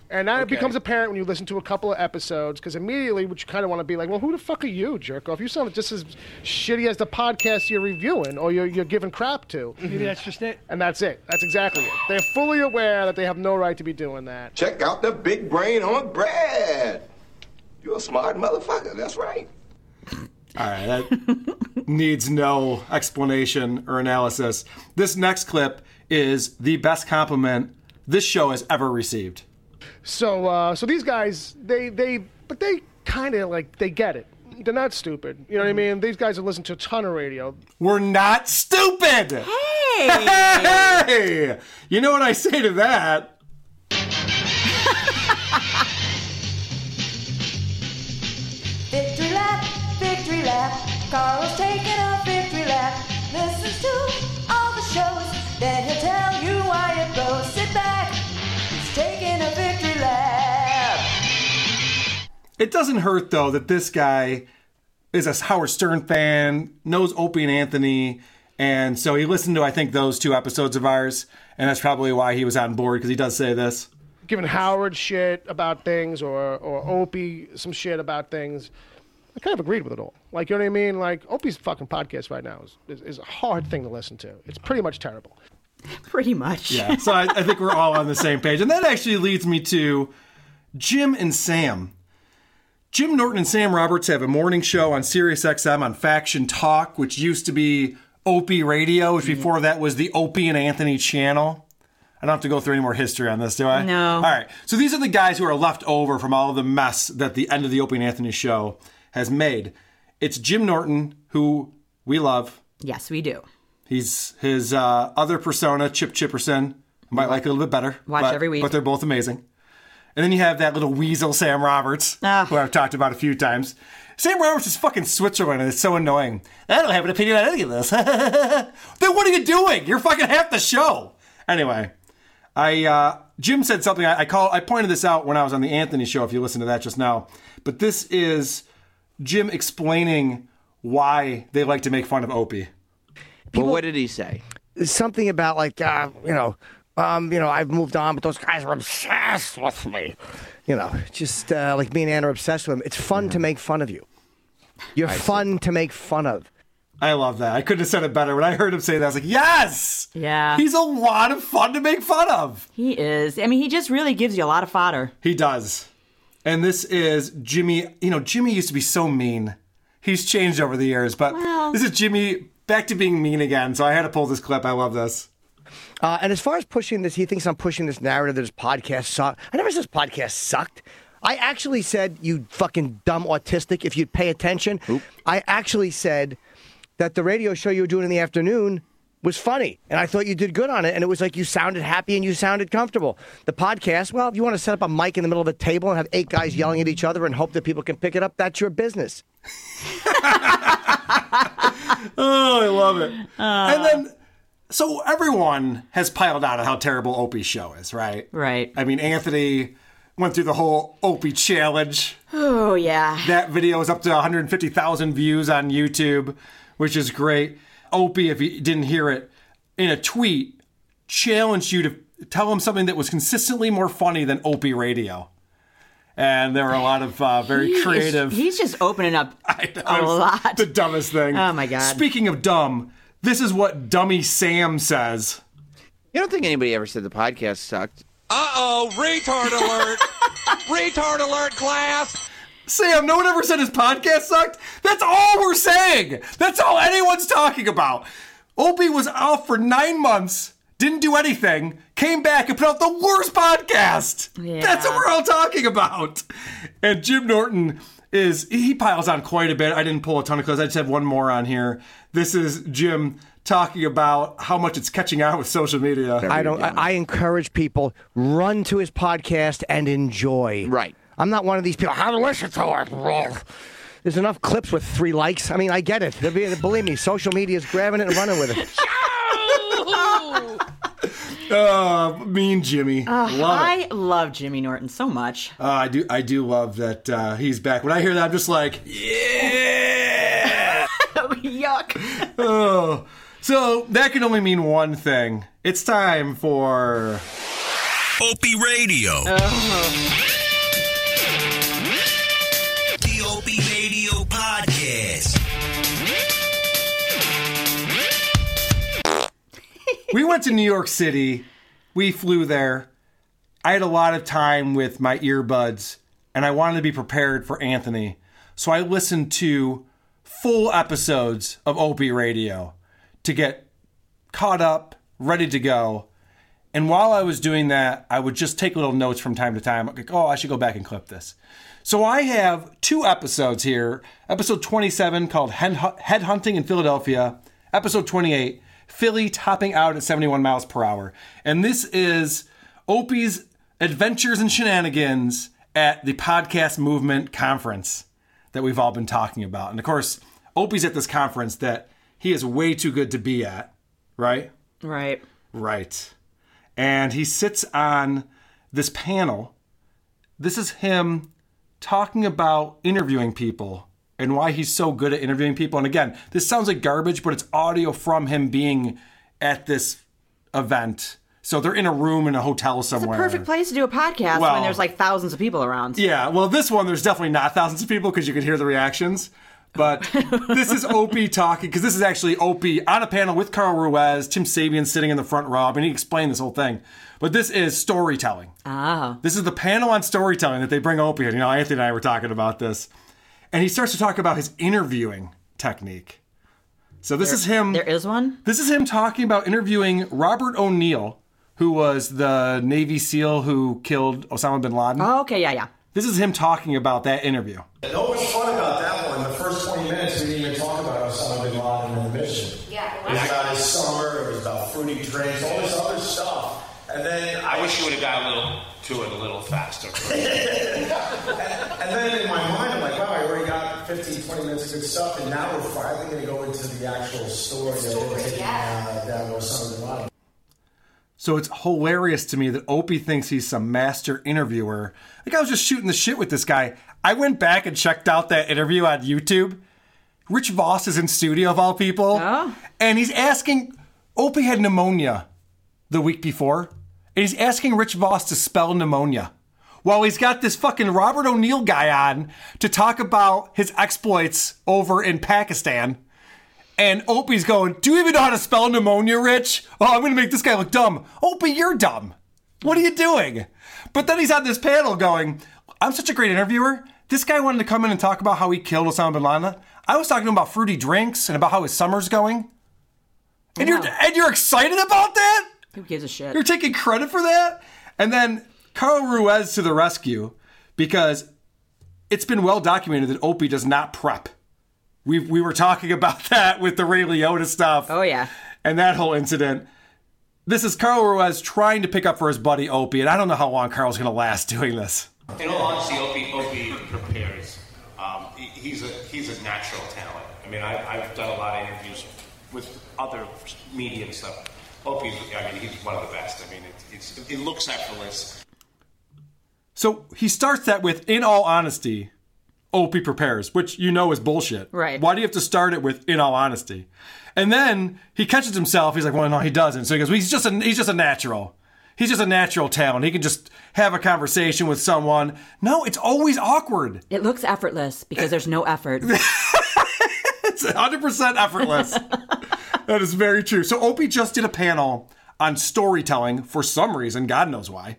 Speaker 18: And that
Speaker 3: Okay.
Speaker 18: becomes apparent when you listen to a couple of episodes, because immediately, what you kind of want to be like, well, who the fuck are you, jerk off? You sound just as shitty as the podcast you're reviewing or you're, you're giving crap to.
Speaker 19: Maybe that's just it.
Speaker 18: And that's it. That's exactly it. They're fully aware that they have no right to be doing that.
Speaker 20: Check out the big brain on Brad. You're a smart motherfucker. That's right.
Speaker 3: All right, that needs no explanation or analysis. This next clip is the best compliment this show has ever received.
Speaker 18: So, uh, so these guys, they, they, but they kind of like they get it. They're not stupid. You know what I
Speaker 19: Mm-hmm.
Speaker 18: mean? These guys have listened to a ton of radio.
Speaker 3: We're not stupid. Hey! You know what I say to that?
Speaker 6: Victory lap, victory lap. Carl's taking a victory lap. Listens to all the shows, then he'll tell you why it goes. Sit back, he's taking a victory lap.
Speaker 3: It doesn't hurt though that this guy is a Howard Stern fan, knows Opie and Anthony, and so he listened to I think those two episodes of ours, and that's probably why he was on board because he does say this.
Speaker 18: giving Howard shit about things or or Opie some shit about things. I kind of agreed with it all. Like, you know what I mean? Like, Opie's fucking podcast right now is, is, is a hard thing to listen to. It's pretty much terrible.
Speaker 4: Pretty much.
Speaker 3: Yeah, so I, I think we're all on the same page. And that actually leads me to Jim and Sam. Jim Norton and Sam Roberts have a morning show on SiriusXM on Faction Talk, which used to be Opie Radio,
Speaker 4: Mm-hmm.
Speaker 3: which before that was the Opie and Anthony channel. I don't have to go through any more history on this, do I?
Speaker 4: No.
Speaker 3: All right. So these are the guys who are left over from all of the mess that the end of the Opie and Anthony show has made. It's Jim Norton, who we love.
Speaker 4: Yes, we do.
Speaker 3: He's his uh, other persona, Chip Chipperson. I might like it a little bit better.
Speaker 4: Watch
Speaker 3: but-
Speaker 4: every week.
Speaker 3: But they're both amazing. And then you have that little weasel Sam Roberts,
Speaker 4: Ah.
Speaker 3: who I've talked about a few times. Sam Roberts is fucking Switzerland, and it's so annoying. I don't have an opinion on any of this. then what are you doing? You're fucking half the show. Anyway, I uh, Jim said something. I, I call. I pointed this out when I was on the Anthony show. If you listen to that just now, but this is Jim explaining why they like to make fun of Opie.
Speaker 21: Well, what did he say? Something about like uh, you know, um, you know, I've moved on, but those guys are obsessed with me. You know, just uh, like me and Ann are obsessed with him. It's fun to make fun of you. You're fun to make fun of.
Speaker 3: I love that. I couldn't have said it better. When I heard him say that, I was like, yes!
Speaker 4: Yeah.
Speaker 3: He's a lot of fun to make fun of.
Speaker 4: He is. I mean, he just really gives you a lot of fodder.
Speaker 3: He does. And this is Jimmy. You know, Jimmy used to be so mean. He's changed over the years, but this is Jimmy back to being mean again. So I had to pull this clip. I love this.
Speaker 21: Uh, and as far as pushing this, he thinks I'm pushing this narrative that his podcast sucked. I never said his podcast sucked. I actually said, you fucking dumb autistic, if you'd pay attention. I actually said that the radio show you were doing in the afternoon was funny. And I thought you did good on it. And it was like you sounded happy and you sounded comfortable. The podcast, well, if you want to set up a mic in the middle of a table and have eight guys yelling at each other and hope that people can pick it up, that's your business.
Speaker 3: Oh, I love it.
Speaker 4: Uh.
Speaker 3: and then, so everyone has piled on how terrible Opie's show is, right?
Speaker 4: Right.
Speaker 3: I mean, Anthony went through the whole Opie challenge.
Speaker 4: Oh, yeah.
Speaker 3: That video is up to 150,000 views on YouTube, which is great. Opie, if you didn't hear it, in a tweet, challenged you to tell him something that was consistently more funny than Opie Radio. And there were a lot of uh, very
Speaker 4: He is-
Speaker 3: creative.
Speaker 4: he's just opening up a
Speaker 3: It's
Speaker 4: lot.
Speaker 3: The dumbest thing.
Speaker 4: Oh, my God.
Speaker 3: Speaking of dumb, this is what dummy Sam says.
Speaker 21: You don't think anybody ever said the podcast sucked.
Speaker 17: Uh oh, retard alert! retard alert, class!
Speaker 3: Sam, no one ever said his podcast sucked. That's all we're saying. That's all anyone's talking about. Opie was off for nine months, didn't do anything, came back and put out the worst podcast. That's what we're all talking about. And Jim Norton is he piles on quite a bit. I didn't pull a ton of clips. I just have one more on here. This is Jim talking about how much it's catching on with social media.
Speaker 21: I don't. I, I encourage people run to his podcast and enjoy. Right. I'm not one of these people. How to listen to it? There's enough clips with three likes. I mean, I get it. They're being- Believe me, social media is grabbing it and running with it.
Speaker 3: Uh, mean Jimmy.
Speaker 4: Uh,
Speaker 3: love it.
Speaker 4: I love Jimmy Norton so much.
Speaker 3: Uh, I do. I do love that uh, he's back. When I hear that, I'm just like, yeah.
Speaker 4: Yuck.
Speaker 3: oh. So that can only mean one thing. It's time for.
Speaker 17: Opie Radio. The Opie Radio Podcast.
Speaker 3: we went to New York City. We flew there. I had a lot of time with my earbuds and I wanted to be prepared for Anthony. So I listened to full episodes of Opie Radio to get caught up, ready to go. And while I was doing that, I would just take little notes from time to time. Like, oh, I should go back and clip this. So I have two episodes here episode 27 called Hen- Headhunting in Philadelphia, episode 28, Philly topping out at 71 miles per hour. And this is Opie's adventures and shenanigans at the podcast movement conference that we've all been talking about. And of course, Opie's at this conference that he is way too good to be at, right?
Speaker 4: Right.
Speaker 3: Right. And he sits on this panel. This is him talking about interviewing people and why he's so good at interviewing people. And again, this sounds like garbage, but it's audio from him being at this event. So they're in a room in a hotel somewhere.
Speaker 4: Perfect place to do a podcast
Speaker 3: Well-
Speaker 4: when there's like thousands of people around.
Speaker 3: Yeah, well, this one there's definitely not thousands of people because you could hear the reactions. But this is Opie talking because this is actually Opie on a panel with Carl Ruiz, Tim Sabian sitting in the front row, and he explained this whole thing. But this is storytelling.
Speaker 4: Ah.
Speaker 3: This is the panel on storytelling that they bring Opie in. You know, Anthony and I were talking about this, and he starts to talk about his interviewing technique. So this
Speaker 4: There-
Speaker 3: is him. There
Speaker 4: is one.
Speaker 3: This is him talking about interviewing Robert O'Neill, who was the Navy SEAL who killed Osama bin Laden.
Speaker 4: Oh, okay, yeah, yeah.
Speaker 3: This is him talking about that interview.
Speaker 19: And what was fun about that one, the first 20 minutes, we didn't even talk about Osama bin Laden and the mission. Yeah. It was about his summer, it was about fruity drinks, all this other stuff. And then I wish you would have got a little to it a little faster. and then in my mind, I'm like, wow, I already got 15, 20 minutes of good stuff, and now we're finally going to go into the actual story, of it, uh, that Osama bin Laden.
Speaker 3: So it's hilarious to me that Opie thinks he's some master interviewer. Like I was just shooting the shit with this guy. I went back and checked out that interview on YouTube. Rich Voss is in studio of all people, and he's asking. Opie had pneumonia the week before, and he's asking Rich Voss to spell pneumonia. While he's got this fucking Robert O'Neill guy on to talk about his exploits over in Pakistan. And Opie's going, Do you even know how to spell pneumonia, Rich? Oh, I'm going to make this guy look dumb. Opie, you're dumb. What are you doing? But then he's on this panel going, I'm such a great interviewer. This guy wanted to come in and talk about how he killed Osama bin Laden. I was talking to him about fruity drinks and about how his summer's going. And you're and you're excited about that?
Speaker 4: Who gives a shit?
Speaker 3: You're taking credit for that? And then Carl Ruiz to the rescue because it's been well documented that Opie does not prep. We we were talking about that with the Ray Liotta stuff. Oh
Speaker 4: yeah.
Speaker 3: And that whole incident. This is Carl Ruiz trying to pick up for his buddy Opie, and I don't know how long Carl's going to last doing this.
Speaker 19: In all honesty, Opie, Opie prepares. Um, he- he's a he's a natural talent. I mean, I, I've done a lot of interviews with other media and stuff. Opie's, I mean, he's one of the best. I mean, it, it's it looks effortless.
Speaker 3: So he starts that with, in all honesty, Opie prepares, which you know is bullshit.
Speaker 4: Right.
Speaker 3: Why do you have to start it with, in all honesty? And then he catches himself. He's like, well, no, he doesn't. So he goes, well, he's just a, he's just a natural. He's just a natural talent. He can just have a conversation with someone. No, it's always awkward.
Speaker 4: It looks effortless because there's no effort.
Speaker 3: it's 100% effortless. that is very true. So Opie just did a panel on storytelling for some reason, God knows why.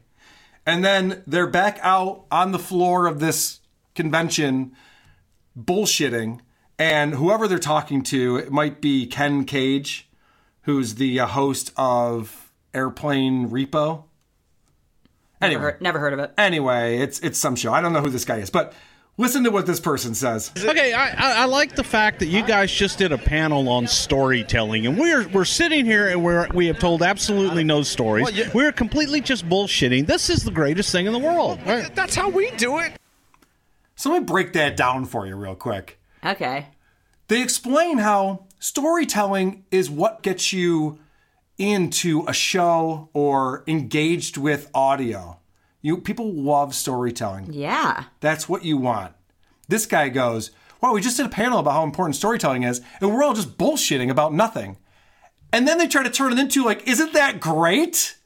Speaker 3: And then they're back out on the floor of this convention bullshitting and whoever they're talking to, it might be Ken Cage, who's the uh, host of Airplane Repo. Anyway,
Speaker 4: Never heard of it.
Speaker 3: Anyway, it's it's some show. I don't know who this guy is, but Listen to what this person says.
Speaker 22: Okay, I, I- I like the fact that you guys just did a panel on storytelling, and we're we're sitting here and we're we have told absolutely no stories.
Speaker 23: Well, you-
Speaker 22: we're completely just bullshitting. This is the greatest thing in the world.
Speaker 23: That's how we do it.
Speaker 3: So let me break that down for you real quick.
Speaker 4: Okay.
Speaker 3: They explain how storytelling is what gets you into a show or engaged with audio. You people love storytelling.
Speaker 4: Yeah.
Speaker 3: That's what you want. This guy goes, Wow, we just did a panel about how important storytelling is, and we're all just bullshitting about nothing. And then they try to turn it into like, isn't that great?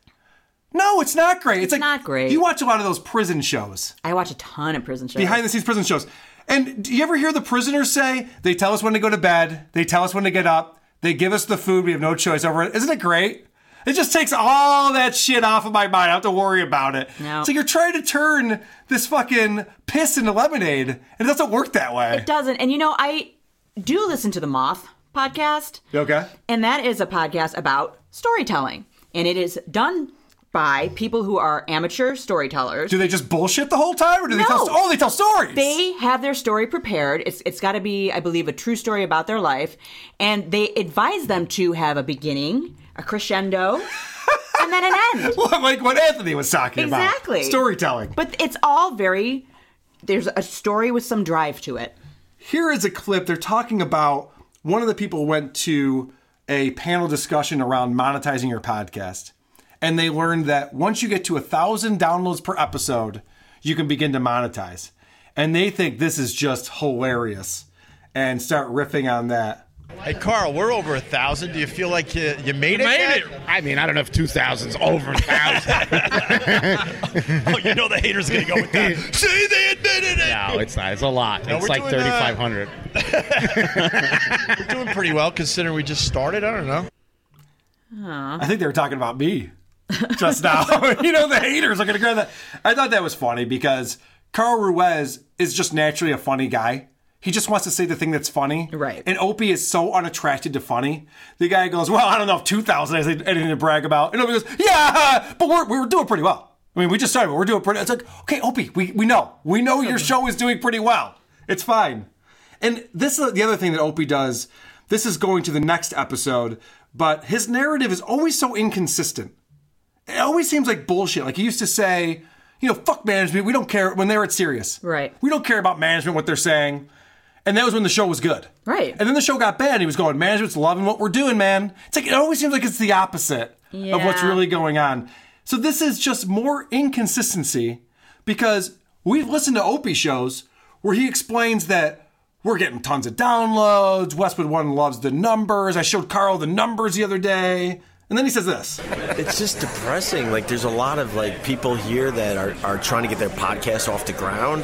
Speaker 3: No, it's not great. It's, like not great. You watch a lot of those prison shows.
Speaker 4: I watch a ton of prison shows.
Speaker 3: Behind the scenes prison shows. And do you ever hear the prisoners say, they tell us when to go to bed, they tell us when to get up, they give us the food, we have no choice over it. Isn't it great? It just takes all that shit off of my mind. I don't have to worry about it.
Speaker 4: No.
Speaker 3: It's like you're trying to turn this fucking piss into lemonade, and it doesn't work that way.
Speaker 4: It doesn't. And you know, I do listen to the Moth podcast,
Speaker 3: Okay.
Speaker 4: and that is a podcast about storytelling. And it is done by people who are amateur storytellers.
Speaker 3: Do they just bullshit the whole time, or do they
Speaker 4: No.
Speaker 3: tell? Oh, they tell stories.
Speaker 4: They have their story prepared. It's it's got to be, I believe, a true story about their life, and they advise them to have a beginning, a crescendo, and then an end.
Speaker 3: like what Anthony was talking about.
Speaker 4: Exactly.
Speaker 3: Storytelling.
Speaker 4: But it's all very. There's a story with some drive to it.
Speaker 3: Here is a clip. They're talking about one of the people went to a panel discussion around monetizing your podcast, and they learned that once you get to a thousand downloads per episode, you can begin to monetize. And they think this is just hilarious, and start riffing on that.
Speaker 24: Hey Carl, we're over a thousand. Do you feel like you, you made it?
Speaker 23: made
Speaker 24: yet?
Speaker 23: it. I mean, I don't know if 2000's over 1,000. oh, you know the haters are going to go with that. See, they admitted it. No, it's not. It's a lot.
Speaker 24: No,
Speaker 23: it's
Speaker 24: we're
Speaker 23: like
Speaker 24: doing, uh,
Speaker 23: 3,500.
Speaker 24: We're doing pretty well considering we just started. I don't know.
Speaker 3: I think they were talking about me just now. you know, the haters are going to grab that. I thought that was funny because Carl Ruiz is just naturally a funny guy. He just wants to say the thing that's funny. Right. And Opie is so unattracted to funny. The guy goes, Well, I don't know if 2000 has anything to brag about. And Opie goes, Yeah, but we're, we're doing pretty well. I mean, we just started, but we're doing pretty It's like, okay, Opie, we, we know. We know your show is doing pretty well. It's fine. And this is the other thing that Opie does. This is going to the next episode, but his narrative is always so inconsistent. It always seems like bullshit. Like he used to say, you know, fuck management. We don't care when they're at serious. Right. We don't care about management, what they're saying. And that was when the show was good. Right. And then the show got bad. And he was going, management's loving what we're doing, man. It's like, it always seems like it's the opposite of what's
Speaker 25: Yeah.
Speaker 3: really going on. So this is just more inconsistency because we've listened to Opie shows where he explains that we're getting tons of downloads. Westwood One loves the numbers. I showed Carl the numbers the other day. And then he says this.
Speaker 8: It's just depressing. Like there's a lot of like people here that are, are trying to get their podcast off the ground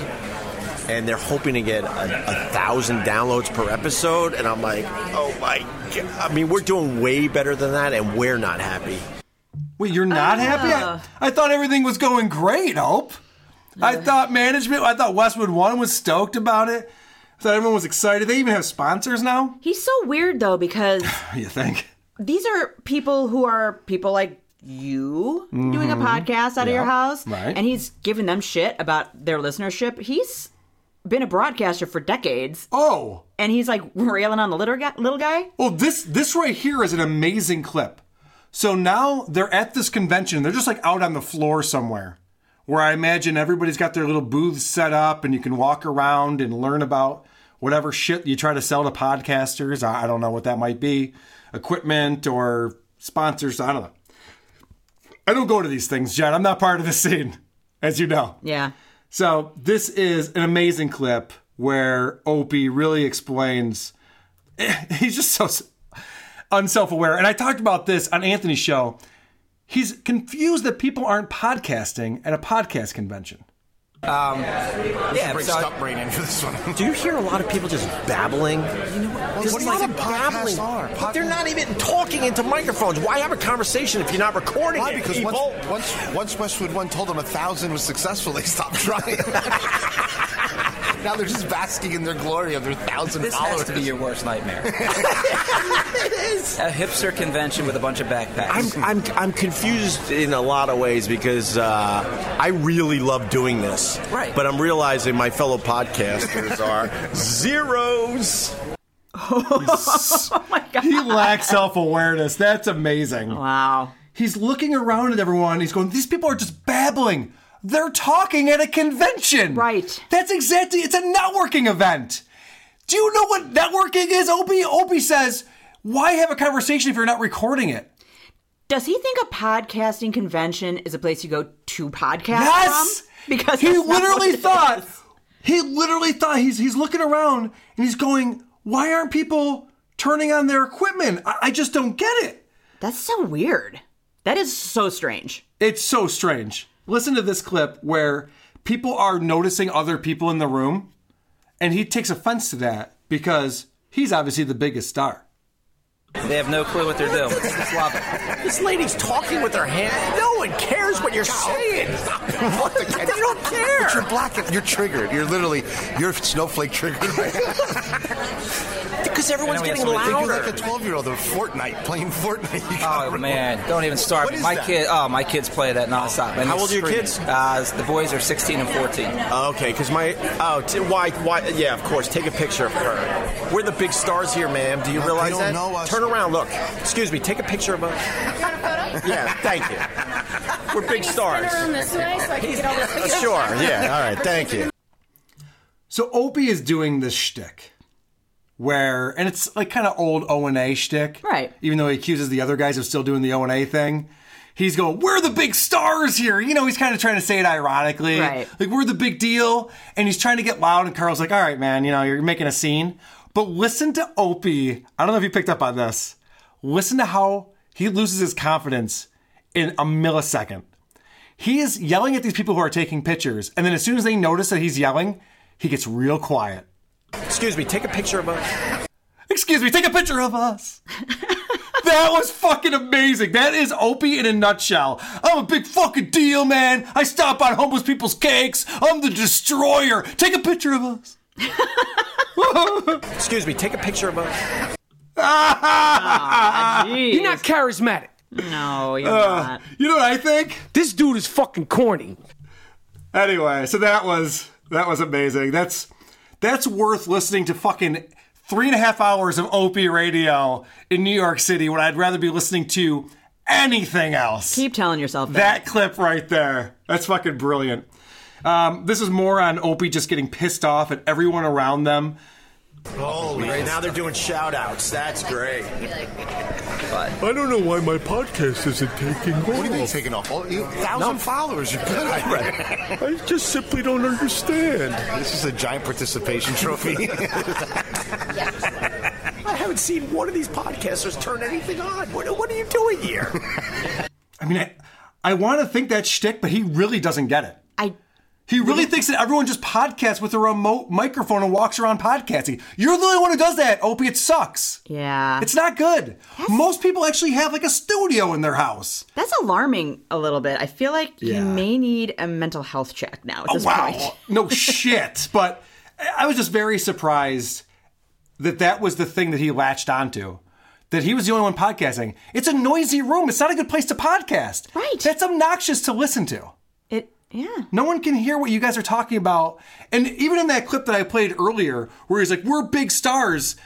Speaker 8: and they're hoping to get a, a thousand downloads per episode and I'm like, oh my god I mean we're doing way better than that and we're not happy.
Speaker 3: Wait, you're not happy? I, I thought everything was going great, Hope. I thought management, I thought Westwood One was stoked about it. I thought everyone was excited. They even have sponsors now.
Speaker 4: He's so weird though because
Speaker 3: You think?
Speaker 4: these are people who are people like you doing a
Speaker 3: Mhm.
Speaker 4: podcast out of
Speaker 3: Yeah.
Speaker 4: your house
Speaker 3: Right.
Speaker 4: and he's giving them shit about their listenership he's been a broadcaster for decades
Speaker 3: oh
Speaker 4: and he's like railing on the little guy little guy
Speaker 3: Well, this this right here is an amazing clip. So now they're at this convention. They're just like out on the floor somewhere, where I imagine everybody's got their little booths set up, and you can walk around and learn about whatever shit you try to sell to podcasters. I, I don't know what that might be, equipment or sponsors. I don't know. I don't go to these things, John. I'm not part of the scene, as you know.
Speaker 4: yeah
Speaker 3: So this is an amazing clip where Opie really explains. He's just so s- unself-aware, and I talked about this on Anthony's show. He's confused that people aren't podcasting at a podcast convention.
Speaker 8: Um, yeah,
Speaker 3: bring
Speaker 8: brain in for this one. do you hear a lot of people just babbling? You know what? Just
Speaker 23: what do you
Speaker 8: like
Speaker 23: think podcasts
Speaker 8: babbling.
Speaker 23: are?
Speaker 8: But they're not even talking into microphones. Why have a conversation if you're not recording
Speaker 23: Why?
Speaker 8: it?
Speaker 23: Because
Speaker 8: people?
Speaker 23: once, once once Westwood One told them a thousand was successful, they stopped trying. now they're just basking in their glory of their thousand
Speaker 8: This has
Speaker 23: followers.
Speaker 8: to be your
Speaker 23: worst nightmare.
Speaker 8: it is.
Speaker 2: It's a hipster convention with a bunch of backpacks.
Speaker 8: I'm- I'm I'm confused in a lot of ways because uh, I really love doing this,
Speaker 2: Right.
Speaker 8: But I'm realizing my fellow podcasters are zeros.
Speaker 3: oh my god. He lacks self awareness. That's amazing.
Speaker 4: Wow.
Speaker 3: He's looking around at everyone. He's going, these people are just babbling. They're talking at a convention. Right. That's exactly it's a networking event. Do you know what networking is? Opie Opie says, why have a conversation if you're not recording it?
Speaker 4: Does he think a podcasting convention is a place you go to podcast
Speaker 3: Yes!
Speaker 4: from? Because
Speaker 3: he
Speaker 4: that's not what
Speaker 3: literally
Speaker 4: it
Speaker 3: thought
Speaker 4: is.
Speaker 3: he literally thought he's he's looking around and he's going, why aren't people turning on their equipment? I, I just don't get it.
Speaker 4: That's so weird. That is so strange.
Speaker 3: It's so strange. Listen to this clip where people are noticing other people in the room, and he takes offense to that because he's obviously the biggest star.
Speaker 2: They have no clue what they're doing. It's lava.
Speaker 8: This lady's talking with her hand. No one cares what you're saying.
Speaker 23: what the? They don't care. But you're black. and- You're triggered. You're literally you're snowflake triggered. right
Speaker 2: Because everyone's
Speaker 23: now.
Speaker 2: getting
Speaker 23: You're
Speaker 2: louder.
Speaker 23: like a twelve year old of Fortnite playing Fortnite. You got
Speaker 2: Oh
Speaker 23: real-
Speaker 2: man, don't even start.
Speaker 23: What is
Speaker 2: my
Speaker 23: that?
Speaker 2: kid, oh my kids play that nonstop. And
Speaker 8: How
Speaker 2: they
Speaker 8: old are your
Speaker 2: scream.
Speaker 8: kids?
Speaker 2: Uh, the boys are 16 and 14.
Speaker 8: Okay, because my oh, t- why why? Yeah, of course. Take a picture of her. We're the big stars here, ma'am. Do you
Speaker 23: No, they
Speaker 8: realize
Speaker 23: don't
Speaker 8: that?
Speaker 23: know us.
Speaker 8: Turn around. Look. Excuse me. Take a picture of us. yeah. Thank you. We're big stars. Sure. Yeah. All right. Thank you.
Speaker 3: So Opie is doing this shtick where, and it's like kind of old O and A shtick, right? Even though he accuses the other guys of still doing the O and A thing. He's going, we're the big stars here. You know, he's kind of trying to say it ironically.
Speaker 9: Right.
Speaker 3: Like, we're the big deal. And he's trying to get loud. And Carl's like, all right, man, you know, you're making a scene. But listen to Opie. I don't know if you picked up on this. Listen to how he loses his confidence in a millisecond he is yelling at these people who are taking pictures, and then as soon as they notice that he's yelling, he gets real quiet.
Speaker 8: Excuse me. Take a picture of us.
Speaker 3: Excuse me, take a picture of us. that was fucking amazing. That is Opie in a nutshell. I'm a big fucking deal, man. I stop on homeless people's cakes. I'm the destroyer. Take a picture of us.
Speaker 8: Excuse me. Take a picture of us.
Speaker 2: Ah,
Speaker 10: you're not charismatic.
Speaker 4: No,
Speaker 10: you're
Speaker 3: not. You know what I think?
Speaker 10: This dude is fucking corny.
Speaker 3: Anyway, so that was that was amazing. That's that's worth listening to fucking three and a half hours of Opie radio in New York City when I'd rather be listening to anything else. Keep
Speaker 4: telling yourself
Speaker 3: that. clip right there. That's fucking brilliant. Um, this is more on Opie just getting pissed off at everyone around them.
Speaker 8: Holy. Now they're doing shout outs. That's great.
Speaker 23: I don't know why my podcast isn't taking off. What do you mean taking off? Oh, you, thousand followers, you're good. I just simply don't understand. This is a giant participation trophy.
Speaker 8: I haven't seen one of these podcasters turn anything on. What, what are you doing here?
Speaker 3: I mean, I, I want to think that shtick, but he really doesn't get it.
Speaker 4: I.
Speaker 3: He really thinks that everyone just podcasts with a remote microphone and walks around podcasting. You're the only one who does that, Opie. It sucks.
Speaker 4: Yeah.
Speaker 3: It's not good. Most people actually have like a studio in their house.
Speaker 4: That's alarming a little bit. I feel like
Speaker 3: Yeah.
Speaker 4: you may need a mental health check now at
Speaker 3: Oh,
Speaker 4: this
Speaker 3: wow.
Speaker 4: point.
Speaker 3: no shit. But I I was just very surprised that that was the thing that he latched onto. That he was the only one podcasting. It's a noisy room. It's not a good place to podcast. Right. That's obnoxious to listen to.
Speaker 4: It, yeah.
Speaker 3: No one can hear what you guys are talking about. And even in that clip that I played earlier, where he's like, we're big stars,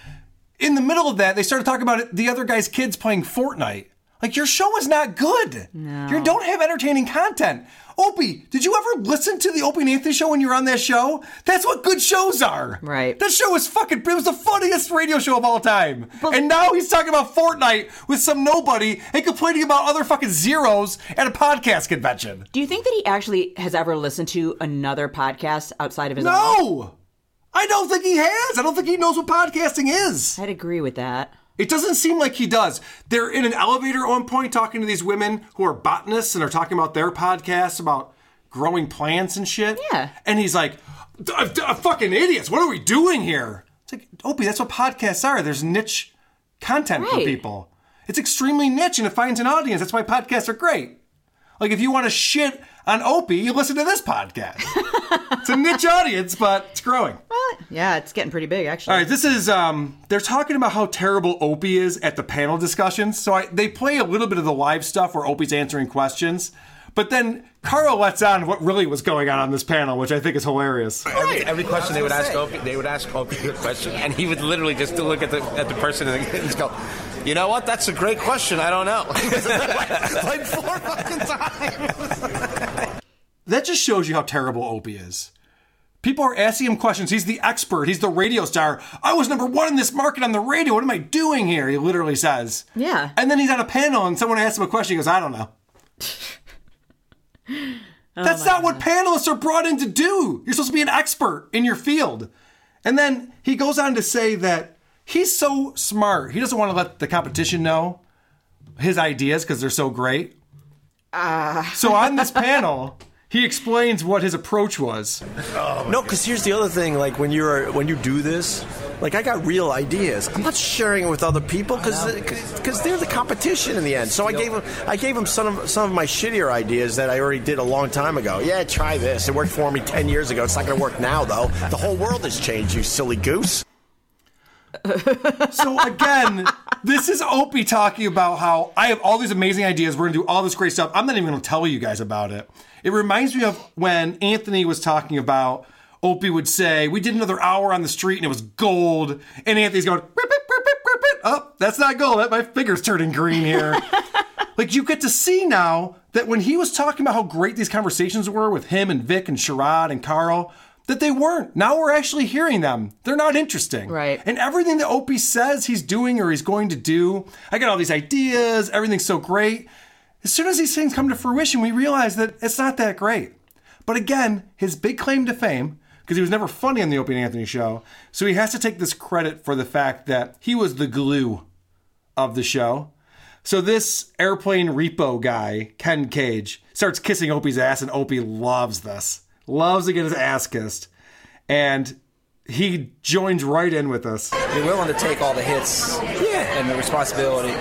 Speaker 3: in the middle of that, they started talking about the other guy's kids playing Fortnite. Like, your show is not good. You don't have entertaining content. Opie, did you ever listen to the Opie and Anthony show when you were on that show? That's what good shows are. Right. That show was fucking, it was the funniest radio show of all time. and now he's talking about Fortnite with some nobody and complaining about other fucking zeros at a podcast convention.
Speaker 4: Do you think that he actually has ever listened to another podcast outside of his own?
Speaker 3: No! I don't think he has. I don't think he knows what podcasting is.
Speaker 4: I'd agree with that.
Speaker 3: It doesn't seem like he does. They're in an elevator at one point talking to these women who are botanists and are talking about their podcasts about growing plants and shit. Yeah. And he's like, "D- uh, d- fucking idiots, what are we doing here? It's like, Opie, that's what podcasts are. There's niche content for
Speaker 4: Right.
Speaker 3: people. It's extremely niche and it finds an audience. That's why podcasts are great. Like, if you want to shit on Opie, you listen to this podcast. it's a niche audience, but it's growing.
Speaker 4: Well, Yeah, it's getting pretty big actually.
Speaker 3: All right, this is um, they're talking about how terrible Opie is at the panel discussions. So I, they play a little bit of the live stuff where Opie's answering questions, but then Carl lets on what really was going on on this panel, which I think is hilarious.
Speaker 1: Every, every question they would ask Opie, they would ask Opie a question, and he would literally just look at the at the person and just go, "You know what? That's a great question. I don't know." like four fucking times.
Speaker 3: That just shows you how terrible Opie is. People are asking him questions. He's the expert. He's the radio star. I was number one in this market on the radio. What am I doing here? He literally says.
Speaker 4: Yeah.
Speaker 3: And then he's on a panel and someone asks him a question. He goes, I don't know. That's not what panelists are brought in to do. You're supposed to be an expert in your field. And then he goes on to say that he's so smart. He doesn't want to let the competition know his ideas because they're so great.
Speaker 1: Uh,
Speaker 3: So on this panel, he explains what his approach was.
Speaker 8: Oh, no, because here's the other thing. Like when you're when you do this, like I got real ideas. I'm not sharing it with other people because because they're the competition in the end. So I gave them I gave them some of some of my shittier ideas that I already did a long time ago. Yeah, try this. It worked for me ten years ago. It's not going to work now though. The whole world has changed. You silly goose.
Speaker 3: so again, this is Opie talking about how I have all these amazing ideas. We're gonna do all this great stuff. I'm not even gonna tell you guys about it. It reminds me of when Anthony was talking about Opie would say, "We did another hour on the street and it was gold," and Anthony's going, "Rip, rip, rip, rip, rip, rip." "Oh, that's not gold. That my fingers turning green here." like you get to see now that when he was talking about how great these conversations were with him and Vic and Sherrod and Carl, that they weren't. Now we're actually hearing them. They're not interesting. Right. And everything that Opie says he's doing or he's going to do, I got all these ideas, everything's so great. As soon as these things come to fruition, we realize that it's not that great. But again, his big claim to fame, because he was never funny on the Opie and Anthony show, so he has to take this credit for the fact that he was the glue of the show. So this airplane repo guy, Ken Cage, starts kissing Opie's ass, and Opie loves this. Loves to get his ass kissed. And he joins right in with us.
Speaker 2: You're willing to take all the hits and the responsibility,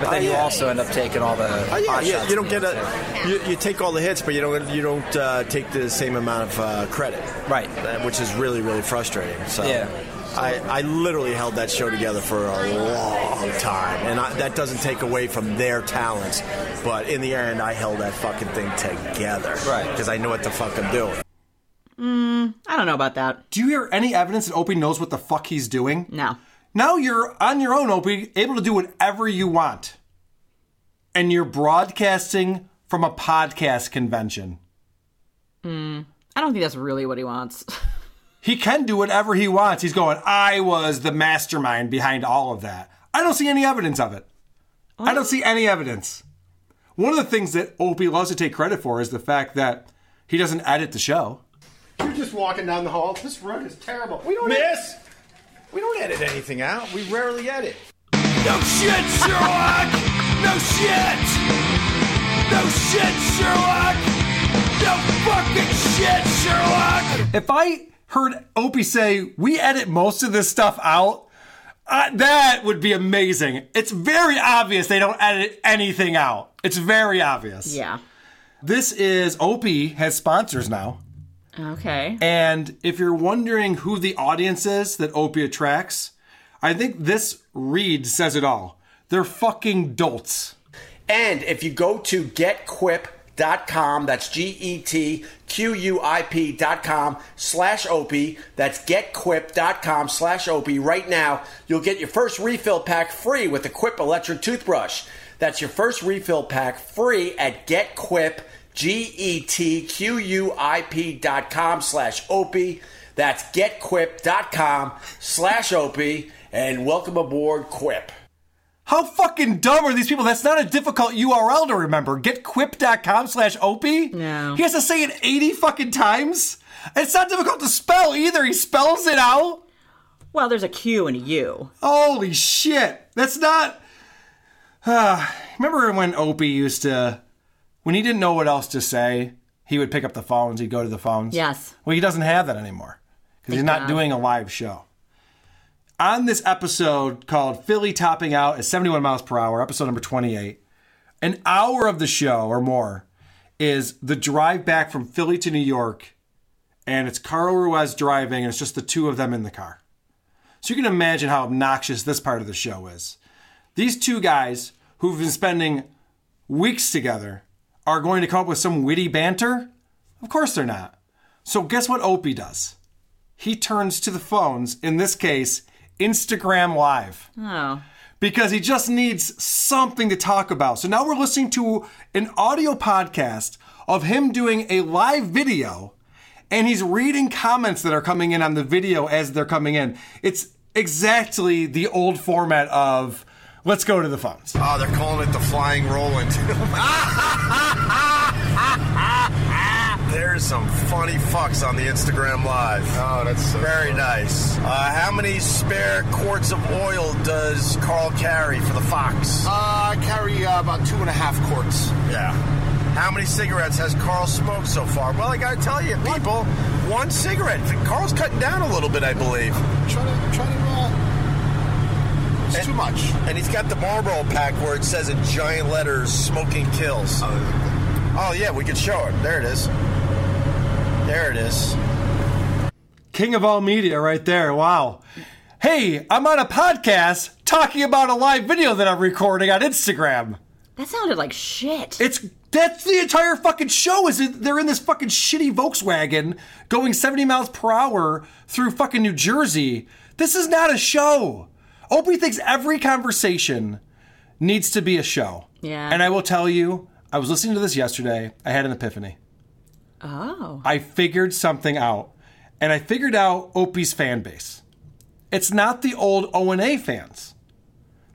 Speaker 2: but then
Speaker 8: Oh,
Speaker 2: you
Speaker 8: yeah.
Speaker 2: also end up taking all the
Speaker 8: Oh, yeah,
Speaker 2: pot
Speaker 8: yeah.
Speaker 2: shots.
Speaker 8: You don't get a. You, you take all the hits, but you don't. You don't uh, take the same amount of uh, credit. Uh,
Speaker 2: Right.
Speaker 8: Which is really really frustrating. So.
Speaker 2: Yeah.
Speaker 8: I, I literally held that show together for a long time, and I, that doesn't take away from their talents. But in the end, I held that fucking thing together, right? Because I knew what the fuck I'm doing.
Speaker 3: Mm,
Speaker 4: I don't know about that.
Speaker 3: Do you hear any evidence that Opie knows what the fuck he's doing?
Speaker 4: No.
Speaker 3: Now you're on your own, Opie, able to do whatever you want. And you're broadcasting from a podcast convention.
Speaker 4: Mm, I don't think that's really what he wants.
Speaker 3: He can do whatever he wants. He's going, I was the mastermind behind all of that. I don't see any evidence of it. I don't see any evidence. One of the things that Opie loves to take credit for is the fact that he doesn't edit the show.
Speaker 18: You're just walking down the hall. This run is terrible. We don't
Speaker 24: Miss?
Speaker 18: We don't edit anything out. We rarely edit.
Speaker 17: No shit, Sherlock! No shit! No shit, Sherlock! No fucking shit, Sherlock!
Speaker 3: If I heard Opie say, we edit most of this stuff out, uh, that would be amazing. It's very obvious they don't edit anything out. It's very obvious.
Speaker 4: Yeah.
Speaker 3: This is Opie has sponsors now.
Speaker 4: Okay.
Speaker 3: And if you're wondering who the audience is that Opie attracts, I think this read says it all. They're fucking dolts.
Speaker 1: And if you go to getquip.com, that's G E T Q U I P.com slash OP, that's getquip.com slash OP right now, you'll get your first refill pack free with the Quip electric toothbrush. That's your first refill pack free at getquip, G E T Q U I P.com slash OP. That's getquip.com slash OP. And welcome aboard, Quip.
Speaker 3: How fucking dumb are these people? That's not a difficult URL to remember. Getquip.com slash Opie? No. He has to say it 80 fucking times? It's not difficult to spell either. He spells it out.
Speaker 4: Well, there's a Q and a U.
Speaker 3: Holy shit. That's not. ah, remember when Opie used to, when he didn't know what else to say, he would pick up the phones, he'd go to the phones?
Speaker 4: Yes.
Speaker 3: Well, he doesn't have that anymore because he's
Speaker 4: Thank
Speaker 3: not
Speaker 4: God.
Speaker 3: doing a live show. On this episode called Philly Topping Out at 71 miles per hour, episode number 28, an hour of the show or more is the drive back from Philly to New York and it's Carl Ruiz driving, and it's just the two of them in the car. So you can imagine how obnoxious this part of the show is. These two guys who've been spending weeks together are going to come up with some witty banter? Of course they're not. So guess what Opie does? He turns to the phones, in this case, Instagram Live
Speaker 4: Oh.
Speaker 3: because he just needs something to talk about. So now we're listening to an audio podcast of him doing a live video and he's reading comments that are coming in on the video as they're coming in. It's exactly the old format of let's go to the phones.
Speaker 23: Oh, they're calling it the Flying Roland. There's some funny fucks on the Instagram Live. Oh, that's very nice. Uh, how many spare quarts of oil does Carl carry for the fox? Uh, I carry uh, about two and a half quarts. Yeah. How many cigarettes has Carl smoked so far? Well, I gotta tell you, people, one cigarette. Carl's cutting down a little bit, I believe. Try to, try to it's too much. And he's got the Marlboro pack where it says in giant letters, "Smoking kills." Oh, yeah, we could show it. There it is. There it is.
Speaker 3: King of all media right there. Wow. Hey, I'm on a podcast talking about a live video that I'm recording on Instagram.
Speaker 4: That sounded like shit.
Speaker 3: It's that's the entire fucking show. Is it? They're in this fucking shitty Volkswagen going 70 miles per hour through fucking New Jersey. This is not a show. Opie thinks every conversation needs to be a show.
Speaker 4: Yeah.
Speaker 3: And I will tell you, I was listening to this yesterday. I had an epiphany.
Speaker 4: Oh.
Speaker 3: I figured something out, and I figured out Opie's fan base. It's not the old O and A fans.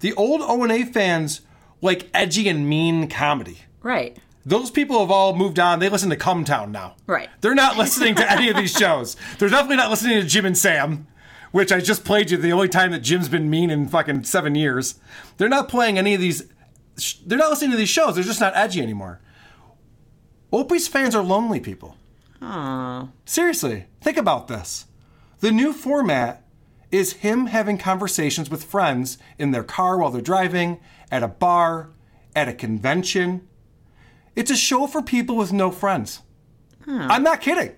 Speaker 3: The old O and A fans like edgy and mean comedy.
Speaker 4: Right.
Speaker 3: Those people have all moved on. They listen to Cumtown now.
Speaker 4: Right.
Speaker 3: They're not listening to any of these shows. They're definitely not listening to Jim and Sam, which I just played you the only time that Jim's been mean in fucking seven years. They're not playing any of these. sh- They're not listening to these shows. They're just not edgy anymore. Opie's fans are lonely people. Seriously, think about this. The new format is him having conversations with friends in their car while they're driving, at a bar, at a convention. It's a show for people with no friends. I'm not kidding.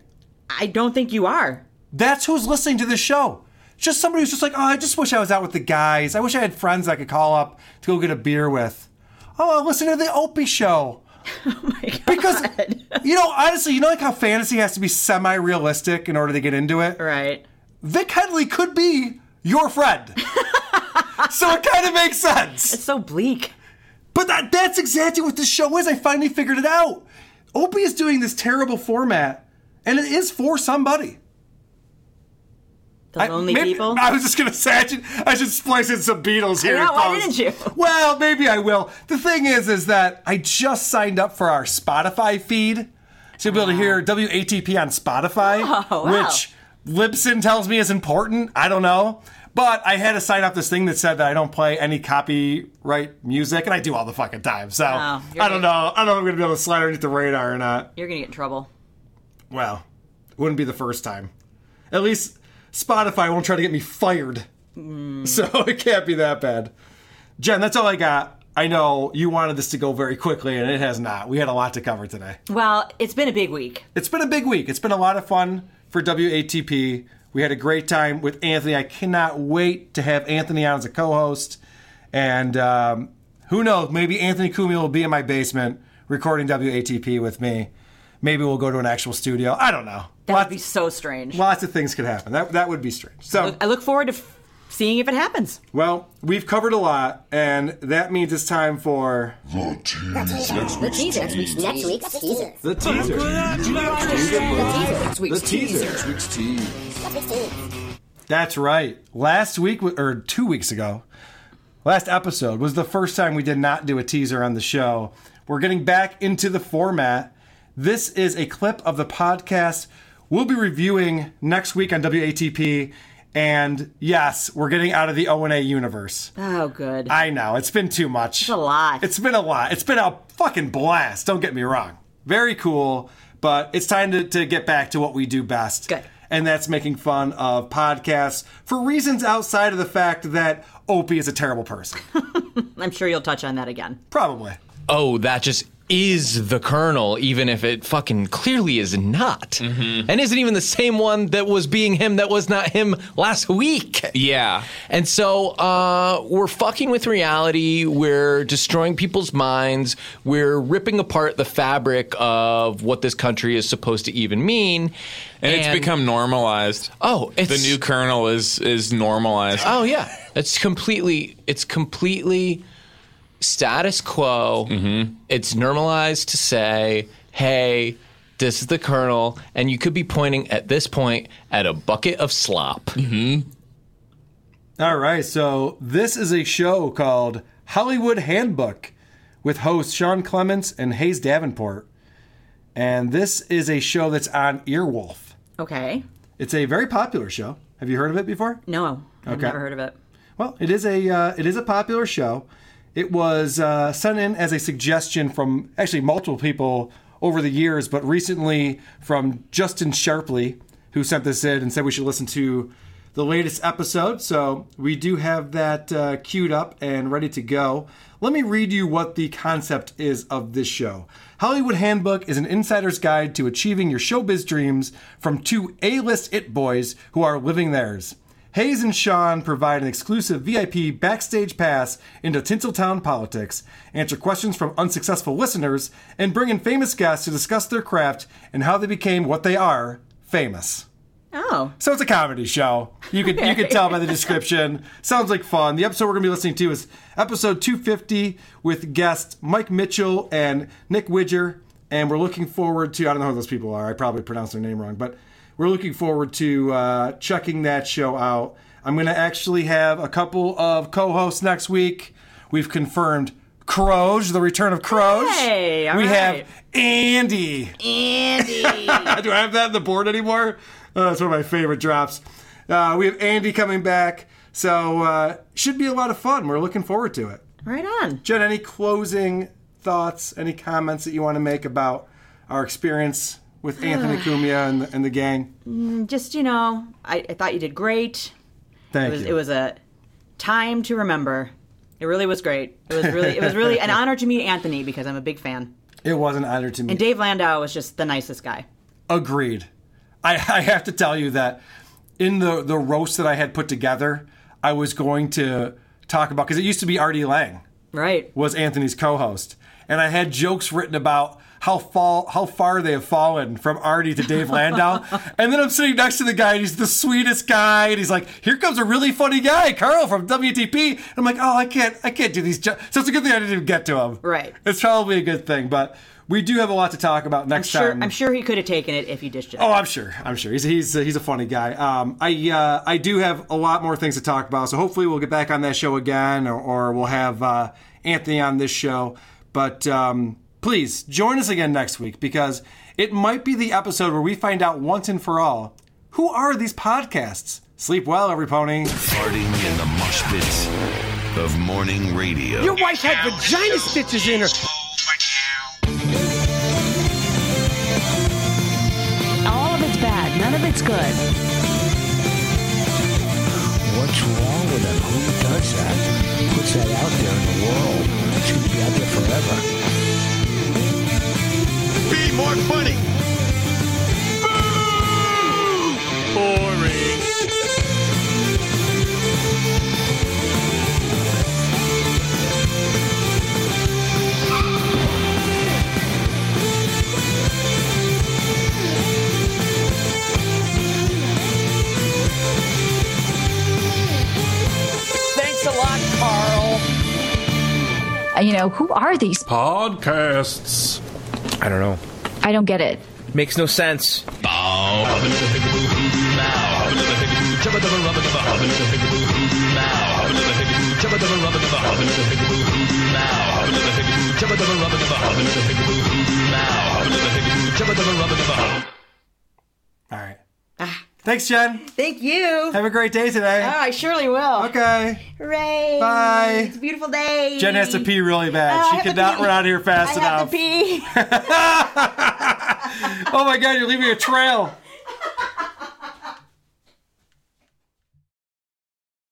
Speaker 4: I don't think you are.
Speaker 3: That's who's listening to this show. Just somebody who's just like, oh, I just wish I was out with the guys. I wish I had friends I could call up to go get a beer with. Oh, I'll listen to the Opie show.
Speaker 4: Oh
Speaker 3: Because you know, honestly, you know like how fantasy has to be semi-realistic in order to get into it?
Speaker 4: Right.
Speaker 3: Vic Henley could be your friend. so it kind of makes sense. It's
Speaker 4: so bleak.
Speaker 3: But that, that's exactly what this show is. I finally figured it out. Opie is doing this terrible format, and it is for somebody.
Speaker 4: The lonely
Speaker 3: maybe-
Speaker 4: people.
Speaker 3: I was just gonna say I should, I should splice in some Beatles
Speaker 4: I
Speaker 3: here.
Speaker 4: know, why
Speaker 3: folks.
Speaker 4: didn't you?
Speaker 3: Well, maybe I will. The thing is, is that I just signed up for our Spotify feed, so you'll be able to hear WATP on Spotify,
Speaker 4: Ah. Oh, wow.
Speaker 3: which Libsyn tells me is important. I don't know. But I had to sign up this thing that said that I don't play any copyright music, and I do all the fucking time. So
Speaker 4: Oh, you're
Speaker 3: I don't know. I don't know if I'm gonna be able to slide underneath the radar or not.
Speaker 4: You're gonna get in trouble.
Speaker 3: Well, it wouldn't be the first time. At least Spotify won't try to get me fired.
Speaker 4: Hmm.
Speaker 3: So it can't be that bad. Jen, that's all I got. I know you wanted this to go very quickly, and it has not. We had a lot to cover today.
Speaker 4: Well, it's been a big week.
Speaker 3: It's been a big week. It's been a lot of fun for WATP. We had a great time with Anthony. I cannot wait to have Anthony on as a co host. And um, who knows? Maybe Anthony Kumi will be in my basement recording WATP with me. Maybe we'll go to an actual studio. I don't know.
Speaker 4: That would be so strange.
Speaker 3: Lots of things could happen. That, that would be strange. So
Speaker 4: I look, I look forward to f- seeing if it happens.
Speaker 3: Well, we've covered a lot, and that means it's time for the
Speaker 6: The teaser. Next week's next week's teaser.
Speaker 3: The teaser.
Speaker 6: The teaser.
Speaker 3: The teaser. That's right. Last week or two weeks ago, last episode was the first time we did not do a teaser on the show. We're getting back into the format. This is a clip of the podcast we'll be reviewing next week on WATP. And yes, we're getting out of the O and A universe.
Speaker 4: Oh, good.
Speaker 3: I know. It's been too much. It's a lot. It's been a lot. It's been a fucking blast. Don't get me wrong. Very cool, but it's time to, to get back to what we do best. Good. And that's making fun of podcasts for reasons outside of the fact that Opie is a terrible person.
Speaker 4: I'm sure you'll touch on that again.
Speaker 3: Probably.
Speaker 7: Oh, that just
Speaker 5: is the Colonel, even if it fucking clearly is not,
Speaker 26: Mm-hmm.
Speaker 5: and isn't even the same one that was being him that was not him last week.
Speaker 26: Yeah.
Speaker 5: And so uh, we're fucking with reality. We're destroying people's minds. We're ripping apart the fabric of what this country is supposed to even mean.
Speaker 26: And, it's become normalized.
Speaker 5: Oh, it's-
Speaker 26: the new colonel is is normalized.
Speaker 5: Oh yeah, it's completely it's completely status quo. It's normalized to say, "Hey, this is the kernel," and you could be pointing at this point at a bucket of slop. Mm-hmm.
Speaker 3: All right, so this is a show called Hollywood Handbook with hosts Sean Clements and Hayes Davenport. And this is a show that's on Earwolf.
Speaker 4: Okay.
Speaker 3: It's a very popular show. Have you heard of it before?
Speaker 4: No, I've
Speaker 3: Okay.
Speaker 4: never heard of it.
Speaker 3: Well, it is a uh, it is a popular show. It was uh, sent in as a suggestion from actually multiple people over the years, but recently from Justin Sharpley, who sent this in and said we should listen to the latest episode. So we do have that uh, queued up and ready to go. Let me read you what the concept is of this show. Hollywood Handbook is an insider's guide to achieving your showbiz dreams from two A-list it boys who are living theirs. Hayes and Sean provide an exclusive VIP backstage pass into Tinseltown politics, answer questions from unsuccessful listeners, and bring in famous guests to discuss their craft and how they became what they are famous.
Speaker 4: Oh.
Speaker 3: So it's a comedy show. You could you could tell by the description. Sounds like fun. The episode we're gonna be listening to is episode 250 with guests Mike Mitchell and Nick Widger. And we're looking forward to I don't know who those people are. I probably pronounced their name wrong, but we're looking forward to uh, checking that show out. I'm gonna actually have a couple of co-hosts next week. We've confirmed Croge, the return of Croge.
Speaker 4: Hey, all
Speaker 3: we
Speaker 4: right.
Speaker 3: have Andy.
Speaker 4: Andy.
Speaker 3: Do I have that on the board anymore? Uh, that's one of my favorite drops. Uh, we have Andy coming back, so uh, should be a lot of fun. We're looking forward to it.
Speaker 4: Right on.
Speaker 3: Jen, any closing thoughts, any comments that you want to make about our experience with Anthony Cumia and the, and the gang?
Speaker 4: Mm, Just, you know, I, I thought you did great.
Speaker 3: Thank
Speaker 4: it was,
Speaker 3: you.
Speaker 4: It was a time to remember. It really was great. It was really, it was really an honor to meet Anthony because I'm a big fan.
Speaker 3: It was an honor to me.
Speaker 4: And Dave Landau was just the nicest guy.
Speaker 3: Agreed. I, I have to tell you that in the, the roast that I had put together, I was going to talk about, because it used to be Artie Lang.
Speaker 4: Right.
Speaker 3: Was Anthony's co host. And I had jokes written about how fall how far they have fallen from Artie to Dave Landau. and then I'm sitting next to the guy and he's the sweetest guy. And he's like, here comes a really funny guy, Carl from WTP. And I'm like, oh, I can't I can't do these jokes. So it's a good thing I didn't even get to him.
Speaker 4: Right.
Speaker 3: It's probably a good thing, but we do have a lot to talk about
Speaker 4: I'm
Speaker 3: next
Speaker 4: sure,
Speaker 3: time.
Speaker 4: I'm sure he could have taken it if you dished it.
Speaker 3: Oh, I'm sure. I'm sure. He's he's he's a funny guy. Um, I uh, I do have a lot more things to talk about, so hopefully we'll get back on that show again, or, or we'll have uh, Anthony on this show. But um, please join us again next week because it might be the episode where we find out once and for all who are these podcasts. Sleep well, every pony.
Speaker 11: Farting in the mosh pits of morning radio.
Speaker 27: Your wife had vagina stitches in her.
Speaker 6: All of it's bad. None of it's good.
Speaker 13: What's wrong with them? Who does that? Puts that out there in the world. It's going to be out there forever.
Speaker 10: Be more funny. Boring.
Speaker 5: Thanks a lot, Carl.
Speaker 6: Uh, You know, who are these?
Speaker 11: Podcasts.
Speaker 8: I don't know.
Speaker 6: I don't get it.
Speaker 8: Makes no sense.
Speaker 3: All right. Thanks, Jen.
Speaker 4: Thank you.
Speaker 3: Have a great day today.
Speaker 4: Oh, I surely will.
Speaker 3: Okay.
Speaker 4: Hooray.
Speaker 3: Bye.
Speaker 4: It's a beautiful day.
Speaker 3: Jen has to pee really bad.
Speaker 4: Oh, I
Speaker 3: she
Speaker 4: have to
Speaker 3: could not
Speaker 4: pee.
Speaker 3: run out of here fast
Speaker 4: I
Speaker 3: enough.
Speaker 4: have to pee.
Speaker 3: oh my god, you're leaving a trail.